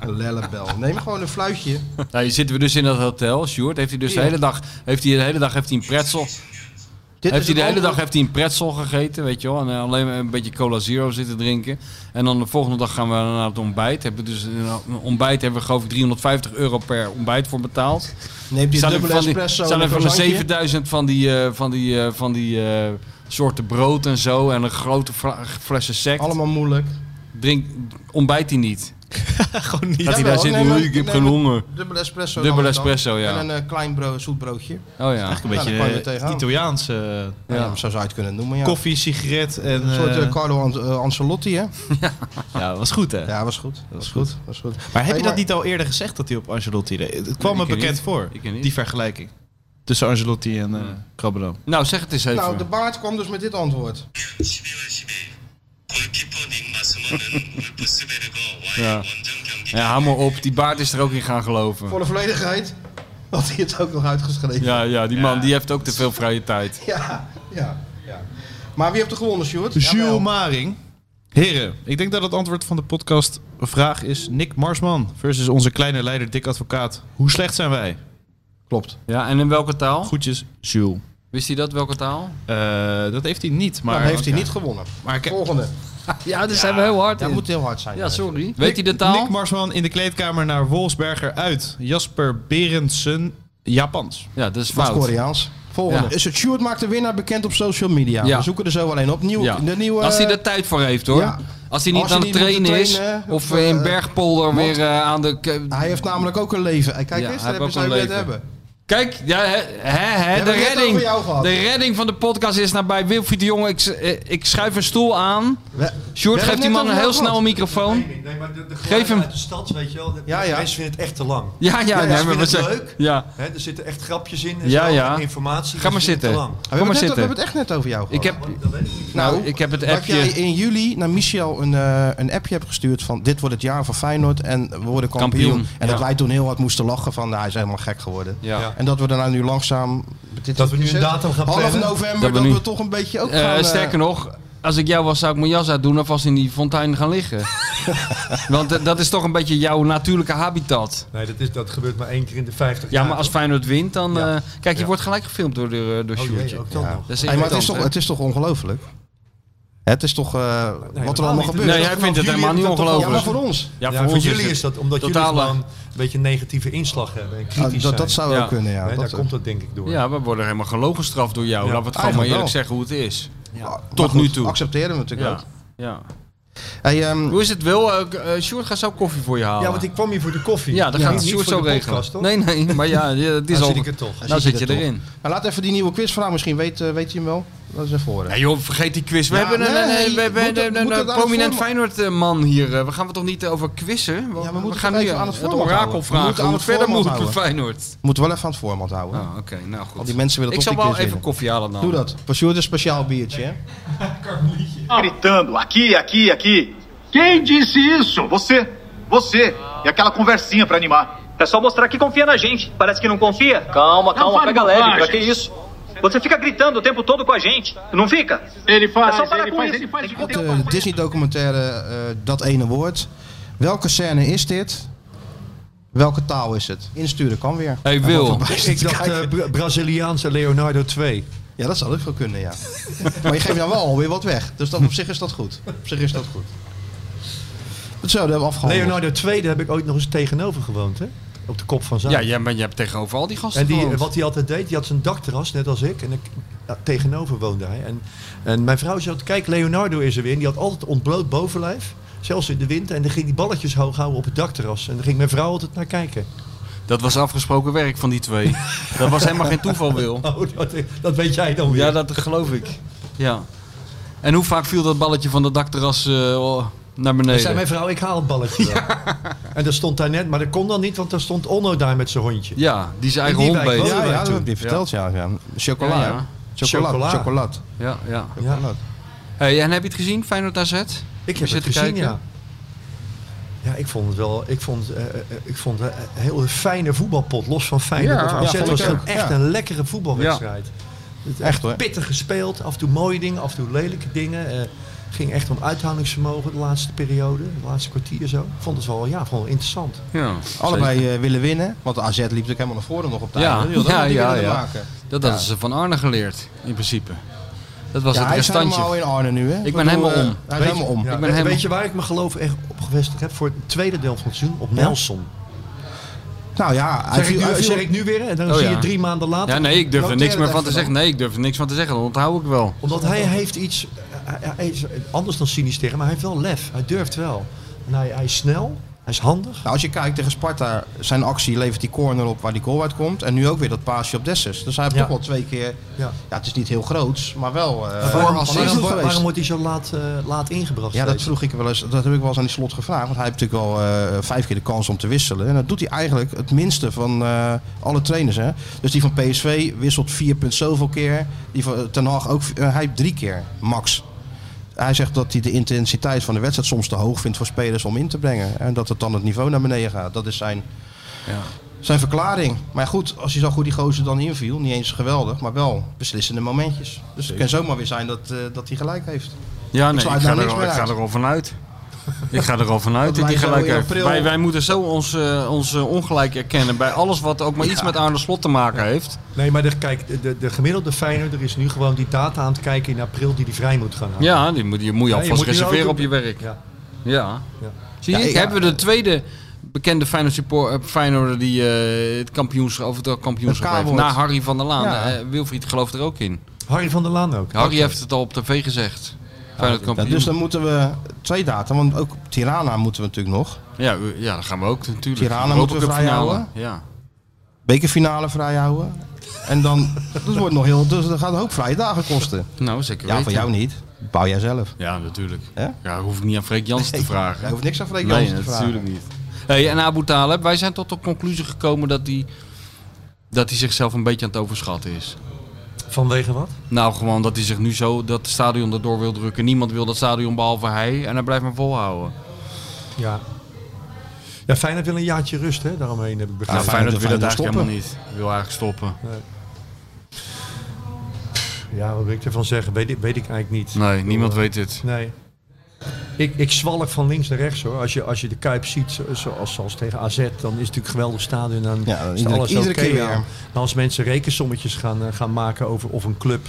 een lellebel. Neem gewoon een fluitje. Nou, hier zitten we dus in dat hotel, Sjoerd. Heeft hij dus de hele dag, heeft hij de hele dag heeft hij een pretzel, Dit heeft is hij het de hele dag antwoord. heeft hij een pretzel gegeten, weet je wel. En eh, alleen maar een beetje cola zero zitten drinken. En dan de volgende dag gaan we naar het ontbijt. Hebben we dus een ontbijt hebben we geloof ik 350 euro per ontbijt voor betaald. Neemt hij een Zijn er dubbele van die, espresso zijn en er een van de croissantje? 7000 van die, eh, van die, eh, van die eh, soorten brood en zo. En een grote fla- flessen sect. Allemaal moeilijk. Drink, ontbijt hij (laughs) niet. gewoon niet. Gaat Jawel, hij daar zitten? nee, maar- "Oei, ik heb nee, geen maar- honger. Dubbele espresso. Dubbele dan en dan. espresso, ja. En een eh, klein bro zoet broodje. Oh ja. Een Ja, daar kan je beetje eh, tegenaan. Italiaans. eh, Ja. zo zou je het kunnen noemen, ja. Koffie, sigaret en... Een soort eh, eh, Carlo An- eh, Ancelotti, hè? ja, was goed hè? Ja, was goed. Was goed. Was goed. Maar heb Hey, je dat niet al eerder gezegd dat hij op Angelotti deed? Het kwam Nee, ik me bekend niet. voor, Ik niet. die vergelijking. Tussen Angelotti en eh Krabbelo. Nou, zeg het eens even. Nou, de baard kwam dus met dit antwoord. 골키퍼님 말씀은 울프 스베르거 와의 Ja. 원정 경기 Ja, hou maar op. Die baard is er ook in gaan Voor geloven. de volledigheid had hij het ook nog uitgeschreven. Ja, ja, die man die heeft ook te veel vrije tijd. ja, ja. ja. Maar wie heeft er gewonnen, Sjoerd? Jules Jawel. Maring. Heren, ik denk dat het antwoord van de podcast vraag is Nick Marsman versus onze kleine leider Dick Advocaat. Hoe slecht zijn wij? Klopt. Ja, en in welke taal? Goedjes, Jules. Wist hij dat, welke taal? Eh, dat heeft hij niet, maar... Maar heeft hij Oké. niet gewonnen. Maar ik heb- Volgende. Ja, daar zijn we heel hard Dat moet heel hard zijn. Ja, sorry. Nick- Weet hij de taal? Nick Marsman in de kleedkamer naar Wolfsberger uit. Jasper Berendsen, Japans. Ja, dat is Dat is fout. Koreaans. Volgende. Ja. Is het Stuart maakt de winnaar bekend op social media. Ja. We zoeken er zo alleen op. Nieuw, Ja. de nieuwe, Als hij er tijd voor heeft hoor. Ja. Als hij niet Als hij aan het niet moet trainen is. trainen, Of of, eh, in eh, Bergpolder weer eh, aan de... ke- hij heeft namelijk ook een leven. Kijk Ja, eens, hij daar heeft hebben ook ze een weer te leven. hebben. Kijk, ja, hè, hè, hè, de hebben het net redding. over jou gehad. De redding van de podcast is nabij. Wilfried de Jong, ik, s- eh, ik schuif een stoel aan. We- Sjoerd, We geef hebben net die man over heel jou snel gehad. een microfoon. mening. Nee, maar de, de Geef Geef hem. hem. uit de stad, weet je wel. De, Ja, ja. Mensen vinden het echt te lang. Ja, ja, nee, Ja, ze maar we vinden zijn... het leuk. Ja. Hè, er zitten echt grapjes in en Ja, zo, ja. en informatie. Ga dus maar ze vinden zitten. het te lang. We Kom hebben, maar het net, we zitten. hebben het echt net over jou gehad. Ik heb, Dat weet ik niet. nou, ik heb het dat jij appje. in juli naar Michel een, eh, een appje hebt gestuurd van dit wordt het jaar van Feyenoord en we worden kampioen. Kampioen, En dat ja. wij toen heel hard moesten lachen van nou, hij is helemaal gek geworden. Ja. En dat we daarna nu langzaam... dit Dat we nu een gezet- datum gaan Half plannen. november, Dat dat we we, nu- toch een beetje ook Eh, gaan... eh, sterker nog, als ik jou was, zou ik mijn jas uitdoen of was in die fontein gaan (laughs) liggen. Want eh, dat is toch een beetje jouw natuurlijke habitat. Nee, dat, is, dat gebeurt maar één keer in de 50 Ja, jaar, maar als toch? Feyenoord wint, dan... Ja. eh, kijk, je Ja. wordt gelijk gefilmd door, de, eh, door Oh jee, Sjoerdje. ook dat Ja. nog. Dat is Hey, maar het is irritant, toch, hè? het is toch ongelooflijk? Het is toch eh, wat er helemaal allemaal niet. gebeurt. Nee, jij vindt het Jullie helemaal niet hebben dat toch ja, maar ongelooflijk. voor ons. Ah, Ja, Ja, voor, ons is jullie het is dat omdat totale- jullie gewoon een beetje een negatieve inslag hebben en Ah, kritisch dat, dat zijn. zou Ja. ook kunnen, ja. Hè, dat, daar komt dat denk ik door. Ja, we worden helemaal gelogen straft door jou. Ja. Laten we het gewoon maar Eigenlijk eerlijk wel. zeggen hoe het is. ja. Maar tot goed, nu toe. accepteren we natuurlijk Ja. ook. ja. Hey, ehm, Hoe is het, Wil? Eh, k- eh, Sjoerd gaat zo koffie voor je halen. Ja, want ik kwam hier voor de koffie. Ja, dat Niet- gaat niet Sjoerd voor zo de regelen. podcast, toch? Nee, nee, maar ja, ja, het is Dan al... zit ik er toch. Nou zit zit je je er erin. maar laat even die nieuwe quizvraag misschien. Weet, eh, weet je hem wel? Dat is naar voren. Nee joh, vergeet die quiz. We Ja, hebben een, een- nee, een- we hebben moet dat- een- een- moet een dat aan het prominent format? Feyenoord eh, man hier. eh, We gaan het toch niet eh, over quizzen? We, Ja, we we moeten gaan het nu even aan het het format orakel houden. We moeten vragen. Hoe aan het het verder format moet met houden. Feyenoord? Moet wel even aan het format houden. Ah, oké. Nou goed. Al die mensen willen ik toch die zal wel quiz even winnen. koffie halen dan. Doe dat. Voor Sjoerd een speciaal biertje, hè? gritando aqui, aqui, aqui. Ah. Quem disse isso? Você, você. E aquela conversinha pra animar. É só mostrar que confia na gente. Parece que não confia? Calma, calma, fale pega leve. Pra bobagem. que isso? Você fica gritando o tempo todo com a gente, não fica? Ele faz, é só parar ele com faz, isso. ele faz. Tem que Op ter- de Disney-documentaire eh, Dat Ene Woord. Welke scène is dit? Welke taal is het? Insturen kan weer. Hey, En wat Wil. (laughs) erbij zit Ik dacht kijken. eh, Bra- Braziliaanse Leonardo 2. Ja, dat zou ook veel kunnen, ja. (laughs) maar je geeft dan wel alweer wat weg. Dus dan op zich is dat goed. Op zich is dat goed. Zo, dat hebben we afgehandeld. Leonardo 2, daar heb ik ooit nog eens tegenover gewoond, hè? Op de kop van zaak. Ja, ja, maar je hebt tegenover al die gasten En die, gewoond. wat hij altijd deed, die had zijn dakterras, net als ik. En ik, ja, tegenover woonde hij. En, en mijn vrouw zei, kijk, Leonardo is er weer. En die had altijd ontbloot bovenlijf. Zelfs in de winter. En dan ging die balletjes hoog houden op het dakterras. En daar ging mijn vrouw altijd naar kijken. (laughs) Dat was afgesproken werk van die twee. dat was helemaal geen toeval, Wil. Oh, dat, dat weet jij dan weer. Ja, dat geloof ik. Ja. En hoe vaak viel dat balletje van dat dakterras eh, naar Dan zei beneden? mijn vrouw, ik haal het balletje wel. En dat stond daar net, maar dat kon dan niet, want daar stond Onno daar met zijn hondje. Ja, die zijn In eigen die hond wijk beet. wonen Ja, wij ja, dat toen. heb ik verteld, ja. ja. Chocola, Ja, hè? ja. Chocola. Chocola. Chocola. Ja, ja. Ja. Chocola. Hey, en heb je het gezien, Feyenoord AZ? Ik heb Zitten het gezien, kijken. ja. Ja, ik vond het wel. Ik vond, eh, eh, ik vond het een hele fijne voetbalpot. Los van Feyenoord. Ja, want AZ ja, vond was ik gewoon ook. echt Ja. een lekkere voetbalwedstrijd. Het echt Echt hoor. pittig gespeeld. Af en toe mooie dingen, af en toe lelijke dingen. Eh, Het ging echt om uithoudingsvermogen de laatste periode. Het laatste kwartier zo. Ik Vond het wel, ja, vond het interessant. Ja, Allebei eh, willen winnen. Want de AZ liep natuurlijk helemaal naar voren nog op de Ja. einde. Die wilde ook Ja, nog die ja, winnen ja. maken. Dat hadden ze van Arne geleerd, in principe. Dat was Ja, het hij is restantje. helemaal in Arnhem nu, hè? Ik ben helemaal eh, om. Hij is Weet je- helemaal om. Ja. Ik ben Weet- helemaal- Weet je waar ik mijn geloof echt op gevestigd heb? Voor het tweede deel van het seizoen op Nelson. Nou ja, hij Zeg, ik viel- hij nu, viel- zeg ik nu weer? En dan Oh, zie ja. je drie maanden later. Ja, nee, ik durf er Noteer niks meer het van te even zeggen. Nee, ik durf er niks van te zeggen. Dat onthoud ik wel. Omdat hij heeft iets, hij- hij is anders dan Sinister, maar hij heeft wel lef. Hij durft wel. En hij, hij is snel, hij is handig. Nou, als je kijkt tegen Sparta, zijn actie levert die corner op waar die goal uit komt. En nu ook weer dat paasje op Dessers. Dus hij heeft Ja. toch wel twee keer... Ja. Ja. het is niet heel groots, maar wel... eh, Voor van als- invloed waarom, geweest. waarom wordt hij zo laat, eh, laat ingebracht? Ja, dat steeds? vroeg ik wel eens. Dat heb ik wel eens aan die slot gevraagd. Want hij heeft natuurlijk wel eh, vijf keer de kans om te wisselen. En dat doet hij eigenlijk het minste van eh, alle trainers. Hè? Dus die van PSV wisselt vier punt zoveel keer. Die van eh, Ten Hag ook. eh, hij heeft drie keer max. Hij zegt dat hij de intensiteit van de wedstrijd soms te hoog vindt voor spelers om in te brengen. En dat het dan het niveau naar beneden gaat. Dat is zijn, Ja. zijn verklaring. Maar goed, als je zag hoe die gozer dan inviel. Niet eens geweldig, maar wel beslissende momentjes. Dus het kan zomaar weer zijn dat, eh, dat hij gelijk heeft. Ja, nee, ik, sluit ga, daar er, niks al- meer ik ga uit. er al vanuit. Ik ga er al vanuit dat wij die zo gelijk in heeft. april- Wij, wij moeten zo ons, eh, ons eh, ongelijk erkennen bij alles wat ook maar iets met Arne Slot te maken heeft. Nee, maar de, kijk, de- de, de gemiddelde Feyenoorder is nu gewoon die data aan het kijken in april die hij vrij moet gaan halen. Ja, die moet, die moet je Ja, alvast moet die wel reserveren doen. op je werk. Ja. Ja. Ja. Zie je, Ja, ik- hebben we de tweede bekende Feyenoord support, eh, Feyenoorder die eh, het kampioenschap, of het kampioenschap Het heeft. K-woord. Na Harry van der Laan. Ja. Eh, Wilfried gelooft er ook in. Harry van der Laan ook. Harry heeft het al op tv gezegd. Feyenoord Ja, kampioen. dus dan moeten we twee data, want ook Tirana moeten we natuurlijk nog. Ja, we- ja, dat gaan we ook natuurlijk. Tirana Europa moeten we Cup finale. vrijhouden. Ja. Bekerfinale vrijhouden. En (laughs) dan, dat wordt nog heel, dus dat gaat een hoop vrije dagen kosten. Nou, zeker Ja, weten. van jou niet. Bouw jij zelf. Ja, natuurlijk. Hè? Ja, hoef ik niet aan Freek Jansen te vragen. Jij hoeft niks aan Freek Nee, Jansen te dat vragen. natuurlijk niet. Hey, en Abu Taleb, wij zijn tot de conclusie gekomen dat hij dat hij zichzelf een beetje aan het overschatten is. Vanwege wat? Nou, gewoon dat hij zich nu zo dat stadion erdoor wil drukken. Niemand wil dat stadion behalve hij. En hij blijft maar volhouden. Ja. Ja, Feyenoord wil een jaartje rust, hè? Daaromheen heb ik Nou, begrepen. Feyenoord Feyenoord wil wil dat Feyenoord eigenlijk stoppen. helemaal niet. Wil eigenlijk stoppen. Ja, wat wil ik ervan zeggen? Weet ik, weet ik eigenlijk niet. Nee, niemand weet het. Nee. Ik, ik zwalk van links naar rechts hoor. Als je, als je de Kuip ziet, zo- zoals, zoals tegen AZ, dan is het natuurlijk een geweldig stadion. Dan Ja, dan is iedere- alles iedere oké. keer weer. Maar als mensen rekensommetjes gaan, eh, gaan maken over of een club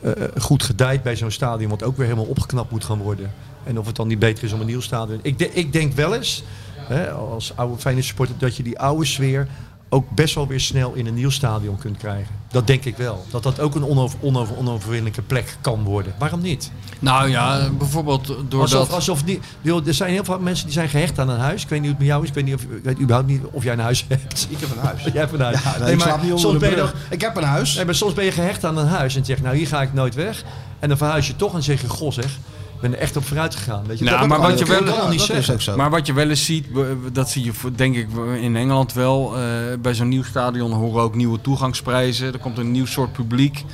eh, goed gedijt bij zo'n stadion, wat ook weer helemaal opgeknapt moet gaan worden. En of het dan niet beter is om een nieuw stadion. Ik, de- ik denk wel eens, hè, als oude Feyenoord supporter, dat je die oude sfeer ook best wel weer snel in een nieuw stadion kunt krijgen. Dat denk ik wel. Dat dat ook een onover, onover, onoverwinnelijke plek kan worden. Waarom niet? Nou ja, bijvoorbeeld doordat... Alsof, alsof die, joh, er zijn heel veel mensen die zijn gehecht aan een huis. Ik weet niet hoe het met jou is. Ik weet, niet of, ik weet überhaupt niet of jij een huis hebt. Ik heb een huis. (laughs) Jij hebt een huis. Ja, nee, Nee, ik maar slaap niet soms onder de ben je brug. dan- Ik heb een huis. Nee, maar soms ben je gehecht aan een huis en zeg nou hier ga ik nooit weg. En dan verhuis je toch en zeg je, goh zeg, ben er echt op vooruit gegaan. Weet je? Nou, dat maar kan wat je ik wel, ook al niet dat is zeggen. ook zo. Maar wat je wel eens ziet, be- dat zie je voor- denk ik in Engeland wel. eh, bij zo'n nieuw stadion horen ook nieuwe toegangsprijzen. Er komt een nieuw soort publiek.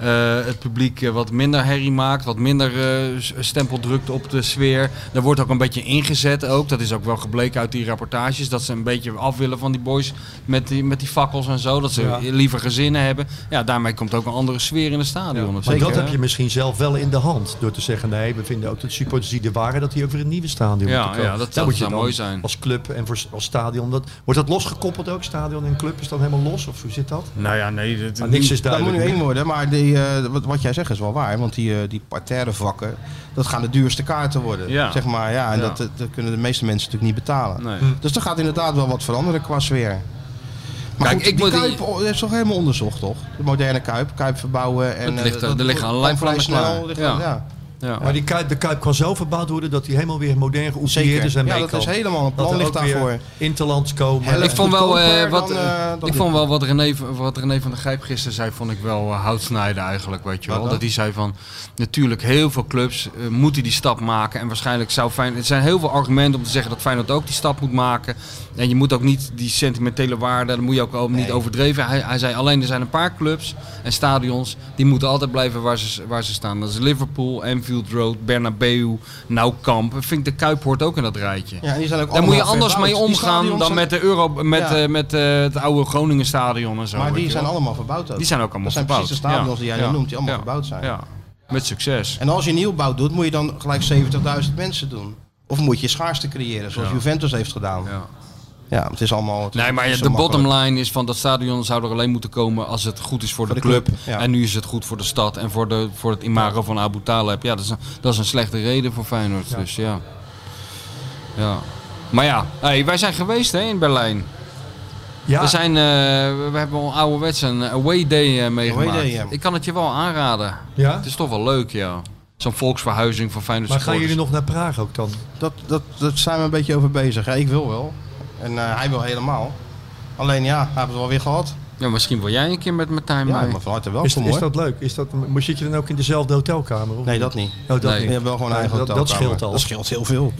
Eh, het publiek eh, wat minder herrie maakt, wat minder eh, s- stempel drukt op de sfeer. Daar wordt ook een beetje ingezet ook. Dat is ook wel gebleken uit die rapportages. Dat ze een beetje af willen van die boys met die, met die fakkels en zo. Dat ze Ja. liever gezinnen hebben. Ja, daarmee komt ook een andere sfeer in het stadion. Maar natuurlijk, dat hè? heb je misschien zelf wel in de hand. Door te zeggen, nee, we vinden ook dat supporters die er waren, dat die ook weer een nieuwe stadion Ja, moeten komen. ja, dat- Daar dat moet je zou dan mooi zijn. Als club en voor, als stadion. Dat, wordt dat losgekoppeld ook? Stadion en club is dan helemaal los? Of hoe zit dat? Nou ja, nee. Dat, Ah, niks is Dat moet duidelijk. nu één worden, maar die, eh, wat, wat jij zegt is wel waar. Want die, eh die parterre vakken, dat gaan de duurste kaarten worden. Ja. Zeg maar, ja, en Ja. Dat, dat- dat kunnen de meeste mensen natuurlijk niet betalen. Nee. Dus er gaat inderdaad wel wat veranderen qua sfeer. Maar Kijk, goed, ik die moet- Kuip oh, dat is toch helemaal onderzocht, toch? De moderne Kuip, Kuip verbouwen. En, Het eh, ligt, dat- er liggen allerlei kan vrij plannen klaar. snel. ligt- Ja. ja. Ja. Maar die kuip, de kuip kan zo verbouwd worden dat die helemaal weer modern geoutilleerd Zeker. is en Ja, mee dat kan. is helemaal een plan Dat er ligt ook weer daarvoor. Interlands komen. Helft Ik vond wel, eh, goedkoper wat, dan, eh, dan ik dit. vond wel wat, René, v- wat René van der Gijp gisteren zei, vond ik wel eh, hout snijden eigenlijk, weet je wel. dan? Dat hij zei van, natuurlijk heel veel clubs eh, moeten die stap maken. En waarschijnlijk zou Feyenoord, het zijn heel veel argumenten om te zeggen dat Feyenoord ook die stap moet maken. En je moet ook niet die sentimentele waarde, dat moet je ook al- niet overdreven. Hij, hij zei alleen, er zijn een paar clubs en stadions, die moeten altijd blijven waar ze, waar ze staan. Dat is Liverpool, Anfield Road, Bernabeu, Nou Kamp. Ik vind de Kuip hoort ook in dat rijtje. Ja, en die zijn ook Daar moet je allemaal anders mee verbouwd. Die omgaan stadions dan zijn- met, de Euro, met, Ja. eh, met eh, het oude Groningen stadion en zo. Maar weet die je zijn wel. allemaal verbouwd ook. die zijn ook allemaal dat zijn verbouwd. precies de stadions Ja. die jij Ja. nu noemt, die allemaal Ja. verbouwd zijn. Ja, met succes. En als je nieuwbouw doet, moet je dan gelijk 70.000 mensen doen. Of moet je schaarste creëren, zoals Ja. Juventus heeft gedaan. Ja, Ja. het is allemaal... het is Nee, maar niet ja, zo de makkelijk. bottom line is van dat stadion zou er alleen moeten komen als het goed is voor, de, de club. club, ja. En nu is het goed voor de stad en voor, de, voor het imago van Abu Talib. Ja, dat is een, dat is een slechte reden voor Feyenoord. Dus ja. ja. Maar ja, hey, wij zijn geweest hè, in Berlijn. Ja, We, zijn, eh, we hebben al ouderwets een away day eh, meegemaakt. Away day, ja. Ik kan het je wel aanraden. Ja? Het is toch wel leuk, ja. Zo'n volksverhuizing van Feyenoord maar gaan supporters. jullie nog naar Praag ook dan? Dat, dat, dat zijn we een beetje over bezig. Ja, ik wil wel. En eh, hij wil helemaal. Alleen ja, hij heeft het wel weer gehad. Ja, misschien wil jij een keer met Martijn Ja, mee. maar van harte Is, welkom is hoor. dat leuk? Is dat, maar zit je dan ook in dezelfde hotelkamer? Of? Nee, dat niet. Oh, dat Nee. Je niet. hebt wel gewoon een Nee, eigen dat- dat hotelkamer. scheelt al. Dat scheelt heel veel.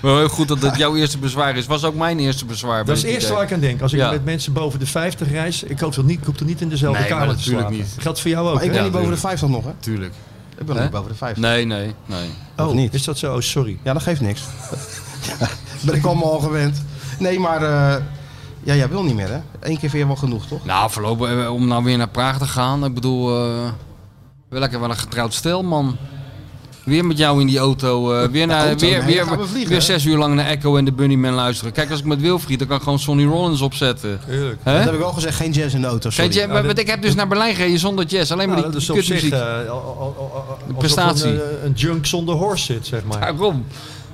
Maar heel goed dat het jouw eerste bezwaar is. Was ook mijn eerste bezwaar. bij Dat is het dit eerste idee. waar ik aan denk. Als ik Ja. met mensen boven de 50 reis, ik hoop, toch niet, ik hoop toch niet in dezelfde Nee, maar kamer te natuurlijk slapen. niet. Geldt voor jou ook, Maar ik hè? ben Ja, niet boven de tuurlijk. 50 nog hè. Tuurlijk. Ik ben nog Hè? niet boven de 50. Nee, nee, nee. Of Oh, niet? is dat zo? Oh, sorry. Ja, dat geeft (laughs) niks. (laughs) ben ik allemaal al gewend. Nee, maar eh, ja, jij wil niet meer hè. Eén keer vind je wel genoeg toch? Nou, voorlopig eh, om nou weer naar Praag te gaan. Ik bedoel, eh, wel lekker wel een getrouwd stel, man. Weer met jou in die auto. eh, weer, naar, auto, weer, nee, weer, dan gaan we vliegen, weer hè? zes uur lang naar Echo en de Bunnyman luisteren. Kijk, als ik met Wilfried, dan kan ik gewoon Sonny Rollins opzetten. Tuurlijk. Hè? Dat heb ik al gezegd, geen jazz in de auto. Sorry. Kijk, jij- maar, want ik heb dus naar Berlijn gereden zonder jazz. Alleen maar Nou, die, dat is die op zich kutmuziek. eh, al- al- al- al- alsof prestatie. Een, eh, een junk zonder horse zit, zeg maar. Waarom?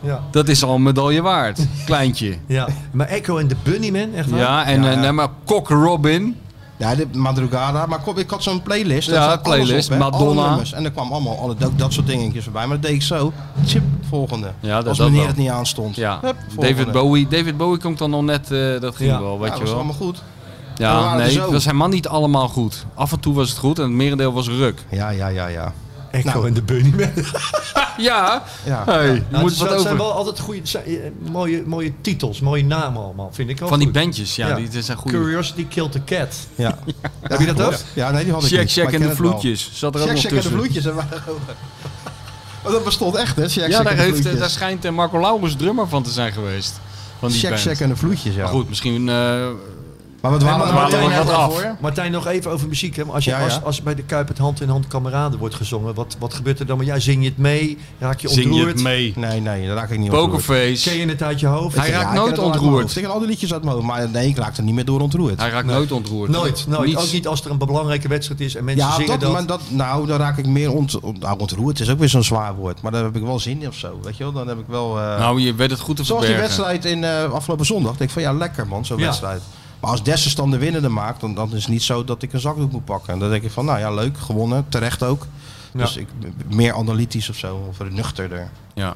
Ja. Dat is al een medaille waard. (laughs) Kleintje. Ja, maar Echo en de Bunnyman, echt waar? Ja, en eh, nee, maar Kok Robin. Ja, de Madrugada. Maar kom, ik had zo'n playlist. daar Ja, staat alles playlist, hè. Alle Madonna. nummers. en er kwam allemaal alle, dat, dat soort dingetjes voorbij. Maar dat deed ik zo. Chip, volgende. Ja, dat- Als dat meneer wel. het niet aanstond. Ja, Hup, volgende. David Bowie. David Bowie komt dan nog net, eh, dat ging Ja. wel, Ja, weet dat je was wel. allemaal goed. we Ja, waren nee, er zo. het was helemaal niet allemaal goed. Af en toe was het goed en het merendeel was ruk. Ja, ja, ja, ja. (laughs) Echo Nou. en de Bunnyman. (laughs) Ja, Ja. hey, je Nou, moet het wat zijn- zijn over. wel altijd goede, het zijn, eh, mooie, mooie titels, mooie namen allemaal, vind ik wel Van die goed. bandjes, ja, Ja. die, die zijn goed. Curiosity Killed the Cat. ja. Heb je dat ook? Ja, nee, die had ik Check, niet. check maar ik en ken de het wel. vloedjes. Zat er ook Check, nog check en de tussen. vloedjes. er waren ook- Maar dat bestond echt, hè? Check, ja, check daar, en de heeft, eh, daar vloedjes. schijnt eh, Marco Laurens drummer van te zijn geweest. Van die Check, band. check en de vloedjes, ja. Maar goed, misschien... eh, Maar wat waren maar dwalen we wat af. Martijn, nog even over muziek. Hè? Maar Als, je, Ja, ja. Als, als bij de Kuip het hand in hand kameraden wordt gezongen, wat, wat gebeurt er dan? Maar jij zing je het mee? Raak je ontroerd? zing je het mee? Nee, nee, daar raak ik niet op. Ken Pokerface. je het uit je hoofd? Hij raakt nooit Ik ontroerd. ken al die liedjes uit mijn hoofd, maar nee, ik raak er niet meer door ontroerd. Hij raakt nooit ontroerd. Nooit, nooit. Niets. Ook niet als er een belangrijke wedstrijd is en mensen Ja, zingen dat, dat. Maar dat, nou, dan raak ik meer ont, ont, nou, ontroerd. is ook weer zo'n zwaar woord. Maar daar heb ik wel zin in of zo. Weet je wel, dan heb ik wel... eh, Nou, je weet het goed te zoals die verbergen. wedstrijd in eh, afgelopen zondag. denk ik van, ja, lekker man, zo'n Ja. wedstrijd. Maar als Dessers dan de winnende maakt, dan, dan is het niet zo dat ik een zakdoek moet pakken. En dan denk ik van, nou ja, leuk, Nou gewonnen, terecht ook. Dus ik, meer analytisch of zo, of nuchterder. Ja.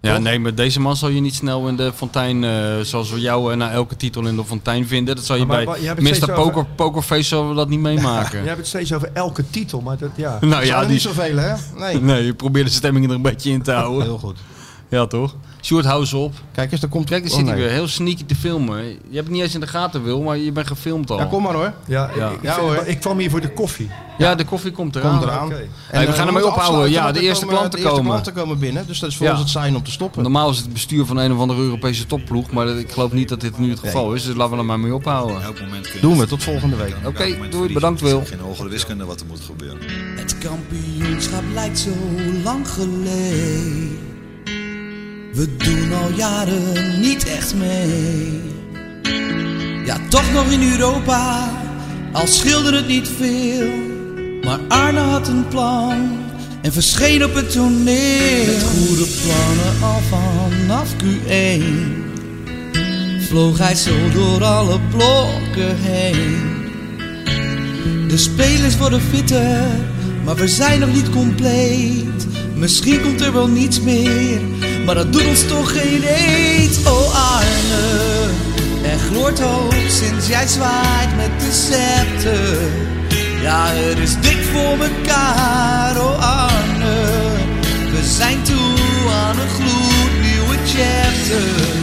Ja, Toch? nee, maar deze man zal je niet snel in de fontein, eh, zoals we jou eh, na elke titel in de fontein vinden. Dat zal je Maar- maar- maar bij jij hebt het Mr. steeds over- Poker, Pokerface zal we dat niet meemaken. (laughs) Jij hebt het steeds over elke titel, maar dat, ja. (laughs) Nou ja, die- niet zoveel, hè? (laughs) Nee. Nee, je probeert de stemming er een beetje in te houden. (laughs) Heel goed. Ja, toch? Stuart, hou eens op. Kijk eens, daar komt... Kijk, daar oh, zit hij nee. weer. Heel sneaky te filmen. Je hebt het niet eens in de gaten, Wil, maar je bent gefilmd al. Ja, kom maar hoor. Ja, Ja. Ik, ik, Ja, hoor. ik kwam hier voor de koffie. Ja, de koffie komt eraan. Komt eraan. Oké. En, Hey, we eh, gaan ermee moeten ophouden. afsluiten, Ja, want de er eerste komen- klanten de eerste komen. klanten komen binnen, dus dat is voor Ja. ons het zijn om te stoppen. Normaal is het bestuur van een of andere Europese topploeg, maar dat- ik geloof niet dat dit nu het geval is. Dus laten we er maar mee ophouden. Oké, Elk moment kun je Doen we, tot volgende week. doei. Bedankt, Wil. geen hogere wiskunde wat er moet gebeuren. Het kampioenschap lijkt zo lang geleden. We doen al jaren niet echt mee. Ja, toch nog in Europa, al schilderde het niet veel. Maar Arne had een plan en verscheen op het toneel. Met goede plannen al vanaf Q1 vloog hij zo door alle blokken heen. De spelers worden fitter, maar we zijn nog niet compleet. Misschien komt er wel niets meer, maar dat doet ons toch geen eet. Oh Arne, er gloort hoop sinds jij zwaait met de scepter. Ja, het is dik voor mekaar, oh Arne. We zijn toe aan een gloednieuwe chapter.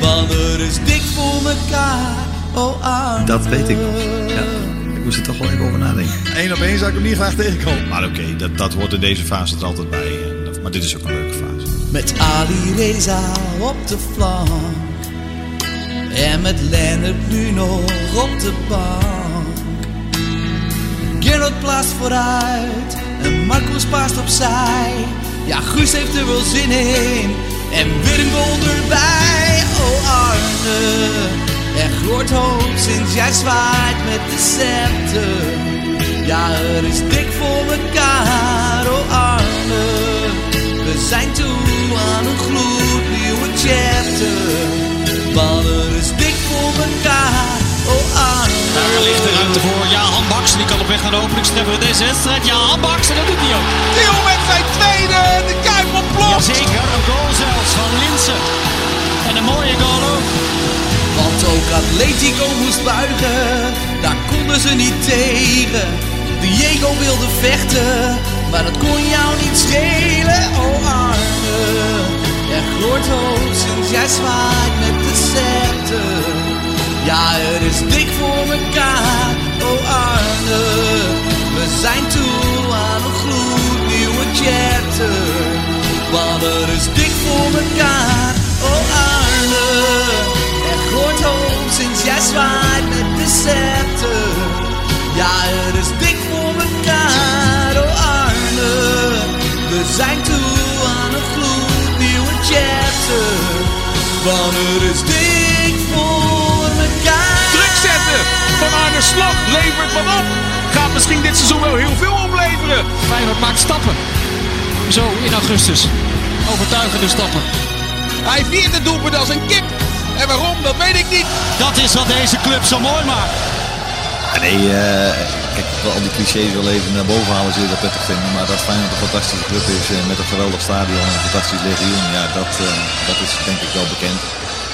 Want het is dik voor mekaar, oh Arne. Dat weet ik nog. Ja, ik moest er toch wel even over nadenken. Eén op één zou ik hem niet graag tegenkomen. Maar oké, dat, dat hoort in deze fase er altijd bij. En dat- Maar dit is ook een leuke fase. Met Ali Reza op de flank. En met Lennart nu nog op de bank. Gerard plaatst vooruit. En Marcus paast opzij. Ja, Guus heeft er wel zin in. En Willem erbij. Oh Arne, er gloort hoop sinds jij zwaait met de scepter. Ja, het is dik voor mekaar, oh Arne. We zijn toe aan een gloednieuwe chapter. Want het is dik voor mekaar, oh Arne. Daar ligt de ruimte voor Jahan Baks. Die kan op weg naar de openingstreffer van deze wedstrijd. Jahan Baks, en dat doet hij ook. Theo met zijn tweede, de Kuip ontploft. Jazeker, een goal zelfs van Linsen. En een mooie goal ook. Want ook Atletico moest buigen, daar konden ze niet tegen. Diego wilde vechten, maar dat kon jou niet schelen, oh Arne. Er gloort hoop sinds jij zwaait met de scepter. Ja, het is dik voor mekaar, oh Arne. We zijn toe aan een gloednieuwe chapter. Want het is dik voor mekaar, oh Arne. Er gloort hoop sinds jij zwaait met de scepter. Ja, het is dik voor mekaar, oh Arne. We zijn toe aan een gloednieuwe chapter. Want het is dik voor mekaar. Druk zetten van Arne Slot. Levert wat op. Gaat misschien dit seizoen wel heel veel opleveren. Feyenoord maakt stappen. Zo, in augustus. Overtuigende stappen. Hij viert het doelpunt als een kip. En waarom, dat weet ik niet. Dat is wat deze club zo mooi maakt. Ah, nee, eh, kijk, ik wil al die clichés wel even naar boven halen, zul je dat prettig vinden. Maar dat Feyenoord een fantastische club is eh, met een geweldig stadion en een fantastisch legioen, ja, dat, eh, dat is denk ik wel bekend.